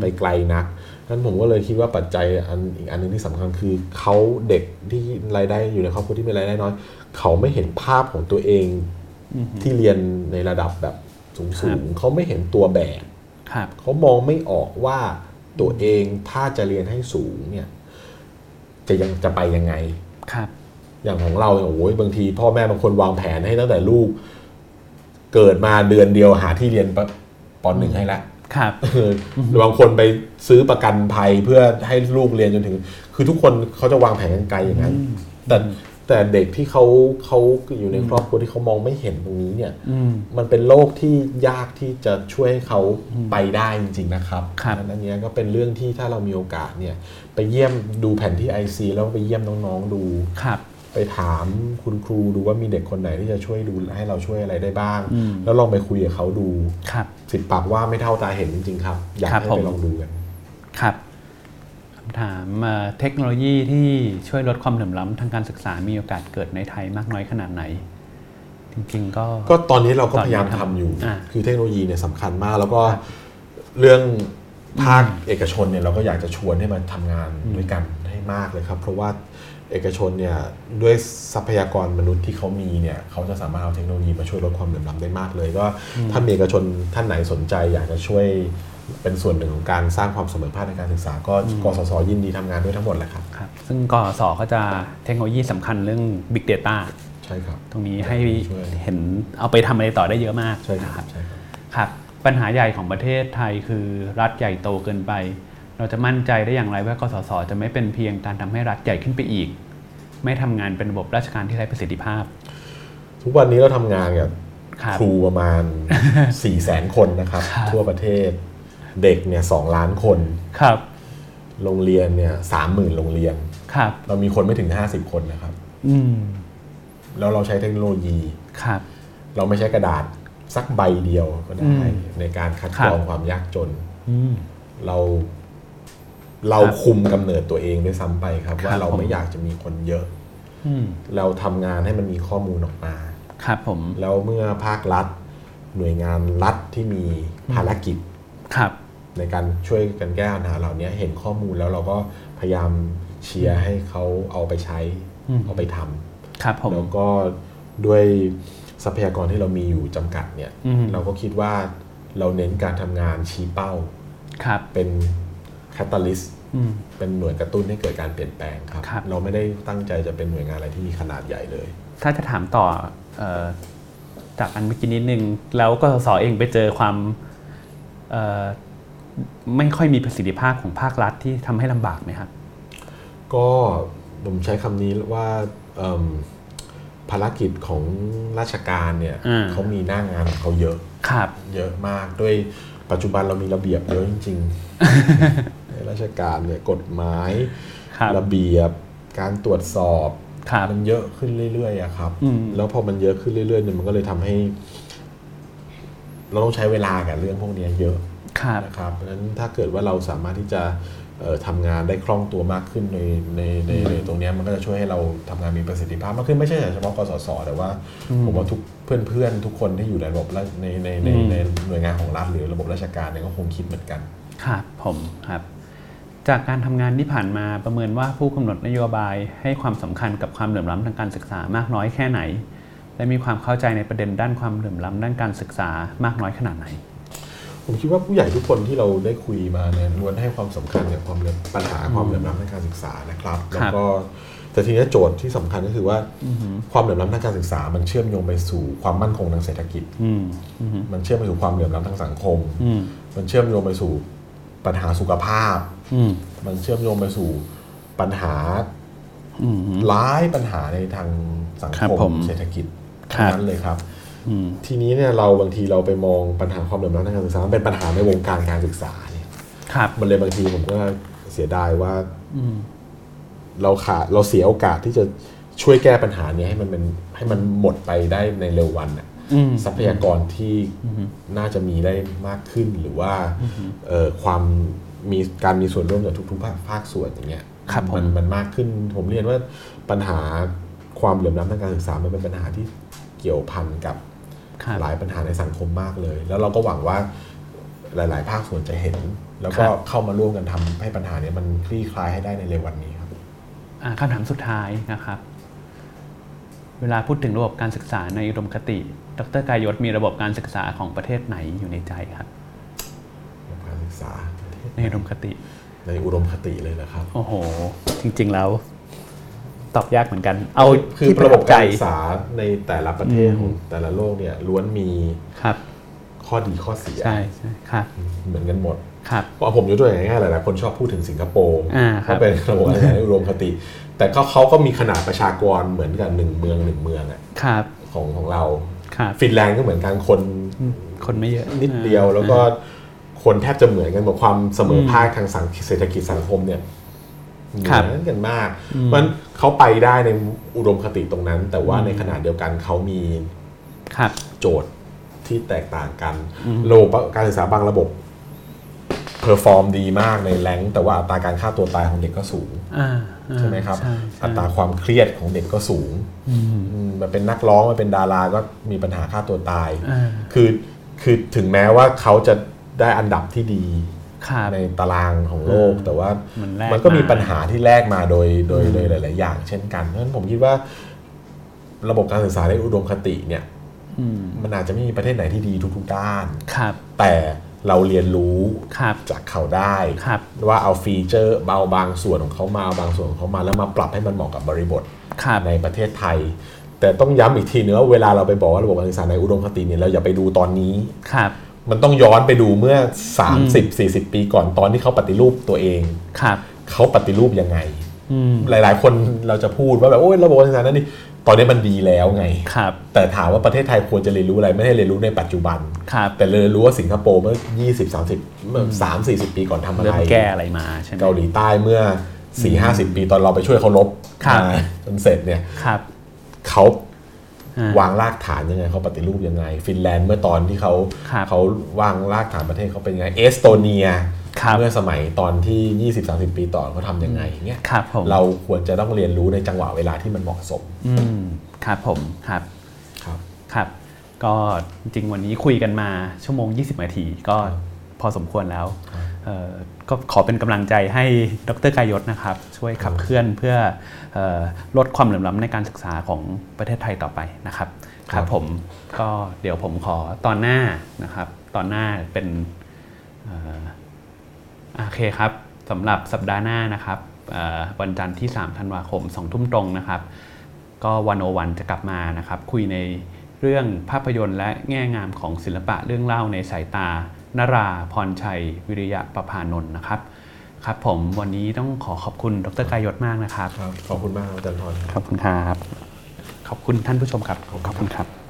ไปไกลนักนั้นผมก็เลยคิดว่าปัจจัยอันอีกอันหนึงที่สำคัญคือเขาเด็กที่รายได้อยู่ในครอบครัวที่มีรายได้น้อย เขาไม่เห็นภาพของตัวเอง อืม ที่เรียนในระดับแบบ ค สู รั ง บ ๆเขาไม่เห็นตัวแบบ ครับ เขามองไม่ออกว่าตัวเองถ้าจะเรียนให้สูงเนี่ย จะยังจะไปยังไง ครับ อย่างของเราเนี่ยโอ้ยบางที พ่อแม่บางคนวางแผนให้ตั้งแต่ลูก เกิดมาเดือนเดียวหาที่เรียนปปหนึ่งให้ละ ครับ เออหรือบางคนไปซื้อประกันภัยเพื่อให้ลูกเรียนจนถึง คือทุกคนเขาจะวางแผนกันไกลอย่างนั้น แต่แต่เด็กที่เขาเขาอยู่ในครอบครัวที่เขามองไม่เห็นตรงนี้เนี่ย อืม มันเป็นโลกที่ยากที่จะช่วยให้เขาไปได้จริง ๆ นะครับ ครับ อันเนี้ยก็เป็นเรื่องที่ถ้าเรามีโอกาสเนี่ย ไปเยี่ยมดูแผนที่ IC แล้วไปเยี่ยมน้อง ๆ ดู ครับ ไปถามคุณครูดูว่ามีเด็กคนไหนที่จะช่วยดูให้เราช่วยอะไรได้บ้าง แล้วลองไปคุยกับเขาดู ครับ สิบปากว่าไม่เท่าตาเห็นจริงๆครับ อยาก ครับ ให้ ผ ไป ม ลองดูกัน ครับคำถามเอ่อเทคโนโลยีที่ช่วยลดความเหลื่อมล้ำทางการศึกษามีโอกาสเกิดในไทยมากน้อยขนาดไหน จริงๆก็ ก็ตอนนี้เราก็ ตอนนี้ พยายาม ค ทำ รับ อยู่ อ่า คือเทคโนโลยีเนี่ยสำคัญมาก แล้วก็เรื่องภาคเอกชนเนี่ยเราก็อยากจะชวนให้มันทำงานด้วยกันให้มากเลยครับ เพราะว่าเอกชนเนี่ยด้วยทรัพยากรมนุษย์ที่เขามีเนี่ยเขาจะสามารถเอาเทคโนโลยีมาช่วยลดความเหลื่อมล้ำได้มากเลย ก็ถ้ามีเอกชนท่านไหนสนใจ อยากจะช่วยเป็นส่วนหนึ่งของการสร้างความเสมอภาคในการศึกษา ก็กสศยินดีทำงานด้วยทั้งหมดแหละครับ ครับซึ่งกสศก็จะเทคโนโลยีสำคัญเรื่อง Big Data ใช่ครับ ตรงนี้ให้ ช่วย เห็นเอาไปทำอะไรต่อได้เยอะมาก ใช่ค นะครัรับบ ใช่ครับ ครับปัญหาใหญ่ของประเทศไทยคือรัฐใหญ่โตเกินไป เราจะมั่นใจได้อย่างไรว่ากสศจะไม่เป็นเพียงการทำให้รัฐใหญ่ขึ้นไปอีก ไม่ทำงานเป็นระบบราชการที่ไร้ประสิทธิภาพ ทุกวันนี้เราทำงานกับ ครับ ครูประมาณ 4ี่แสนคนนะครับ ครับ ทั่วประเทศเด็กเนี่ยสองล้านคน ครับ โรงเรียนเนี่ยสามหมื่นโรงเรียน ครับ เรามีคนไม่ถึง 50 คนนะครับ อืม แล้วเราใช้เทคโนโลยี ครับ เราไม่ใช้กระดาษสักใบเดียวก็ อื ได้ ม ในการคัด ครั ก บ รองความยากจน อืม เราเรา ครับ คุมกำเนิดตัวเองด้วยซ้ำไปครับ ค ว่า รับ เราไม่ ผม อยากจะมีคนเยอะ อืม เราทำงานให้มันมีข้อมูลออกมา ครับผม แล้วเมื่อภาครัฐ หน่วยงานรัฐที่มีภารกิจ ครับ ในการช่วยกันแก้ปัญหาเหล่านี้เห็นข้อมูลแล้วเราก็พยายามเชียร์ให้เขาเอาไปใช้ อืม เอาไปทำ ครับผม แล้วก็ด้วยทรัพยากรที่เรามีอยู่จำกัดเนี่ย อืม เราก็คิดว่าเราเน้นการทำงานชี้เป้า ครับ เป็นค a ตาลิส อืม เป็นหน่วยกระตุ้นให้เกิดการเปลี่ยนแปลงครับ ครับ เราไม่ได้ตั้งใจจะเป็นหน่วยงานอะไรที่มีขนาดใหญ่เลย ถ้าจะถามต่อเอ่อจากอันเมื่อกี้นิดนึง แล้วก็สสเองไปเจอความเอ่อไม่ค่อยมีประสิทธิภาพของภาครัฐที่ทำให้ลำบากไหมครับ ก็ผมใช้คำนี้ว่าเอิ่มภารกิจของราชการเนี่ย อืม เขามีหน้างานของเขาเยอะ ครับ เยอะมากด้วยปัจจุบันเรามีระเบียบเยอะจริง ๆ ในราชการเนี่ยกฎหมาย ครับ ระเบียบการตรวจสอบ ครับ มันเยอะขึ้นเรื่อยๆอะครับ อืม แล้วพอมันเยอะขึ้นเรื่อยๆเนี่ยมันก็เลยทำให้ เราต้องใช้เวลากับเรื่องพวกเนี้ยเยอะ ครับ นะครับเพราะฉะนั้นถ้าเกิดว่าเราสามารถที่จะเอ่อทำงานได้คล่องตัวมากขึ้นในในในในตรงเนี้ยมันก็จะช่วยให้เราทำงานมีประสิทธิภาพมากขึ้นไม่ใช่เฉพาะกสศแต่ว่า ผมว่าทุกเพื่อนๆ ทุกคนที่อยู่ในระบบราชในในใน อืม ในหน่วยงานของรัฐหรือระบบราชการเนี่ยก็คงคิดเหมือนกัน ครับ ผมครับ จากการทำงานที่ผ่านมาประเมินว่าผู้กำหนดนโยบายให้ความสำคัญกับความเหลื่อมล้ำทางการศึกษามากน้อยแค่ไหน และมีความเข้าใจในประเด็นด้านความเหลื่อมล้ำด้านการศึกษามากน้อยขนาดไหน ผมคิดว่าผู้ใหญ่ทุกคนที่เราได้คุยมาเนี่ยล้วนให้ความสำคัญกับความเหลื่อมปัญหาความเหลื่อมล้ำทางการศึกษานะครับ แล้วก็แต่ทีเนี้ยโจทย์ที่สำคัญก็คือว่าความเหลื่อมล้ำทางการศึกษา มันเชื่อมโยงไปสู่ความมั่นคงทางเศรษฐกิจ อืมอืม มันเชื่อมไปสู่ความเหลื่อมล้ำทางสังคม อืม มันเชื่อมโยงไปสู่ปัญหาสุขภาพ อืม มันเชื่อมโยงไปสู่ปัญหา อืม หลายปัญหาในทางสัง ครับ ค ผม ม เศรษฐกิจ ครับ ทั้งนั้นเลยครับ อืม ทีนี้เนี่ยเราบางทีเราไปมองปัญหาความเหลื่อมล้ำทางการศึกษามันเป็นปัญหาในวงการการศึกษาเนี่ย ครับ มันเลยบางทีผมก็เสียดายว่า อืม เราขาดเราเสียโอกาสที่จะช่วยแก้ปัญหาเนี้ให้มันเป็นให้มันหมดไปได้ในเร็ววันน่ะ อืม ทรัพยากรที่น่าจะมีได้มากขึ้นหรือว่าเอ่อความมีการมีส่วนร่วมจากทุกๆภาคภาคส่วนอย่างเงี้ย ครับผม มันมันมากขึ้น ผมเรียนว่าปัญหาความเหลื่อมล้ำทางการศึกษามันเป็นปัญหาที่เกี่ยวพันกับ ครับ หลายปัญหาในสังคมมากเลย แล้วเราก็หวังว่าหลาย ๆ ภาคส่วนจะเห็น แล้วคก็รับ เข้ามาร่วมกันทำให้ปัญหาเนี้มันคลี่คลายให้ได้ในเร็ววันนี้ครับ อ่าคำถามสุดท้ายนะครับ เวลาพูดถึงระบบการศึกษาในอุดมคติ ดรกายศมีระบบการศึกษาของประเทศไหนอยู่ในใจครับ การศึกษา ในอุดมคติ ในอุดมคติเลยนะครับ โอ้โห จริง ๆ แล้ว ตอบยากเหมือนกัน เอา คือ ที่ ระบบ ปทั การศึกษาในแต่ละประเทศ อืม ของแต่ละโลกเนี่ยล้วนมี ครับ ข้อดีข้อเสีย ใช่ใช่ครับ เหมือนกันหมด ครับ เพราะผมยกตัวอย่างง่ายๆหลายๆคนชอบพูดถึงสิงคโปร์ อ่าครับเขาเป็นระบบการศึกษาในอุดมคติ แต่ก็เขาก็มีขนาดประชากรเหมือนกันหนึ่งเมืองหนึ่งเมืองอะ ครับ ของของเรา ครับ ฟินแลนด์ก็เหมือนกันคน คนไม่เยอะ นิดเดียวแล้วก็คนแทบจะเหมือนกันหมดความเสมอภาคทางสังเศรษฐกิจสังคมเนี่ย เหมื ครับ อนกันมากมันเขาไปได้ในอุดมคติตรงนั้น แต่ว่า อืม ในขณะเดียวกันเขามี ครับ โจทย์ที่แตกต่างกัน อืม ระบบการศึกษาบางระบบเพอร์ฟอร์มดีมากในแรงค์แต่ว่าอัตราการฆ่าตัวตายของเด็กก็สูง อ่าอ่า ใช่ไหมครับ ใช่ อัตราความเครียดของเด็กก็สูง อืม อืมมาเป็นนักร้องมาเป็นดาราก็มีปัญหาฆ่าตัวตาย อ่า คือคือถึงแม้ว่าเขาจะได้อันดับที่ดี ครับ ในตารางของโลก อืม แต่ว่า มันแลก มันก็มีปัญหาที่แลกมาโดยโดย อืม โดยหลาย ๆ อย่างเช่นกันเพราะฉะนั้นผมคิดว่า ระบบการศึกษาในอุดมคติเนี่ย อืม มันอาจจะไม่มีประเทศไหนที่ดีทุก ๆ ด้าน ครับ แต่เราเรียนรู้ ครับ จากเขาได้ ครับ ว่าเอาฟีเจอร์เบาบางส่วนของเขามาเอาบางส่วนของเขามาแล้วมาปรับให้มันเหมาะกับบริบท ครับ ในประเทศไทย แต่ต้องย้ำอีกทีเนื้ว่าเวลาเราไปบอกว่าระบบการศึกษาในอุดมคติเนี่ยเราอย่าไปดูตอนนี้ ครับ มันต้องย้อนไปดูเมื่อ 30 40 ปีก่อนตอนที่เขาปฏิรูปตัวเอง ครับ เขาปฏิรูปยังไง อืม หลาย ๆ คนเราจะพูดว่าแบบโอ้ยระบบการศึกษานั้นนี่ตอนนี้มันดีแล้วไง ครับ แต่ถามว่าประเทศไทยควรจะเรียนรู้อะไรไม่ได้เรียนรู้ในปัจจุบัน ครับ แต่เรียนรู้ว่าสิงคโปร์เมื่อ 20 30เมื่อ3 40 ปีก่อนทำอะไร เริ่มแก้อะไรมาใช่ไหม เกาหลีใต้เมื่อ 4 50 ปีตอนเราไปช่วยเขาลบ ครับ มาจนเสร็จเนี่ย ครับ เขา อ่า วางรากฐานยังไงเขาปฏิรูปยังไง ฟินแลนด์เมื่อตอนที่เขา ครับ เขาวางรากฐานประเทศเขาเป็นยังไงเอสโตเนีย ครับ เมื่อสมัยตอนที่ 20 30 ปีต่อนเขาทำยังไงอย่างเงี้ย ครับผม เราควรจะต้องเรียนรู้ในจังหวะเวลาที่มันเหมาะสม อืมครับผมครับ ครับ ครับ ก็จริงๆวันนี้คุยกันมาชั่วโมง 20 นาที ก็พอสมควรแล้ว ครับ เอ่อก็ขอเป็นกำลังใจให้ดรกายศนะครับ ช่วยขับเคลื่อนเพื่อเอ่อลดความเหลื่อมล้ำในการศึกษาของประเทศไทยต่อไปนะครับ ครับผมก็เดี๋ยวผมขอตอนหน้านะครับ ตอนหน้าเป็นเอ่ออ่ะโอเคครับสำหรับสัปดาห์หน้านะครับเอ่อวันจันทร์ที่ 3 ธันวาคม 2 ทุ่มตรงนะครับ ก็วันโอวันจะกลับมานะครับ คุยในเรื่องภาพยนตร์และแง่งามของศิลปะเรื่องเล่าในสายตา นราพรชัย วิริยะประพานนท์นะครับ ครับผมวันนี้ต้องขอขอบคุณดรกายศมากนะครับ ครับขอบคุณมากครับอาจารย์ทร ขอบคุณครับ ขอบคุณท่านผู้ชมครับ ขอบคุณครับ